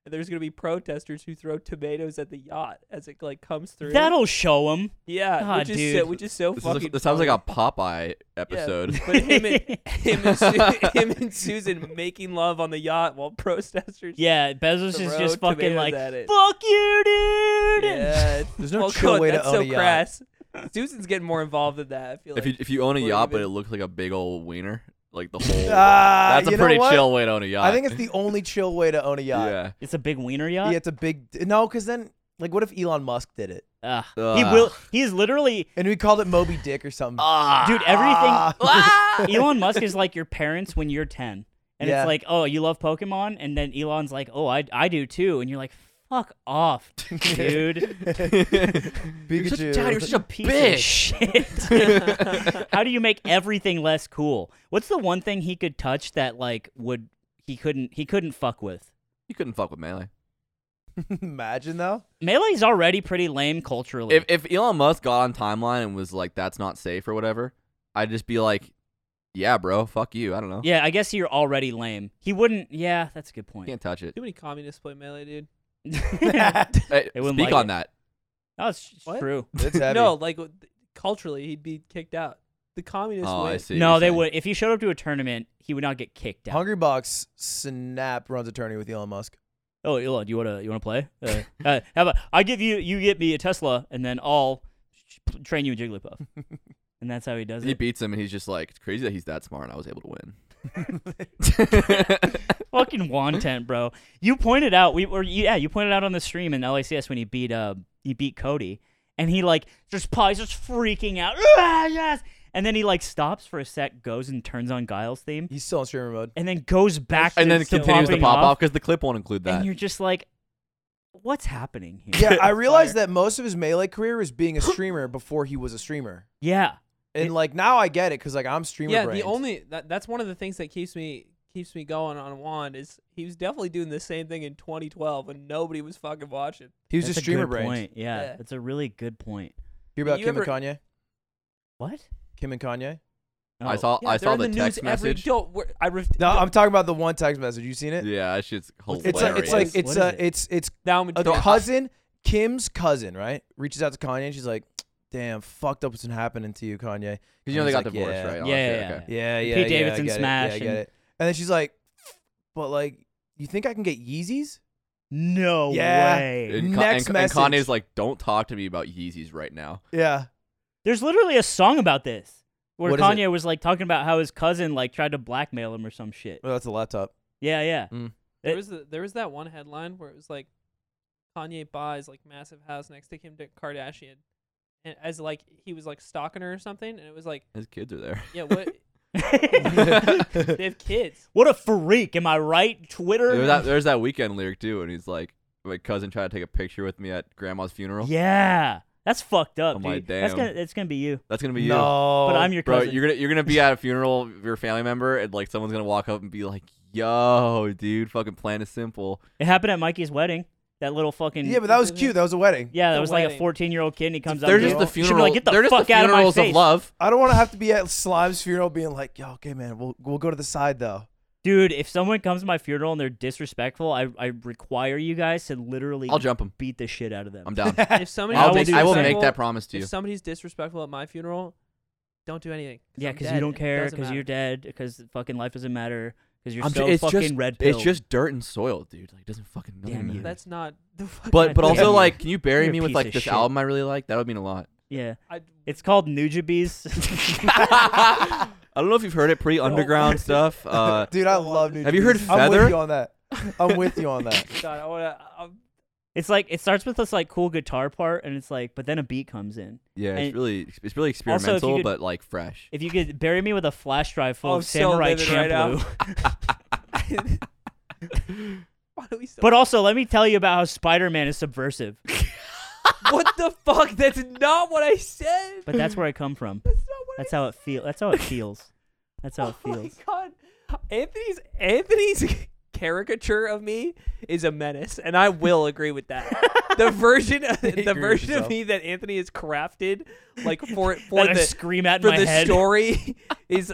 Speaker 3: and there's gonna be protesters who throw tomatoes at the yacht as it like comes through.
Speaker 1: That'll show them.
Speaker 3: yeah,
Speaker 1: God,
Speaker 3: which is so,
Speaker 1: dude.
Speaker 3: which is so
Speaker 4: This, is
Speaker 3: fucking.
Speaker 4: like- this sounds like
Speaker 3: funny.
Speaker 4: a Popeye episode.
Speaker 3: But him and him and, Su- him and Susan making love on the yacht while protesters.
Speaker 1: Yeah, Bezos
Speaker 3: The
Speaker 1: is just
Speaker 3: road
Speaker 1: fucking
Speaker 3: tomatoes
Speaker 1: like,
Speaker 3: at it.
Speaker 1: fuck you, dude.
Speaker 3: Yeah, it's-
Speaker 2: There's no
Speaker 3: well,
Speaker 2: chill
Speaker 3: God,
Speaker 2: way to
Speaker 3: that's
Speaker 2: own
Speaker 3: so
Speaker 2: a yacht.
Speaker 3: crass. Susan's getting more involved than that. I feel like.
Speaker 4: if you if you own a
Speaker 3: What
Speaker 4: yacht
Speaker 3: even-
Speaker 4: but it looks like a big old wiener, like the whole
Speaker 2: Ah,
Speaker 4: that's a
Speaker 2: you know
Speaker 4: pretty
Speaker 2: what?
Speaker 4: chill way to own a yacht.
Speaker 2: I think it's the only chill way to own a yacht.
Speaker 4: yeah.
Speaker 1: It's a big wiener yacht.
Speaker 2: Yeah, it's a big no, because then like, what if Elon Musk did it
Speaker 1: Ugh. he
Speaker 4: Ugh.
Speaker 1: will. He is literally,
Speaker 2: and we called it Moby Dick or something?
Speaker 1: dude. Everything.
Speaker 2: Ah.
Speaker 1: Elon Musk is like your parents when you're ten, and
Speaker 2: Yeah.
Speaker 1: it's like, oh, you love Pokemon, and then Elon's like, oh, I I do too, and you're like, fuck off, dude.
Speaker 2: Pikachu.
Speaker 1: you're such a piece of shit. How do you make everything less cool? What's the one thing he could touch that like would he couldn't he couldn't fuck with?
Speaker 4: you couldn't fuck with melee.
Speaker 2: Imagine though.
Speaker 1: Melee's already pretty lame culturally.
Speaker 4: If if Elon Musk got on timeline and was like that's not safe or whatever, I'd just be like, yeah, bro, fuck you. I don't know.
Speaker 1: yeah, I guess you're already lame. He wouldn't. Yeah, that's a good point.
Speaker 4: Can't touch it.
Speaker 3: Too many communists play melee, dude.
Speaker 4: Hey,
Speaker 1: They wouldn't
Speaker 4: speak
Speaker 1: like
Speaker 4: on
Speaker 1: it.
Speaker 4: that.
Speaker 1: That's
Speaker 3: What?
Speaker 1: true.
Speaker 2: That's heavy.
Speaker 3: No, like w- th- culturally, he'd be kicked out. The communists
Speaker 4: Oh,
Speaker 3: win.
Speaker 4: I see. what
Speaker 1: no,
Speaker 4: you're
Speaker 1: they
Speaker 4: saying.
Speaker 1: would. If he showed up to a tournament, he would not get kicked out.
Speaker 2: Hungry Box Snap runs attorney with Elon Musk.
Speaker 1: Oh, Elon, you wanna you wanna play? Uh, uh, how about I give you you get me a Tesla, and then I'll train you in Jigglypuff, and that's how he does
Speaker 4: He
Speaker 1: it.
Speaker 4: beats him and he's just like, it's crazy that he's that smart and I was able to win.
Speaker 1: Fucking wanton, bro. You pointed out we were yeah you pointed out on the stream in LACS when he beat uh he beat Cody, and he like just probably just freaking out. "Ah, yes. And then he like stops for a sec, goes and turns on Guile's theme,
Speaker 2: He's still in streamer mode.
Speaker 1: and then goes back
Speaker 4: and then
Speaker 1: to
Speaker 4: continues to
Speaker 1: popping
Speaker 4: pop off because the clip won't include that.
Speaker 1: and you're just like, what's happening here?
Speaker 2: Yeah, I realized that most of his melee career was being a streamer before he was a streamer.
Speaker 1: yeah.
Speaker 2: And like now I get it because like I'm streamer.
Speaker 3: Yeah,
Speaker 2: brained.
Speaker 3: the only that, that's one of the things that keeps me keeps me going on Juan is he was definitely doing the same thing in 2012 when nobody was fucking watching.
Speaker 2: he was
Speaker 1: That's
Speaker 2: just
Speaker 1: a
Speaker 2: streamer
Speaker 1: good
Speaker 2: brain.
Speaker 1: point. Yeah,
Speaker 3: Yeah.
Speaker 1: that's a really good point.
Speaker 2: Hear about
Speaker 3: You
Speaker 2: Kim
Speaker 3: ever-
Speaker 2: and Kanye?
Speaker 1: What?
Speaker 2: Kim and Kanye?
Speaker 1: Oh.
Speaker 4: I saw
Speaker 3: Yeah,
Speaker 4: I
Speaker 3: they're
Speaker 4: saw
Speaker 3: in
Speaker 4: the,
Speaker 3: the,
Speaker 4: text
Speaker 3: news every.
Speaker 4: message.
Speaker 3: Don't, wor- I ref-
Speaker 2: No, I'm talking about the one text message. You seen it?
Speaker 4: yeah, that shit's
Speaker 1: What's
Speaker 4: hilarious.
Speaker 1: the
Speaker 2: It's like it's like it's
Speaker 1: What
Speaker 2: a
Speaker 1: is it?
Speaker 2: it's it's a
Speaker 3: down with your-
Speaker 2: uh, cousin, Kim's cousin, right? Reaches out to Kanye and she's like, "Damn, fucked up what's been happening to you, Kanye."
Speaker 4: 'Cause you know they
Speaker 2: He's
Speaker 4: got
Speaker 2: like,
Speaker 4: divorced,
Speaker 2: yeah.
Speaker 1: Yeah,
Speaker 4: right?
Speaker 1: yeah,
Speaker 4: Honestly,
Speaker 1: yeah,
Speaker 4: okay.
Speaker 2: Yeah,
Speaker 1: And
Speaker 2: yeah,
Speaker 1: Pete
Speaker 2: yeah,
Speaker 1: Davidson
Speaker 2: I get it.
Speaker 1: smash
Speaker 2: Yeah, I get
Speaker 1: and-
Speaker 2: it. And then she's like, "But like, you think I can get Yeezys?"
Speaker 1: No
Speaker 2: Yeah.
Speaker 1: way.
Speaker 4: And, Ka-
Speaker 2: Next
Speaker 4: and, and Kanye's
Speaker 2: message.
Speaker 4: like, don't talk to me about Yeezys right now.
Speaker 2: Yeah.
Speaker 1: There's literally a song about this where
Speaker 2: What is
Speaker 1: Kanye was like talking about how his cousin like tried to blackmail him or some shit.
Speaker 2: Well, Oh, that's a laptop.
Speaker 1: Yeah, yeah.
Speaker 3: There was the, there was that one headline where it was like Kanye buys like massive house next to Kim Dick Kardashian, and as like he was like stalking her or something, and it was like
Speaker 4: His kids are there.
Speaker 3: yeah what they have kids.
Speaker 1: what a freak, am I right? Twitter.
Speaker 4: There's that, there's that weekend lyric too, and he's like, my cousin tried to take a picture with me at grandma's funeral.
Speaker 1: yeah. That's fucked up,
Speaker 4: I'm
Speaker 1: dude.
Speaker 4: like,
Speaker 1: That's
Speaker 4: damn.
Speaker 1: gonna it's gonna be you.
Speaker 4: That's gonna be you.
Speaker 2: No.
Speaker 1: But I'm your
Speaker 4: Bro,
Speaker 1: cousin.
Speaker 4: you're gonna you're gonna be at a funeral of your family member, and like someone's gonna walk up and be like, "Yo, dude, fucking plan is simple."
Speaker 1: It happened at Mikey's wedding. That little fucking
Speaker 2: Yeah, but that was cute. That was a wedding.
Speaker 1: Yeah, there
Speaker 3: The
Speaker 1: was like a
Speaker 3: wedding.
Speaker 1: 14 year old kid and he comes up.
Speaker 4: They're
Speaker 1: to
Speaker 4: just
Speaker 1: you.
Speaker 4: the
Speaker 1: You should be
Speaker 4: funeral.
Speaker 1: like, get the
Speaker 4: they're
Speaker 1: fuck
Speaker 4: just the
Speaker 1: out of my
Speaker 4: funerals
Speaker 1: face.
Speaker 4: of love.
Speaker 2: I don't want to have to be at Slime's funeral being like, "Yo, okay, man, we'll we'll go to the side though."
Speaker 1: Dude, if someone comes to my funeral and they're disrespectful, I, I require you guys to literally
Speaker 4: I'll jump him.
Speaker 1: beat the shit out of them.
Speaker 4: I'm down.
Speaker 3: If somebody
Speaker 1: I'll
Speaker 4: I'll make,
Speaker 1: do
Speaker 4: I will
Speaker 1: the
Speaker 4: make
Speaker 1: same.
Speaker 4: that promise to you.
Speaker 3: If somebody's disrespectful at my funeral, don't do anything.
Speaker 1: Yeah,
Speaker 3: I'm
Speaker 1: because
Speaker 3: dead
Speaker 1: you don't
Speaker 3: and it
Speaker 1: care,
Speaker 3: doesn't
Speaker 1: because you're
Speaker 3: matter.
Speaker 1: dead, because fucking life doesn't matter, because you're
Speaker 4: I'm ju-
Speaker 1: so
Speaker 4: it's
Speaker 1: fucking
Speaker 4: just-
Speaker 1: red pilled.
Speaker 4: It's just dirt and soil, dude. Like, it doesn't fucking really
Speaker 1: Damn you.
Speaker 4: matter.
Speaker 3: That's not the fucking
Speaker 4: But but
Speaker 1: God
Speaker 4: also
Speaker 1: damn you.
Speaker 4: like, can you bury
Speaker 1: You're a
Speaker 4: me with
Speaker 1: piece
Speaker 4: like
Speaker 1: of
Speaker 4: this
Speaker 1: shit.
Speaker 4: album I really like? That would mean a lot.
Speaker 1: yeah.
Speaker 3: I,
Speaker 1: It's called Nujabes.
Speaker 4: I don't know if you've heard it
Speaker 1: Oh.
Speaker 4: pre underground stuff. Uh,
Speaker 2: Dude, I love New.
Speaker 4: have you heard
Speaker 2: Jersey. I'm with
Speaker 4: Feather?
Speaker 2: you on that. I'm with you on that.
Speaker 3: Oh God, I wanna, I'm,
Speaker 1: it's like it starts with this like cool guitar part, and it's like, but then a beat comes in.
Speaker 4: yeah, it's
Speaker 1: And-
Speaker 4: really it's really
Speaker 1: you
Speaker 4: experimental,
Speaker 1: could-
Speaker 4: but like fresh.
Speaker 1: If you could bury me with a flash drive full
Speaker 3: Oh, I'm
Speaker 1: of
Speaker 3: so
Speaker 1: Samurai
Speaker 3: livid right
Speaker 1: Champloo,
Speaker 3: now. Why do we still?
Speaker 1: But also, let me tell you about how Spider Man is subversive.
Speaker 3: what the fuck? That's not what I said.
Speaker 1: But that's where I come from.
Speaker 3: that's not what
Speaker 1: That's
Speaker 3: I
Speaker 1: how it feels. That's how it feels. That's how it
Speaker 3: Oh my
Speaker 1: feels.
Speaker 3: god, Anthony's Anthony's caricature of me is a menace, and I will agree with that. the version,
Speaker 2: agree
Speaker 3: the
Speaker 2: with
Speaker 3: version of
Speaker 2: yourself.
Speaker 3: me that Anthony has crafted, like for
Speaker 1: That
Speaker 3: for
Speaker 1: I
Speaker 3: the
Speaker 1: scream at in
Speaker 3: for
Speaker 1: my
Speaker 3: the
Speaker 1: head.
Speaker 3: story, is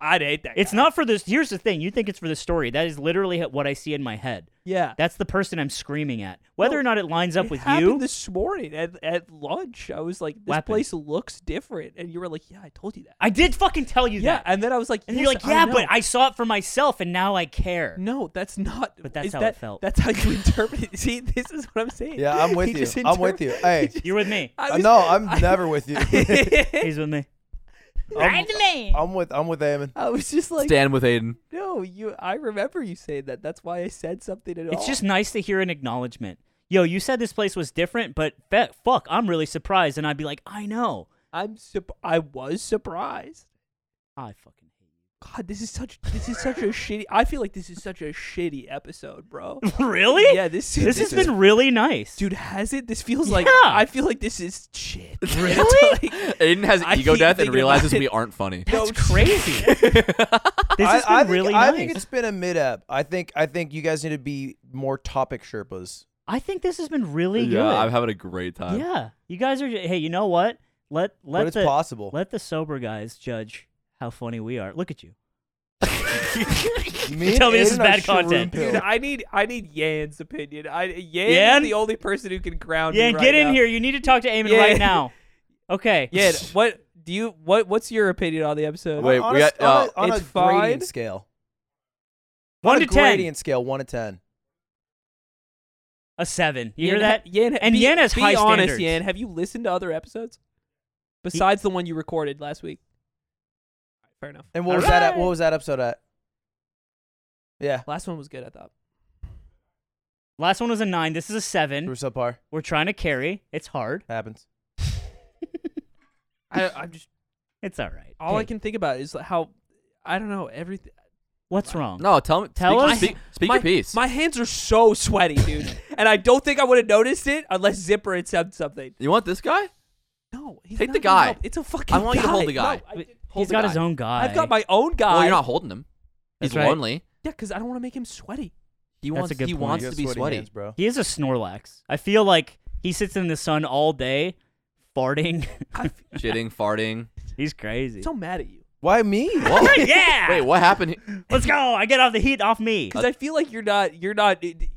Speaker 3: I'd hate that.
Speaker 1: It's
Speaker 3: guy.
Speaker 1: not for this. Here's the thing. You think it's for the story. That is literally what I see in my head.
Speaker 3: Yeah.
Speaker 1: That's the person I'm screaming at. Whether
Speaker 3: No,
Speaker 1: or not it lines up
Speaker 3: It
Speaker 1: with
Speaker 3: happened
Speaker 1: you,
Speaker 3: this morning at, at lunch. I was like, "This
Speaker 1: What happened?
Speaker 3: place looks different," and you were like, "Yeah, I told you that."
Speaker 1: I did fucking tell you
Speaker 3: yeah,
Speaker 1: that.
Speaker 3: and then I was like,
Speaker 1: And
Speaker 3: yes,
Speaker 1: you're like, yeah,
Speaker 3: I
Speaker 1: but
Speaker 3: know."
Speaker 1: I saw it for myself, and now I care.
Speaker 3: No, that's not.
Speaker 1: But that's
Speaker 3: is
Speaker 1: how it
Speaker 3: that-
Speaker 1: felt.
Speaker 3: That's how you interpret it. See, this is what I'm saying.
Speaker 2: Yeah, I'm with
Speaker 3: He
Speaker 2: you.
Speaker 3: just
Speaker 2: I'm with you.
Speaker 3: interpret-
Speaker 2: Hey.
Speaker 3: he just-
Speaker 1: You're with me.
Speaker 3: I
Speaker 2: Uh,
Speaker 3: was-
Speaker 2: no, I'm
Speaker 3: I-
Speaker 2: never with you.
Speaker 1: He's with me.
Speaker 2: I'm, I'm with I'm with Eamon.
Speaker 3: I was just like,
Speaker 4: Stand with Aiden.
Speaker 3: no, you. I remember you saying that. That's why I said something at all.
Speaker 1: It's just nice to hear an acknowledgement. Yo, you said this place was different, but fe- fuck, I'm really surprised. And I'd be like, I know.
Speaker 3: I'm. Sup- I was surprised.
Speaker 1: I fucking hate
Speaker 3: God, this is such. This is such a shitty. I feel like this is such a shitty episode, bro.
Speaker 1: you. really?
Speaker 3: Yeah, this.
Speaker 1: This has been really nice.
Speaker 3: Dude, has it? This feels like.
Speaker 1: Yeah.
Speaker 3: I feel like this is shit. Really?
Speaker 4: Aiden has
Speaker 3: I
Speaker 4: ego
Speaker 3: keep
Speaker 4: death
Speaker 3: thinking
Speaker 4: and
Speaker 3: about
Speaker 4: realizes
Speaker 3: it.
Speaker 4: we aren't funny.
Speaker 1: That's crazy. this
Speaker 2: I,
Speaker 1: has been
Speaker 2: I think,
Speaker 1: really
Speaker 2: I
Speaker 1: nice.
Speaker 2: think it's been a mid ep. I think I think you guys need to be more topic Sherpas.
Speaker 1: I think this has been really
Speaker 4: Yeah, I'm
Speaker 1: good.
Speaker 4: having a great
Speaker 3: Uh,
Speaker 4: time.
Speaker 1: yeah, you guys are. Hey, you know what? Let
Speaker 2: but
Speaker 1: let
Speaker 2: it's
Speaker 1: the
Speaker 2: possible.
Speaker 1: let the sober guys judge how funny we are. Look at you.
Speaker 2: Me and
Speaker 1: Tell me this is
Speaker 2: Aiden are
Speaker 1: bad
Speaker 2: Sharoon
Speaker 1: content.
Speaker 2: pills.
Speaker 3: Dude, I need I need Yan's opinion. I Yan,
Speaker 1: Yan?
Speaker 3: is the only person who can ground
Speaker 1: Yeah,
Speaker 3: me.
Speaker 1: get
Speaker 3: right
Speaker 1: in
Speaker 3: now.
Speaker 1: here. You need to talk to Eamon
Speaker 3: Yeah.
Speaker 1: right now. Okay.
Speaker 3: Yan, what do you what what's your opinion on the episode?
Speaker 4: Wait,
Speaker 2: on
Speaker 4: we
Speaker 2: a,
Speaker 4: got-
Speaker 2: on a,
Speaker 4: uh,
Speaker 2: on a
Speaker 3: It's fine.
Speaker 2: gradient scale.
Speaker 1: One
Speaker 2: on
Speaker 1: to
Speaker 2: a
Speaker 1: ten.
Speaker 2: gradient scale, one to ten.
Speaker 1: A seven. You
Speaker 3: Yan,
Speaker 1: hear that?
Speaker 3: Yan,
Speaker 1: And
Speaker 3: be,
Speaker 1: Yan has
Speaker 3: be
Speaker 1: high
Speaker 3: honest,
Speaker 1: standards.
Speaker 3: Yan, have you listened to other episodes besides the one you recorded last week? Fair enough.
Speaker 2: And what was that? At, what was that episode at? Yeah,
Speaker 3: Last one was good, I thought.
Speaker 1: Last one was a nine. This is a
Speaker 2: we were
Speaker 1: seven.
Speaker 2: subpar.
Speaker 1: We're trying to carry. It's hard.
Speaker 2: Happens.
Speaker 3: I, I'm just
Speaker 1: It's all right.
Speaker 3: all I
Speaker 1: Hey,
Speaker 3: can think about is how I don't know everything.
Speaker 1: What's wrong?
Speaker 4: No, tell me.
Speaker 1: Tell
Speaker 4: speak,
Speaker 1: us-
Speaker 4: Speak, speak
Speaker 3: my,
Speaker 4: your piece.
Speaker 3: My hands are so sweaty, dude, and I don't think I would have noticed it unless Zipper had said something.
Speaker 4: you want this
Speaker 1: Uh,
Speaker 4: guy?
Speaker 3: No, he's
Speaker 4: Take
Speaker 3: not
Speaker 4: the
Speaker 3: gonna
Speaker 4: guy.
Speaker 3: help. It's a fucking.
Speaker 4: I want you to hold the
Speaker 3: No,
Speaker 4: guy.
Speaker 3: I did-
Speaker 1: He's
Speaker 4: the
Speaker 1: got
Speaker 4: guy.
Speaker 1: his own guy.
Speaker 3: I've got my own guy.
Speaker 4: Well, you're not holding him.
Speaker 1: That's
Speaker 4: He's
Speaker 1: right.
Speaker 4: lonely.
Speaker 3: Yeah, because I don't want to make him sweaty.
Speaker 4: He
Speaker 1: That's
Speaker 4: wants.
Speaker 1: a good
Speaker 4: he
Speaker 1: point.
Speaker 4: wants
Speaker 2: You
Speaker 4: to
Speaker 2: got
Speaker 4: be sweaty.
Speaker 2: hands, bro.
Speaker 1: He is a Snorlax. I feel like he sits in the sun all day, farting.
Speaker 3: I f-
Speaker 4: Shitting, farting.
Speaker 1: He's crazy.
Speaker 3: I'm so mad at you
Speaker 2: Why me?
Speaker 4: Whoa.
Speaker 1: yeah.
Speaker 4: Wait, what happened? he-
Speaker 1: Let's go. I get off the heat off me.
Speaker 3: because I feel like you're not. You're not. it-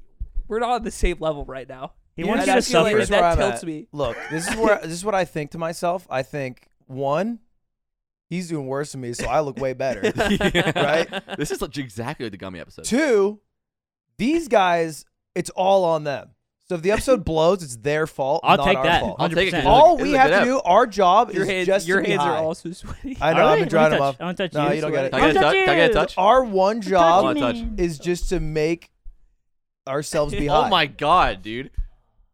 Speaker 3: We're not on the same level right now.
Speaker 1: He
Speaker 2: Yeah,
Speaker 1: wants
Speaker 2: I
Speaker 1: you to
Speaker 2: feel like
Speaker 1: suffer.
Speaker 2: here's where
Speaker 3: That
Speaker 2: I'm
Speaker 3: tilts
Speaker 2: at.
Speaker 3: me.
Speaker 2: Look, this is where this is what I think to myself. I think one, he's doing worse than me, so I look way better. Right?
Speaker 4: This is like exactly like the gummy episode.
Speaker 2: Two, these guys, it's all on them. So if the episode blows, it's their fault.
Speaker 1: I'll
Speaker 2: not
Speaker 1: take
Speaker 2: our
Speaker 1: that.
Speaker 2: Fault.
Speaker 4: I'll take it.
Speaker 1: 100%.
Speaker 2: All
Speaker 4: It's a
Speaker 2: we
Speaker 4: good
Speaker 2: have to
Speaker 4: app.
Speaker 2: do, our job
Speaker 3: Your
Speaker 2: is
Speaker 3: hands.
Speaker 2: just
Speaker 3: Your
Speaker 2: to be
Speaker 3: hands are
Speaker 2: high.
Speaker 3: also sweaty.
Speaker 2: I know.
Speaker 1: All
Speaker 2: I've
Speaker 1: right,
Speaker 2: been drying
Speaker 1: I
Speaker 2: them
Speaker 1: wanna touch-
Speaker 2: up.
Speaker 1: I want to touch
Speaker 2: No,
Speaker 1: you.
Speaker 2: you don't get it.
Speaker 4: Can I get a
Speaker 1: Don't
Speaker 4: touch? Can I get a
Speaker 1: you.
Speaker 4: touch?
Speaker 2: Our one
Speaker 1: Don't
Speaker 2: job
Speaker 4: touch
Speaker 1: touch me.
Speaker 4: me.
Speaker 2: is just to make ourselves be high.
Speaker 4: Oh my god, dude!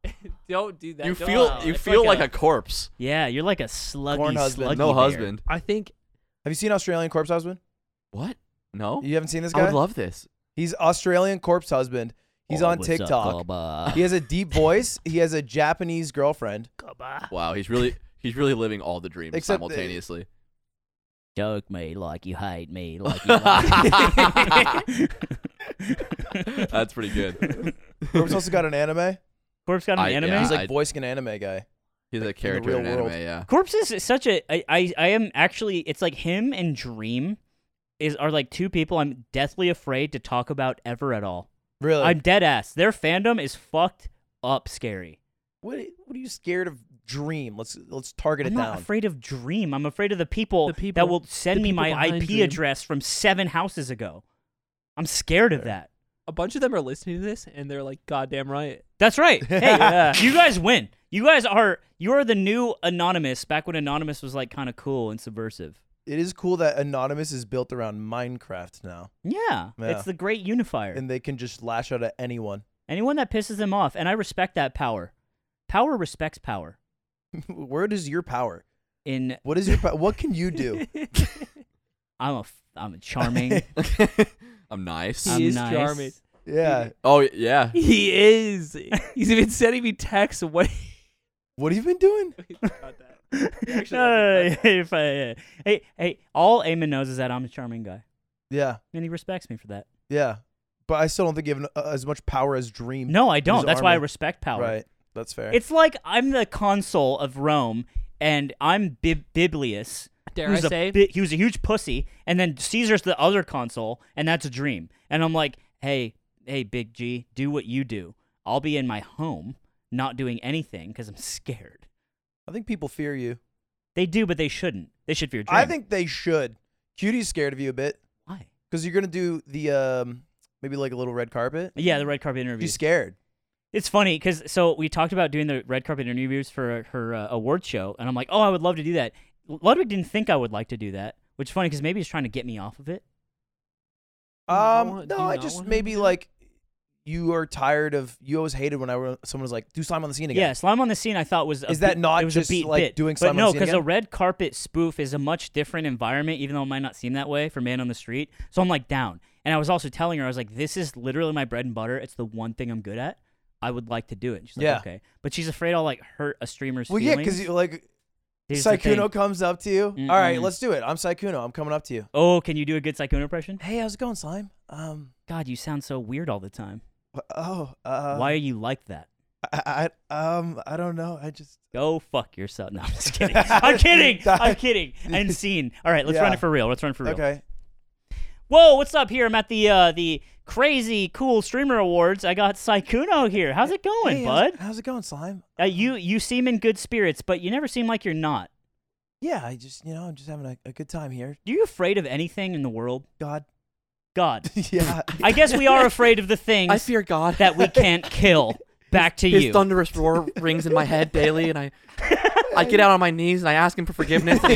Speaker 3: Don't do that.
Speaker 4: You
Speaker 3: Don't-
Speaker 4: feel
Speaker 1: Wow,
Speaker 4: you
Speaker 1: it's
Speaker 4: feel
Speaker 1: like
Speaker 4: like
Speaker 1: a-
Speaker 4: a corpse.
Speaker 1: Yeah, you're like a sluggy,
Speaker 2: Corn husband.
Speaker 1: sluggy
Speaker 4: No
Speaker 1: bear.
Speaker 4: husband.
Speaker 3: I think.
Speaker 2: Have you seen Australian Corpse Husband?
Speaker 4: What? No.
Speaker 2: You haven't seen this
Speaker 4: I
Speaker 2: guy?
Speaker 4: would love this.
Speaker 2: He's Australian Corpse Husband. He's
Speaker 1: Oh,
Speaker 2: on
Speaker 1: what's up,
Speaker 2: TikTok.
Speaker 1: Bubba?
Speaker 2: he has a deep voice. He has a Japanese girlfriend.
Speaker 4: Wow, he's really he's really living all the dreams
Speaker 2: Except, uh,
Speaker 4: simultaneously.
Speaker 1: Joke me like you hate me, like you like me.
Speaker 4: That's pretty good.
Speaker 2: Corpse also got an anime.
Speaker 1: Corpse got an
Speaker 4: I-
Speaker 1: anime.
Speaker 4: yeah.
Speaker 2: He's like
Speaker 4: I-
Speaker 2: voicing an anime guy.
Speaker 4: He's a
Speaker 2: in the
Speaker 4: character
Speaker 2: real
Speaker 4: in, anime.
Speaker 2: world.
Speaker 4: Yeah.
Speaker 1: Corpse is such a I, I I am actually it's like him and Dream is are like two people I'm deathly afraid to talk about ever at all.
Speaker 2: Really?
Speaker 1: I'm dead ass. Their fandom is fucked up scary.
Speaker 2: what, what are you scared of? Dream. Let's let's target
Speaker 1: I'm
Speaker 2: it
Speaker 1: not
Speaker 2: down.
Speaker 1: afraid of Dream. I'm afraid of the people,
Speaker 3: The people-
Speaker 1: that will send
Speaker 3: the
Speaker 1: me
Speaker 3: people
Speaker 1: my
Speaker 3: behind
Speaker 1: IP
Speaker 3: Dream.
Speaker 1: address from seven houses ago. I'm scared of that.
Speaker 3: A bunch of them are listening to this and they're like, "Goddamn right."
Speaker 1: That's right. Hey, uh,
Speaker 3: Yeah.
Speaker 1: you guys win. You guys are you are the new Anonymous. Back when Anonymous was like kind of cool and subversive.
Speaker 2: It is cool that Anonymous is built around Minecraft now,
Speaker 1: Yeah,
Speaker 2: Yeah.
Speaker 1: it's the great unifier.
Speaker 2: and they can just lash out at anyone.
Speaker 1: Anyone that pisses them off, and I respect that power. Power respects power.
Speaker 2: Where does your power?
Speaker 1: In
Speaker 2: What is your? Po- what can you do?
Speaker 1: I'm a f- I'm a charming.
Speaker 4: I'm nice.
Speaker 3: He
Speaker 1: I'm
Speaker 3: is
Speaker 1: nice.
Speaker 3: charming.
Speaker 2: Yeah.
Speaker 4: Oh yeah.
Speaker 3: He is. He's even sending me texts. What?
Speaker 2: What have you been doing?
Speaker 3: Actually,
Speaker 1: no,
Speaker 3: I
Speaker 1: no, no, if I, yeah. Hey, hey, all Eamon knows is that I'm a charming guy,
Speaker 2: Yeah.
Speaker 1: and he respects me for that.
Speaker 2: Yeah. But I still don't think you have n- uh, as much power as Dream.
Speaker 1: No, I don't. That's why I
Speaker 2: army.
Speaker 1: respect power.
Speaker 2: Right. That's fair.
Speaker 1: It's like I'm the consul of Rome, and I'm Bib- Biblius.
Speaker 3: Dare
Speaker 1: who's
Speaker 3: I
Speaker 1: a
Speaker 3: say?
Speaker 1: bi- he was a huge pussy, and then Caesar's the other consul, and that's a dream. And I'm like, hey, hey, Big G, do what you do. I'll be in my home, not doing anything because I'm scared.
Speaker 2: I think people fear you.
Speaker 1: They do, but they shouldn't. They should fear. Dream.
Speaker 2: I think they should. Cutie's scared of you a bit
Speaker 1: why?
Speaker 2: because you're gonna do the um maybe like a little red carpet.
Speaker 1: Yeah, the red carpet interview.
Speaker 2: She's scared.
Speaker 1: It's funny because so we talked about doing the red carpet interviews for her uh, award show, and I'm like, oh, I would love to do that. Ludwig didn't think I would like to do that, which is funny because maybe he's trying to get me off of it.
Speaker 3: you not
Speaker 2: Um,
Speaker 3: want- do
Speaker 2: no,
Speaker 3: you
Speaker 2: I
Speaker 3: not
Speaker 2: just
Speaker 3: want him
Speaker 2: maybe
Speaker 3: to do it?
Speaker 2: like you are tired of. You always hated when I were, someone was like, "Do slime on the scene
Speaker 1: Yeah,
Speaker 2: again."
Speaker 1: slime on the scene. I thought was a
Speaker 2: Is that
Speaker 1: beat-
Speaker 2: not
Speaker 1: it was
Speaker 2: just,
Speaker 1: a beat
Speaker 2: like,
Speaker 1: bit.
Speaker 2: doing
Speaker 1: But
Speaker 2: Slime on the
Speaker 1: no,
Speaker 2: Scene
Speaker 1: because a
Speaker 2: again?
Speaker 1: red carpet spoof is a much different environment, even though it might not seem that way for man on the street. So I'm like down, and I was also telling her I was like, this is literally my bread and butter. It's the one thing I'm good at. I would like to do it. And she's like,
Speaker 2: Yeah.
Speaker 1: okay, but she's afraid I'll like hurt a streamer's
Speaker 2: Well, yeah,
Speaker 1: feelings.
Speaker 2: because like
Speaker 1: Here's the thing.
Speaker 2: Saikuno comes up to you. All right,
Speaker 1: Mm-mm.
Speaker 2: let's do it. I'm Saikuno. I'm coming up to you.
Speaker 1: Oh, can you do a good Saikuno impression?
Speaker 2: Hey, how's it going, slime? Um,
Speaker 1: God, you sound so weird all the time.
Speaker 2: wh- oh, uh,
Speaker 1: Why are you like that?
Speaker 2: I, I, um, I don't know. I just
Speaker 1: Go fuck yourself. No, I'm just kidding. I'm kidding. I'm kidding. End scene. All right, let's run
Speaker 2: Yeah.
Speaker 1: it for real. Let's run for real.
Speaker 2: okay.
Speaker 1: Whoa, what's up here? I'm at the uh, the crazy cool streamer awards. I got Saikuno here. How's it going,
Speaker 2: Hey, how's-
Speaker 1: bud?
Speaker 2: How's it going, slime?
Speaker 1: Uh, you you seem in good spirits, but you never seem like you're not.
Speaker 2: Yeah, I just, you know, I'm just having a, a good time here.
Speaker 1: Are you afraid of anything in the world?
Speaker 2: God.
Speaker 1: God.
Speaker 2: yeah.
Speaker 1: I guess we are afraid of the things
Speaker 4: I fear God.
Speaker 1: that we can't kill. Back to
Speaker 4: His
Speaker 1: you.
Speaker 4: thunderous roar rings in my head daily, and I, I get out on my knees and I ask him for forgiveness.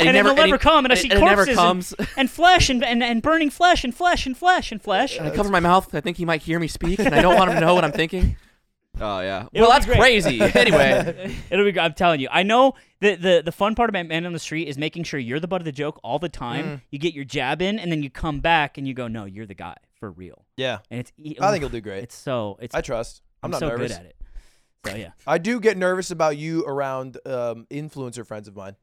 Speaker 4: And,
Speaker 1: and
Speaker 4: never,
Speaker 1: it'll never
Speaker 4: it-
Speaker 1: come, and I see
Speaker 4: it never
Speaker 1: corpses
Speaker 4: comes.
Speaker 1: And, and flesh and, and and burning flesh and flesh and flesh and flesh.
Speaker 4: I cover my mouth 'cause I think he might hear me speak, and I don't want him to know what I'm thinking. Oh yeah.
Speaker 1: It'll
Speaker 4: well,
Speaker 1: be
Speaker 4: that's
Speaker 1: great.
Speaker 4: crazy. anyway,
Speaker 1: It'll be. gr- I'm telling you. I know the the the fun part about Man on the Street is making sure you're the butt of the joke all the time. You get your jab in, and then you come back, and you go, "No, you're the guy for real."
Speaker 2: yeah.
Speaker 1: And it's. e-
Speaker 2: I think
Speaker 1: oof,
Speaker 2: he'll do great.
Speaker 1: It's so. It's.
Speaker 2: I trust. I'm,
Speaker 1: I'm
Speaker 2: not
Speaker 1: so
Speaker 2: nervous.
Speaker 1: good at it. So yeah,
Speaker 2: I do get nervous about you around um, influencer friends of mine,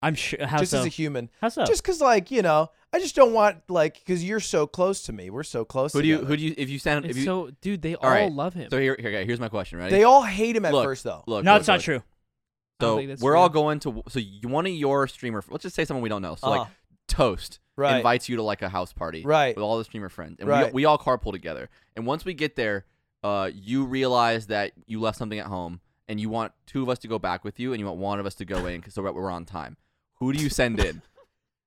Speaker 1: I'm sure. How
Speaker 2: just
Speaker 1: so? Oh.
Speaker 2: as a human.
Speaker 1: how so?
Speaker 2: Just because, like, you know, I just don't want, like, because you're so close to me. We're so close.
Speaker 4: who do you
Speaker 2: together.
Speaker 4: who do you if you send if
Speaker 3: It's
Speaker 4: you
Speaker 3: so, dude, they all,
Speaker 4: all right,
Speaker 3: love him.
Speaker 4: So here, here, okay, here's my question. Ready?
Speaker 2: They all hate him at
Speaker 4: Look,
Speaker 2: first, though.
Speaker 4: Look,
Speaker 1: no,
Speaker 4: look,
Speaker 1: it's not
Speaker 4: look.
Speaker 1: true.
Speaker 3: I don't
Speaker 4: So
Speaker 3: think that's
Speaker 4: we're
Speaker 3: true.
Speaker 4: all going to. So you, one of your streamer. Let's just say someone we don't know. So like
Speaker 2: Uh-huh.
Speaker 4: Toast
Speaker 2: Right.
Speaker 4: invites you to like a house party,
Speaker 2: Right.
Speaker 4: with all the streamer friends, and
Speaker 2: Right.
Speaker 4: we, we all carpool together. And once we get there, uh, you realize that you left something at home, and you want two of us to go back with you, and you want one of us to go in because so that we're on time. Who do you send in?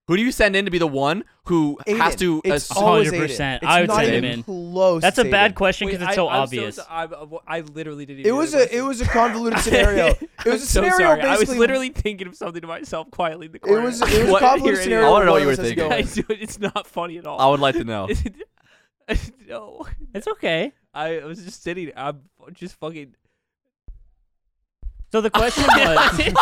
Speaker 4: who do you send in to be the one who has
Speaker 2: Aiden.
Speaker 4: to?
Speaker 2: It's
Speaker 4: assume-
Speaker 2: always
Speaker 1: 100%.
Speaker 2: Aiden.
Speaker 1: I
Speaker 2: It's
Speaker 1: would
Speaker 2: not
Speaker 4: say
Speaker 2: even
Speaker 1: Aiden.
Speaker 2: Close.
Speaker 1: That's a
Speaker 2: to
Speaker 1: bad
Speaker 2: Aiden.
Speaker 1: question because
Speaker 3: Wait,
Speaker 1: it's
Speaker 3: I-
Speaker 1: so
Speaker 3: I'm
Speaker 1: obvious.
Speaker 3: so- I'm- I literally didn't.
Speaker 2: It
Speaker 3: even
Speaker 2: was
Speaker 3: realize
Speaker 2: a it was a convoluted scenario. It
Speaker 3: I'm
Speaker 2: was a
Speaker 3: so
Speaker 2: scenario
Speaker 3: sorry.
Speaker 2: basically.
Speaker 3: I was literally thinking of something to myself quietly in the
Speaker 2: It
Speaker 3: corner.
Speaker 2: was it was a
Speaker 4: What-
Speaker 3: Here
Speaker 2: convoluted
Speaker 3: it is.
Speaker 2: scenario.
Speaker 4: I wanna
Speaker 2: with
Speaker 4: know
Speaker 2: one
Speaker 4: what
Speaker 2: of
Speaker 4: you
Speaker 2: us
Speaker 4: were
Speaker 2: is
Speaker 4: thinking.
Speaker 2: going.
Speaker 3: I do- it's not funny at all.
Speaker 4: I would like to know.
Speaker 3: no,
Speaker 1: it's okay.
Speaker 3: I was just sitting. I'm just fucking.
Speaker 1: So the question was.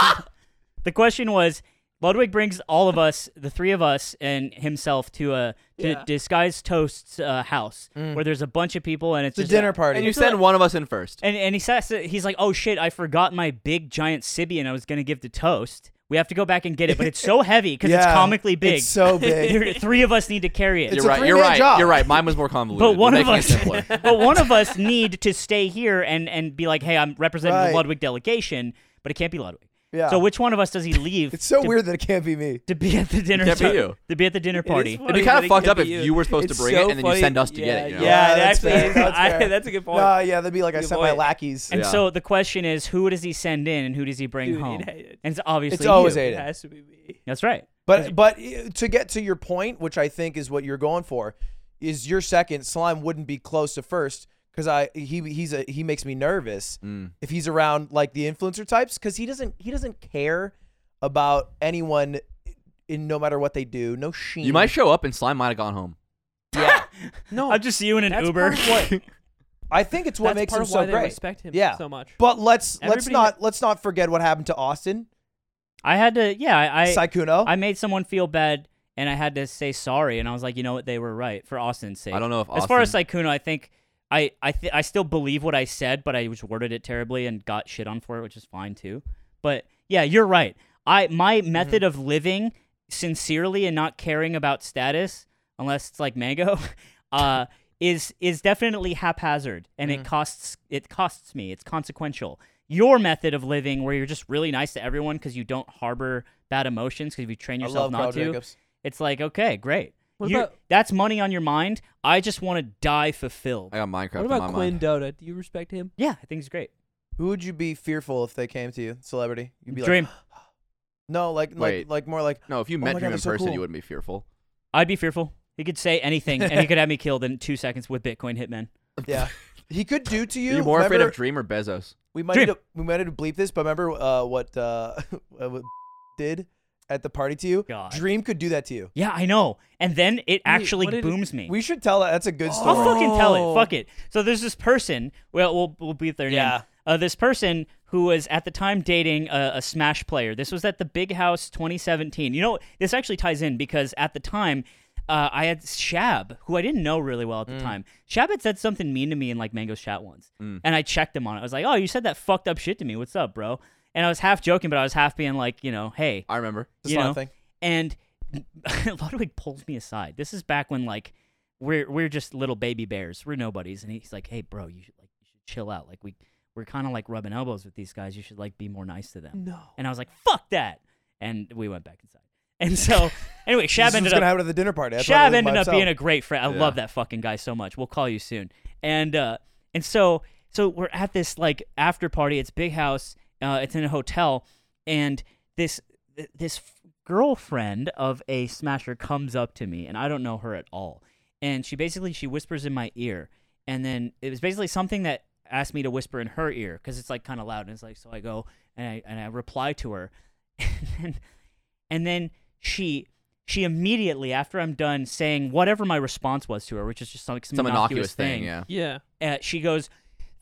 Speaker 1: the question was Ludwig brings all of us, the three of us, and himself to a to
Speaker 3: Yeah.
Speaker 1: disguised toast's uh, house where there's a bunch of people and it's
Speaker 2: It's a
Speaker 1: just
Speaker 2: Mm. dinner party.
Speaker 4: and you send one of us in first.
Speaker 1: And and he says he's like, oh shit, I forgot my big giant Sibian I was gonna give to toast. We have to go back and get it, but it's so heavy because it's
Speaker 2: Yeah,
Speaker 1: comically big.
Speaker 2: It's so big.
Speaker 1: You're- three of us need to carry it.
Speaker 2: It's
Speaker 4: you're
Speaker 2: a
Speaker 4: right. You're
Speaker 2: three-man
Speaker 4: right.
Speaker 2: job.
Speaker 4: You're right. Mine was more convoluted.
Speaker 1: but
Speaker 4: We're
Speaker 1: one of
Speaker 4: making it
Speaker 1: us,
Speaker 4: simpler.
Speaker 1: but one of us need to stay here and and be like, hey, I'm representing
Speaker 2: Right.
Speaker 1: the Ludwig delegation, but it can't be Ludwig.
Speaker 2: Yeah.
Speaker 1: So which one of us does he leave?
Speaker 2: It's so
Speaker 1: to-
Speaker 2: weird that it can't be me.
Speaker 1: to be at the dinner.
Speaker 4: can't be
Speaker 1: to-
Speaker 4: you.
Speaker 1: To be at the dinner
Speaker 3: is
Speaker 1: party.
Speaker 3: funny.
Speaker 4: It'd be
Speaker 3: But it
Speaker 4: kind of fucked
Speaker 3: could
Speaker 4: up
Speaker 3: be
Speaker 4: if
Speaker 3: you.
Speaker 4: you were supposed
Speaker 3: It's
Speaker 4: to bring
Speaker 3: so
Speaker 4: it and then you
Speaker 3: funny.
Speaker 4: send us to
Speaker 3: Yeah,
Speaker 4: get it. You know?
Speaker 3: yeah,
Speaker 2: Yeah,
Speaker 3: it
Speaker 2: that's
Speaker 3: actually
Speaker 2: fair.
Speaker 3: is.
Speaker 2: That's
Speaker 3: I-
Speaker 2: fair.
Speaker 3: that's a good point.
Speaker 2: Nah, yeah, that'd be like I
Speaker 3: Good
Speaker 2: sent my
Speaker 3: point.
Speaker 2: lackeys.
Speaker 1: And
Speaker 4: Yeah.
Speaker 1: so the question is, who does he send in and who does he bring
Speaker 3: Dude,
Speaker 1: home?
Speaker 3: it- it-
Speaker 1: and it's obviously
Speaker 2: It's always
Speaker 1: you.
Speaker 2: Aiden.
Speaker 3: It has to be me.
Speaker 1: That's right.
Speaker 2: But but uh, to get to your point, which I think is what you're going for, is your second slime wouldn't be close to first because I he he's a he makes me nervous
Speaker 4: Mm.
Speaker 2: if he's around like the influencer types because he doesn't he doesn't care about anyone in no matter what they do no sheen
Speaker 4: You might show up and slime might have gone home.
Speaker 2: Oh.
Speaker 3: No,
Speaker 1: I'll just see you in an
Speaker 3: that's
Speaker 1: Uber.
Speaker 3: part of what-
Speaker 2: I think it's what
Speaker 3: that's
Speaker 2: makes
Speaker 3: part
Speaker 2: him
Speaker 3: of
Speaker 2: so
Speaker 3: why
Speaker 2: great
Speaker 3: They respect him
Speaker 2: yeah
Speaker 3: so much.
Speaker 2: but let's let's
Speaker 3: Everybody-
Speaker 2: not let's not forget what happened to Austin
Speaker 1: I had to. Yeah, I I,
Speaker 2: Saikuno
Speaker 1: I made someone feel bad and I had to say sorry, and I was like, you know what, they were right for Austin's sake.
Speaker 4: I don't know if Austin,
Speaker 1: As far as Saikuno, I think I I th- I still believe what I said, but I just worded it terribly and got shit on for it, which is fine too. But yeah, you're right. I my method of living sincerely and not caring about status, unless it's like Mango, uh, is is definitely haphazard and it costs it costs me. It's consequential. Your method of living, where you're just really nice to everyone because you don't harbor bad emotions, because you train
Speaker 2: I
Speaker 1: yourself
Speaker 2: love
Speaker 1: not
Speaker 2: Carl
Speaker 1: to.
Speaker 2: Jacobs.
Speaker 1: It's like, okay, great.
Speaker 3: What
Speaker 1: You-
Speaker 3: about-
Speaker 1: that's money on your mind. I just want to die fulfilled.
Speaker 4: I got Minecraft
Speaker 3: What
Speaker 4: in
Speaker 3: about
Speaker 4: my
Speaker 3: Quinn
Speaker 4: mind.
Speaker 3: Dota? Do you respect him?
Speaker 1: yeah, I think it's great.
Speaker 2: Who would you be fearful if they came to you, celebrity? You'd be like,
Speaker 1: Dream.
Speaker 2: no, like like
Speaker 4: Wait.
Speaker 2: like more like
Speaker 4: No, if you
Speaker 2: Oh
Speaker 4: met
Speaker 2: my God,
Speaker 4: Dream in
Speaker 2: that's so
Speaker 4: person,
Speaker 2: cool.
Speaker 4: you wouldn't be fearful.
Speaker 1: I'd be fearful. He could say anything, and he could have me killed in two seconds with Bitcoin Hitman.
Speaker 2: yeah. He could do to you.
Speaker 4: Are you more afraid
Speaker 2: remember-
Speaker 4: of Dream or Bezos?
Speaker 2: We might
Speaker 1: Dream.
Speaker 2: Need to, we might need to bleep this, but remember uh, what uh, what did at the party to you?
Speaker 1: God.
Speaker 2: Dream could do that to you.
Speaker 1: Yeah, I know. And then it actually
Speaker 3: what did-
Speaker 1: booms me.
Speaker 2: We should tell that. That's a good story.
Speaker 1: Oh. I'll fucking tell it.
Speaker 3: Oh.
Speaker 1: Fuck it. So there's this person. Well, we'll we'll beat their
Speaker 2: Yeah.
Speaker 1: name. Uh, this person who was at the time dating a, a Smash player. This was at the Big House 2017. You know, this actually ties in because at the time. Uh, I had Shab, who I didn't know really well at the
Speaker 2: Mm.
Speaker 1: time. Shab had said something mean to me in like Mango's chat once, and I checked him on it. I was like, "Oh, you said that fucked up shit to me. What's up, bro?" And I was half joking, but I was half being like, you know, "Hey,
Speaker 4: I remember.
Speaker 2: It's
Speaker 1: you
Speaker 2: not a
Speaker 1: know?
Speaker 2: thing.
Speaker 1: And Ludwig pulls me aside. This is back when like we're we're just little baby bears. We're nobodies. And he's like, "Hey, bro, you should like you should chill out. Like we we're kind of like rubbing elbows with these guys. You should like be more nice to them."
Speaker 3: No.
Speaker 1: And I was like, "Fuck that!" And we went back inside. And so anyway, Shab
Speaker 2: this is
Speaker 1: ended
Speaker 2: what's
Speaker 1: up
Speaker 2: gonna happen at the dinner party. I thought it
Speaker 1: Shab
Speaker 2: was
Speaker 1: ended
Speaker 2: by
Speaker 1: up being a
Speaker 2: himself.
Speaker 1: great friend. I
Speaker 4: Yeah.
Speaker 1: love that fucking guy so much. We'll call you soon. And uh, and so so we're at this like after party. It's big house. Uh, it's in a hotel, and this th- this f- girlfriend of a smasher comes up to me, and I don't know her at all. And she basically she whispers in my ear, and then it was basically something that asked me to whisper in her ear because it's like kind of loud. And it's like so I go and I and I reply to her, and then and then she she immediately after I'm done saying whatever my response was to her, which is just like some,
Speaker 4: Some
Speaker 1: innocuous, thing,
Speaker 4: yeah.
Speaker 3: Yeah.
Speaker 1: uh, she goes,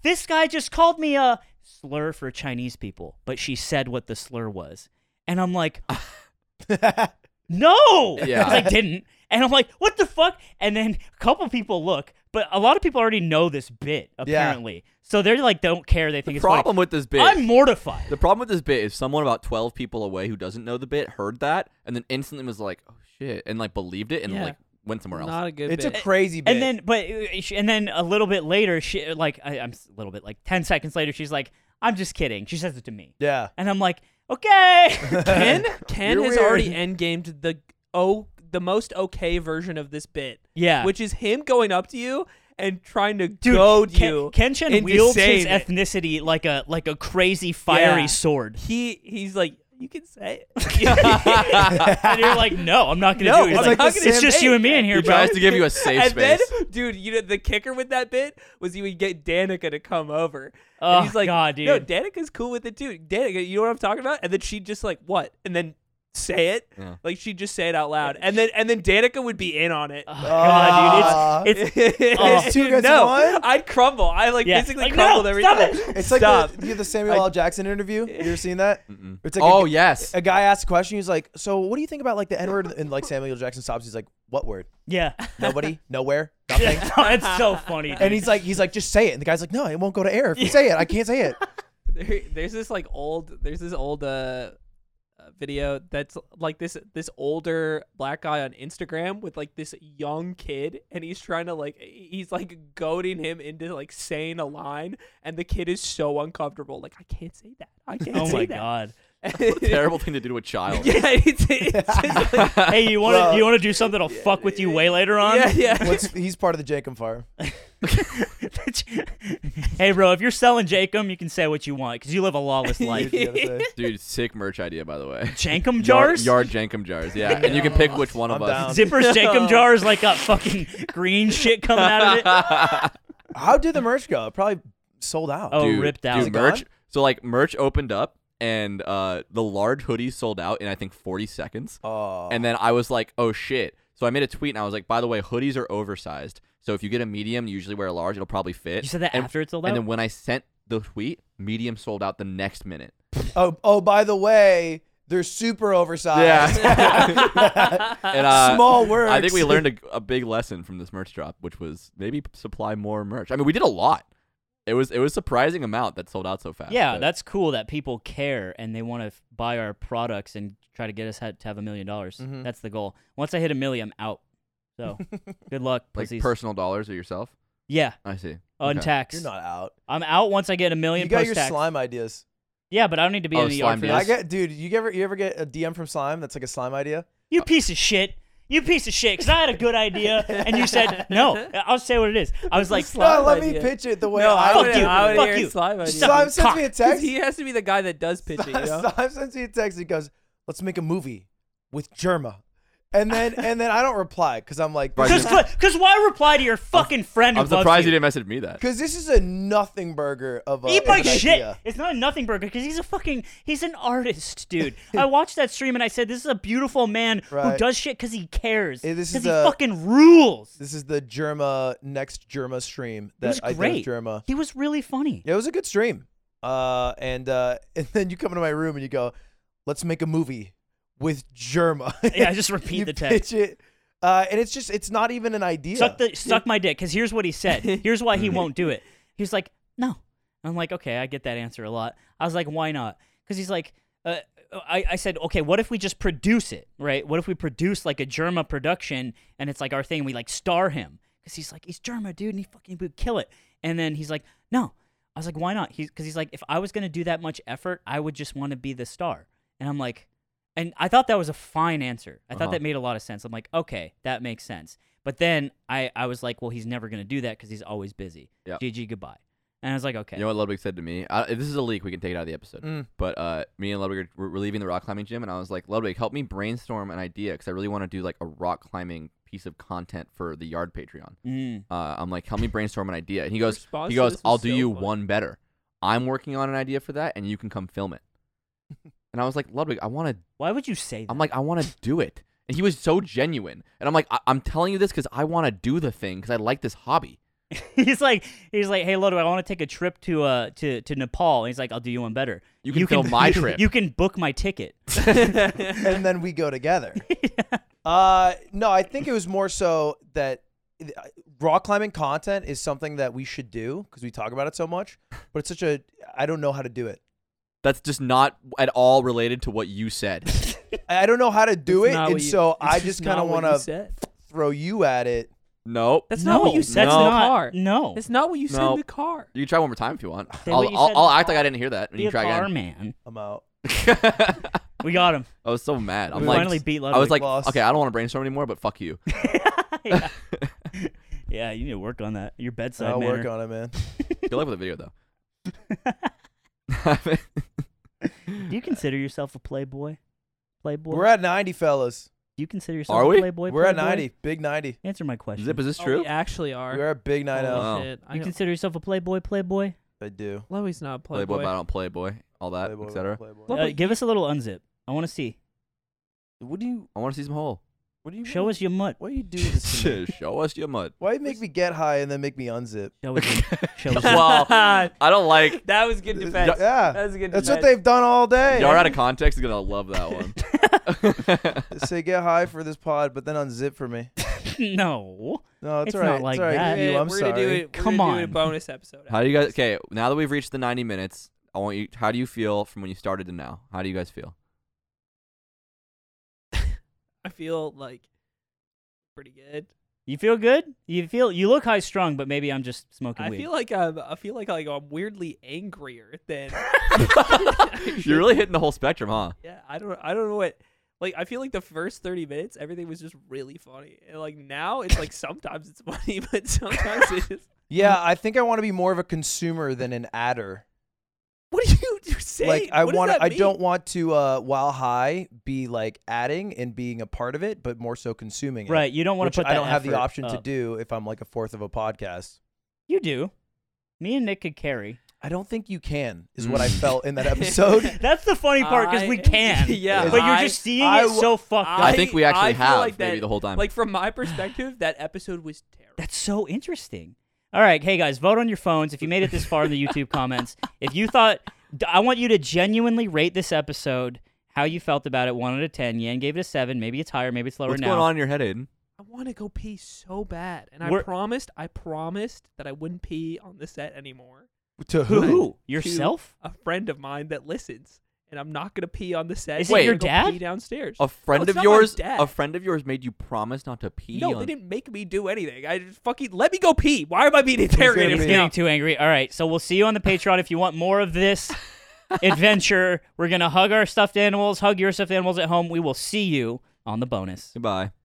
Speaker 1: "This guy just called me a slur for Chinese people," but she said what the slur was, and I'm like, "No,"
Speaker 4: Yeah.
Speaker 1: 'Cause I didn't, and I'm like, "What the fuck?" And then a couple people look, but a lot of people already know this bit apparently, so they're like, don't care. They think
Speaker 4: The
Speaker 1: it's funny.
Speaker 4: problem with this bit.
Speaker 1: I'm mortified.
Speaker 4: the problem with this bit is someone about 12 people away who doesn't know the bit heard that and then instantly was like, oh shit, and like believed it and
Speaker 3: Yeah.
Speaker 4: like went somewhere else.
Speaker 3: Not a good
Speaker 2: It's a
Speaker 3: bit.
Speaker 2: crazy. Bit.
Speaker 1: And then, but uh, she- and then a little bit later, she uh, like I, I'm s- a little bit like ten seconds later, she's like, "I'm just kidding." She says it to me,
Speaker 2: yeah,
Speaker 1: and I'm like, "Okay."
Speaker 3: Ken Ken
Speaker 2: You're
Speaker 3: has
Speaker 2: weird.
Speaker 3: already endgamed the oh the most okay version of this bit.
Speaker 1: Yeah.
Speaker 3: Which is him going up to you and trying to
Speaker 1: Dude,
Speaker 3: goad
Speaker 1: Ken-
Speaker 3: you.
Speaker 1: Kenshin
Speaker 3: into
Speaker 1: wields his
Speaker 3: saying it.
Speaker 1: ethnicity like a like a crazy fiery
Speaker 3: Yeah.
Speaker 1: sword.
Speaker 3: He he's like, You can say it.
Speaker 1: and you're like, no, I'm not gonna
Speaker 3: No,
Speaker 1: do it. It's,
Speaker 3: I'm
Speaker 1: like,
Speaker 3: not
Speaker 1: it's
Speaker 3: gonna say
Speaker 1: just
Speaker 3: it.
Speaker 1: you and me in here,
Speaker 4: he
Speaker 1: bro.
Speaker 4: tries to give you a safe
Speaker 3: and
Speaker 4: space.
Speaker 3: then, dude, you know the kicker with that bit was you would get Danica to come over.
Speaker 1: Oh,
Speaker 3: and he's like,
Speaker 1: God,
Speaker 3: No,
Speaker 1: dude.
Speaker 3: Danica's cool with it too. Danica, you know what I'm talking about? And then she'd just like, what? And then say it.
Speaker 4: Yeah.
Speaker 3: Like she'd just say it out loud. And then and then Danica would be in on it.
Speaker 1: Oh, God, dude, it's it's
Speaker 3: It's
Speaker 2: two against
Speaker 3: no,
Speaker 2: one?
Speaker 3: I'd crumble. I Oh. like
Speaker 1: Yeah.
Speaker 3: basically
Speaker 1: Like, no,
Speaker 3: crumbled every
Speaker 1: stop
Speaker 3: time.
Speaker 1: it.
Speaker 2: it's like
Speaker 3: Stop.
Speaker 2: The, you know, the Samuel L. Jackson interview. You ever seen that?
Speaker 4: Mm-mm.
Speaker 2: It's like
Speaker 4: oh,
Speaker 2: a,
Speaker 4: yes.
Speaker 2: a guy asks a question. He's like, "So, what do you think about like the N word?" And like Samuel L. Jackson stops. He's like, "What word?
Speaker 1: yeah.
Speaker 2: Nobody, nowhere, nothing."
Speaker 1: it's so funny. Dude.
Speaker 2: And he's like, he's like, just say it. And the guy's like, no, it won't go to air if you say it. I can't say it.
Speaker 3: there, there's this like old there's this old uh uh, video that's like this this older black guy on Instagram with like this young kid and he's trying to like he's like goading him into like saying a line and the kid is so uncomfortable like I can't say that I can't
Speaker 1: oh
Speaker 3: say
Speaker 1: my
Speaker 3: that
Speaker 1: god.
Speaker 4: Terrible thing to do to a child.
Speaker 3: yeah it's, it's just like
Speaker 1: Hey, you want
Speaker 2: Well-
Speaker 1: to you want to do something that'll fuck with you way later on?
Speaker 3: yeah yeah
Speaker 2: What's, he's part of the Jacob Fire.
Speaker 1: hey, bro, if you're selling Jacob, you can say what you want because you live a lawless
Speaker 2: You
Speaker 1: life.
Speaker 2: gotta say.
Speaker 4: Dude, sick merch idea, by the way.
Speaker 1: Jankum jars,
Speaker 4: Yard, yard Jankum jars, yeah. And you can pick which one of
Speaker 2: I'm
Speaker 4: us.
Speaker 1: zippers, Jankum jars, like got fucking green shit coming out of it.
Speaker 2: How did the merch go? It probably sold out.
Speaker 1: Oh,
Speaker 4: Dude,
Speaker 1: ripped out.
Speaker 4: dude,
Speaker 2: Is it
Speaker 4: merch.
Speaker 2: gone?
Speaker 4: So, like, merch opened up and uh, the large hoodies sold out in, I think, 40 seconds.
Speaker 2: Oh.
Speaker 4: And then I was like, oh shit. So I made a tweet and I was like, by the way, hoodies are oversized. So if you get a medium, you usually wear a large, it'll probably fit.
Speaker 1: You said that
Speaker 4: and,
Speaker 1: after it's sold
Speaker 4: And
Speaker 1: out.
Speaker 4: then when I sent the tweet, medium sold out the next minute.
Speaker 2: oh, oh, by the way, They're super oversized.
Speaker 4: and, uh,
Speaker 2: Small words.
Speaker 4: I think we learned a, a big lesson from this merch drop, which was maybe p- supply more merch. I mean, we did a lot. It was it was surprising amount that sold out so fast.
Speaker 1: Yeah,
Speaker 4: but-
Speaker 1: that's cool that people care and they want to f- buy our products and try to get us ha- to have a million dollars.
Speaker 4: Mm-hmm.
Speaker 2: Mhm.
Speaker 1: That's the goal. Once I hit a million, I'm out. So good luck,
Speaker 4: like
Speaker 1: pussies.
Speaker 4: personal dollars or yourself.
Speaker 1: yeah,
Speaker 4: I see. Okay.
Speaker 1: untaxed.
Speaker 2: You're not out.
Speaker 1: I'm out once I get a million.
Speaker 2: You got
Speaker 1: post
Speaker 2: your
Speaker 1: tax.
Speaker 2: slime ideas.
Speaker 1: Yeah, but I don't need to be
Speaker 4: Oh,
Speaker 1: in the yard
Speaker 4: slime
Speaker 1: for
Speaker 4: deals.
Speaker 2: I
Speaker 1: this.
Speaker 2: get, dude. You ever you ever get a DM from slime that's like a slime idea?
Speaker 1: you piece of shit. You piece of shit. Because I had a good idea and you said no. I'll say what it is. I was like,
Speaker 3: Slime
Speaker 2: no, let me
Speaker 3: idea.
Speaker 2: pitch it the way
Speaker 3: No,
Speaker 2: I
Speaker 3: I
Speaker 1: Fuck
Speaker 3: would
Speaker 1: you.
Speaker 3: I would
Speaker 1: Fuck
Speaker 3: hear
Speaker 1: you.
Speaker 3: slime idea.
Speaker 2: Slime sends me a
Speaker 3: Because
Speaker 2: text.
Speaker 3: he has to be the guy that does pitch it, you know?
Speaker 2: Slime sends me a text. He goes, "Let's make a movie with Germa," and then and then I don't reply because I'm like,
Speaker 4: Right.
Speaker 1: because because why reply to your fucking friend?
Speaker 4: I'm
Speaker 1: who loves
Speaker 4: surprised
Speaker 1: you
Speaker 4: you didn't message me that.
Speaker 2: because this is a nothing burger of a
Speaker 1: Eat my
Speaker 2: of an
Speaker 1: shit.
Speaker 2: idea.
Speaker 1: It's not a nothing burger because he's a fucking he's an artist, dude. I watched that stream and I said, "This is a beautiful man
Speaker 2: Right.
Speaker 1: who does shit because he cares.
Speaker 2: Yeah, this
Speaker 1: Because he
Speaker 2: is a-
Speaker 1: fucking rules."
Speaker 2: This is the Germa next Germa stream
Speaker 1: It was
Speaker 2: that I did with
Speaker 1: great.
Speaker 2: Germa.
Speaker 1: He was really funny.
Speaker 2: Yeah, it was a good stream. Uh, and uh, and then you come into my room and you go, "Let's make a movie with Germa."
Speaker 1: Yeah, I just repeat
Speaker 2: You
Speaker 1: the text.
Speaker 2: Pitch it, uh, and it's just it's not even an idea.
Speaker 1: Suck the suck my dick. Because here's what he said. Here's why he won't do it. He's like, "No." I'm like, "Okay, I get that answer a lot." I was like, "Why not?" Because he's like. Uh, I, I said, okay, what if we just produce it, right? What if we produce like a Germa production and it's like our thing? We like star him because he's like, he's Germa, dude, and he fucking would kill it. And then he's like, no. I was like, why not? He's because he's like, if I was gonna do that much effort, I would just want to be the star. And I'm like, and I thought that was a fine answer. I
Speaker 4: Uh-huh.
Speaker 1: thought that made a lot of sense. I'm like, okay, that makes sense. But then I, I was like, well, he's never gonna do that because he's always busy.
Speaker 4: Yep.
Speaker 1: GG goodbye. And I was like, okay.
Speaker 4: You know what Ludwig said to me? I, if this is a leak. We can take it out of the episode.
Speaker 2: Mm.
Speaker 4: But uh, me and Ludwig were, were leaving the rock climbing gym, and I was like, Ludwig, help me brainstorm an idea because I really want to do like a rock climbing piece of content for the Yard Patreon.
Speaker 1: Mm.
Speaker 4: Uh, I'm like, help me brainstorm an idea. And he goes,
Speaker 3: response
Speaker 4: he
Speaker 3: to
Speaker 4: goes,
Speaker 3: this was
Speaker 4: I'll do
Speaker 3: so
Speaker 4: you
Speaker 3: funny.
Speaker 4: one better. I'm working on an idea for that, and you can come film it. and I was like, Ludwig, I want to.
Speaker 1: Why would you say that?
Speaker 4: I'm like, I want to do it. And he was so genuine. And I'm like, I- I'm telling you this because I want to do the thing because I like this hobby.
Speaker 1: he's like he's like hey Lodo, i want to take a trip to uh to to nepal and he's like i'll do you one better
Speaker 4: You can film my trip.
Speaker 1: you can book my ticket
Speaker 2: and then we go together. Uh, no, I think it was more so that uh, raw climbing content is something that we should do because we talk about it so much. But it's such a I don't know how to do it.
Speaker 4: That's just not at all related to what you said.
Speaker 2: I I don't know how to do
Speaker 3: It's
Speaker 2: it,
Speaker 3: not
Speaker 2: and
Speaker 3: what you-
Speaker 2: so
Speaker 3: it's
Speaker 2: I just kind
Speaker 3: not
Speaker 2: of
Speaker 3: what
Speaker 2: want
Speaker 3: you
Speaker 2: to
Speaker 3: said.
Speaker 2: throw you at it.
Speaker 4: nope.
Speaker 3: That's not what
Speaker 1: No,
Speaker 3: you said
Speaker 1: that's
Speaker 3: in the
Speaker 1: not-
Speaker 3: car.
Speaker 1: no.
Speaker 3: That's not what you said
Speaker 4: No.
Speaker 3: in the car.
Speaker 4: You can try one more time if you want.
Speaker 1: Say what
Speaker 4: I'll,
Speaker 1: you
Speaker 4: I'll,
Speaker 1: said
Speaker 4: I'll
Speaker 1: in the
Speaker 4: act like I didn't hear that. And
Speaker 1: be
Speaker 4: you
Speaker 1: a
Speaker 4: try
Speaker 1: car
Speaker 4: again.
Speaker 1: man
Speaker 2: I'm out.
Speaker 1: we got him
Speaker 4: I was so mad. I'm
Speaker 1: we
Speaker 4: like,
Speaker 1: finally beat Ludwig.
Speaker 4: I was like,
Speaker 2: Lost.
Speaker 4: okay, I don't want to brainstorm anymore, but fuck you.
Speaker 1: yeah. Yeah, you need to work on that your bedside
Speaker 2: I'll
Speaker 1: manner.
Speaker 2: work on it, man.
Speaker 4: Good luck with the video though.
Speaker 1: do you consider yourself a playboy playboy
Speaker 2: We're at 90, fellas.
Speaker 1: do you consider yourself
Speaker 4: Are
Speaker 1: a
Speaker 4: we?
Speaker 1: playboy
Speaker 2: We're at
Speaker 1: playboy?
Speaker 2: 90, big 90.
Speaker 1: answer my question
Speaker 4: Zip, is this
Speaker 3: Oh,
Speaker 4: true?
Speaker 3: we actually are.
Speaker 2: We're at big 90.
Speaker 4: Wow.
Speaker 3: Holy
Speaker 4: Oh.
Speaker 3: shit. I
Speaker 1: you
Speaker 3: don't-
Speaker 1: consider yourself a playboy playboy
Speaker 2: I do.
Speaker 3: Lowy's not a
Speaker 4: Playboy,
Speaker 3: playboy.
Speaker 4: but I don't playboy, all that,
Speaker 2: Playboy,
Speaker 4: etc.
Speaker 2: Playboy.
Speaker 3: Look,
Speaker 1: Uh,
Speaker 3: but
Speaker 1: give us a little unzip i want to see
Speaker 2: What do you?
Speaker 4: I want to see some hole.
Speaker 2: What do you?
Speaker 1: show
Speaker 2: mean?
Speaker 1: us your mutt
Speaker 2: Why do you do this? To me?
Speaker 4: Show us your mud.
Speaker 2: Why you make me get high and then make me unzip?
Speaker 1: show us your, show us your-
Speaker 4: well, I don't like.
Speaker 3: that was good defense.
Speaker 4: Yeah.
Speaker 2: Yeah,
Speaker 3: That was a good
Speaker 2: that's
Speaker 3: defense.
Speaker 2: what they've done all day.
Speaker 4: Y'all out of context is gonna love that one.
Speaker 2: Say get high for this pod, but then unzip for me.
Speaker 1: no
Speaker 2: No, it's
Speaker 1: It's
Speaker 2: all right.
Speaker 1: not like
Speaker 2: it's all right.
Speaker 1: that.
Speaker 2: You,
Speaker 3: Yeah,
Speaker 2: I'm
Speaker 3: we're
Speaker 2: sorry.
Speaker 3: Gonna do it, we're
Speaker 1: Come
Speaker 3: gonna do it
Speaker 1: on.
Speaker 3: bonus episode.
Speaker 4: how do you guys? Okay, now that we've reached the 90 minutes, I want you. How do you feel from when you started to now? How do you guys feel?
Speaker 3: I feel like pretty good.
Speaker 1: You feel good? You feel you look high strung, but maybe I'm just smoking
Speaker 3: I
Speaker 1: weed.
Speaker 3: feel like I'm. I feel like, like I'm weirdly angrier than.
Speaker 4: You're really hitting the whole spectrum, huh?
Speaker 3: Yeah, I don't. I don't know what. Like, I feel like the first thirty minutes, everything was just really funny, and like now, it's like sometimes it's funny, but sometimes it's. Just,
Speaker 2: Yeah, I think I want to be more of a consumer than an adder.
Speaker 3: what are you you're saying?
Speaker 2: Like I
Speaker 3: What does
Speaker 2: want,
Speaker 3: that
Speaker 2: I
Speaker 3: mean?
Speaker 2: don't want to uh, while high be like adding and being a part of it, but more so consuming it.
Speaker 1: right. You don't want
Speaker 2: Which
Speaker 1: to put.
Speaker 2: I
Speaker 1: that
Speaker 2: don't have the
Speaker 1: effort
Speaker 2: option to
Speaker 1: up.
Speaker 2: do if I'm like a fourth of a podcast.
Speaker 1: You do. Me and Nick could carry.
Speaker 2: I don't think you can. Is what I
Speaker 4: Mm.
Speaker 2: felt in that episode.
Speaker 1: That's the funny part because we
Speaker 3: I-
Speaker 1: can.
Speaker 3: yeah,
Speaker 1: But you're
Speaker 3: I-
Speaker 1: just seeing
Speaker 2: I
Speaker 1: it
Speaker 2: w-
Speaker 1: so fucked
Speaker 4: I,
Speaker 1: up.
Speaker 4: think we actually
Speaker 3: I feel
Speaker 4: have
Speaker 3: like
Speaker 4: maybe
Speaker 3: that-
Speaker 4: the whole time.
Speaker 3: Like from my perspective, that episode was terrible.
Speaker 1: That's so interesting. All right, hey guys, vote on your phones if you made it this far in the YouTube comments. If you thought, d- I want you to genuinely rate this episode how you felt about it, one out of ten. Yan gave it a seven. Maybe it's higher. Maybe it's lower
Speaker 4: What's
Speaker 1: now.
Speaker 4: going on in your head, Aiden?
Speaker 3: I want to go pee so bad, and I
Speaker 1: We're-
Speaker 3: promised, I promised that I wouldn't pee on the set anymore.
Speaker 2: To who?
Speaker 1: Who? Yourself?
Speaker 3: A friend of mine that listens, and I'm not gonna pee on the set.
Speaker 1: Is
Speaker 4: it
Speaker 3: I'm
Speaker 4: your
Speaker 3: gonna go
Speaker 1: dad?
Speaker 3: Pee downstairs.
Speaker 4: A friend
Speaker 3: it's
Speaker 4: of
Speaker 3: not my
Speaker 4: yours.
Speaker 3: dad.
Speaker 4: A friend of yours made you promise not to pee.
Speaker 3: no,
Speaker 4: on...
Speaker 3: they didn't make me do anything. I just fucking let me go pee. Why am I being interrogated?
Speaker 2: be-
Speaker 3: right
Speaker 1: Getting
Speaker 3: now?
Speaker 1: too angry. All right, so we'll see you on the Patreon if you want more of this adventure. We're gonna hug our stuffed animals, hug your stuffed animals at home. We will see you on the bonus.
Speaker 4: Goodbye.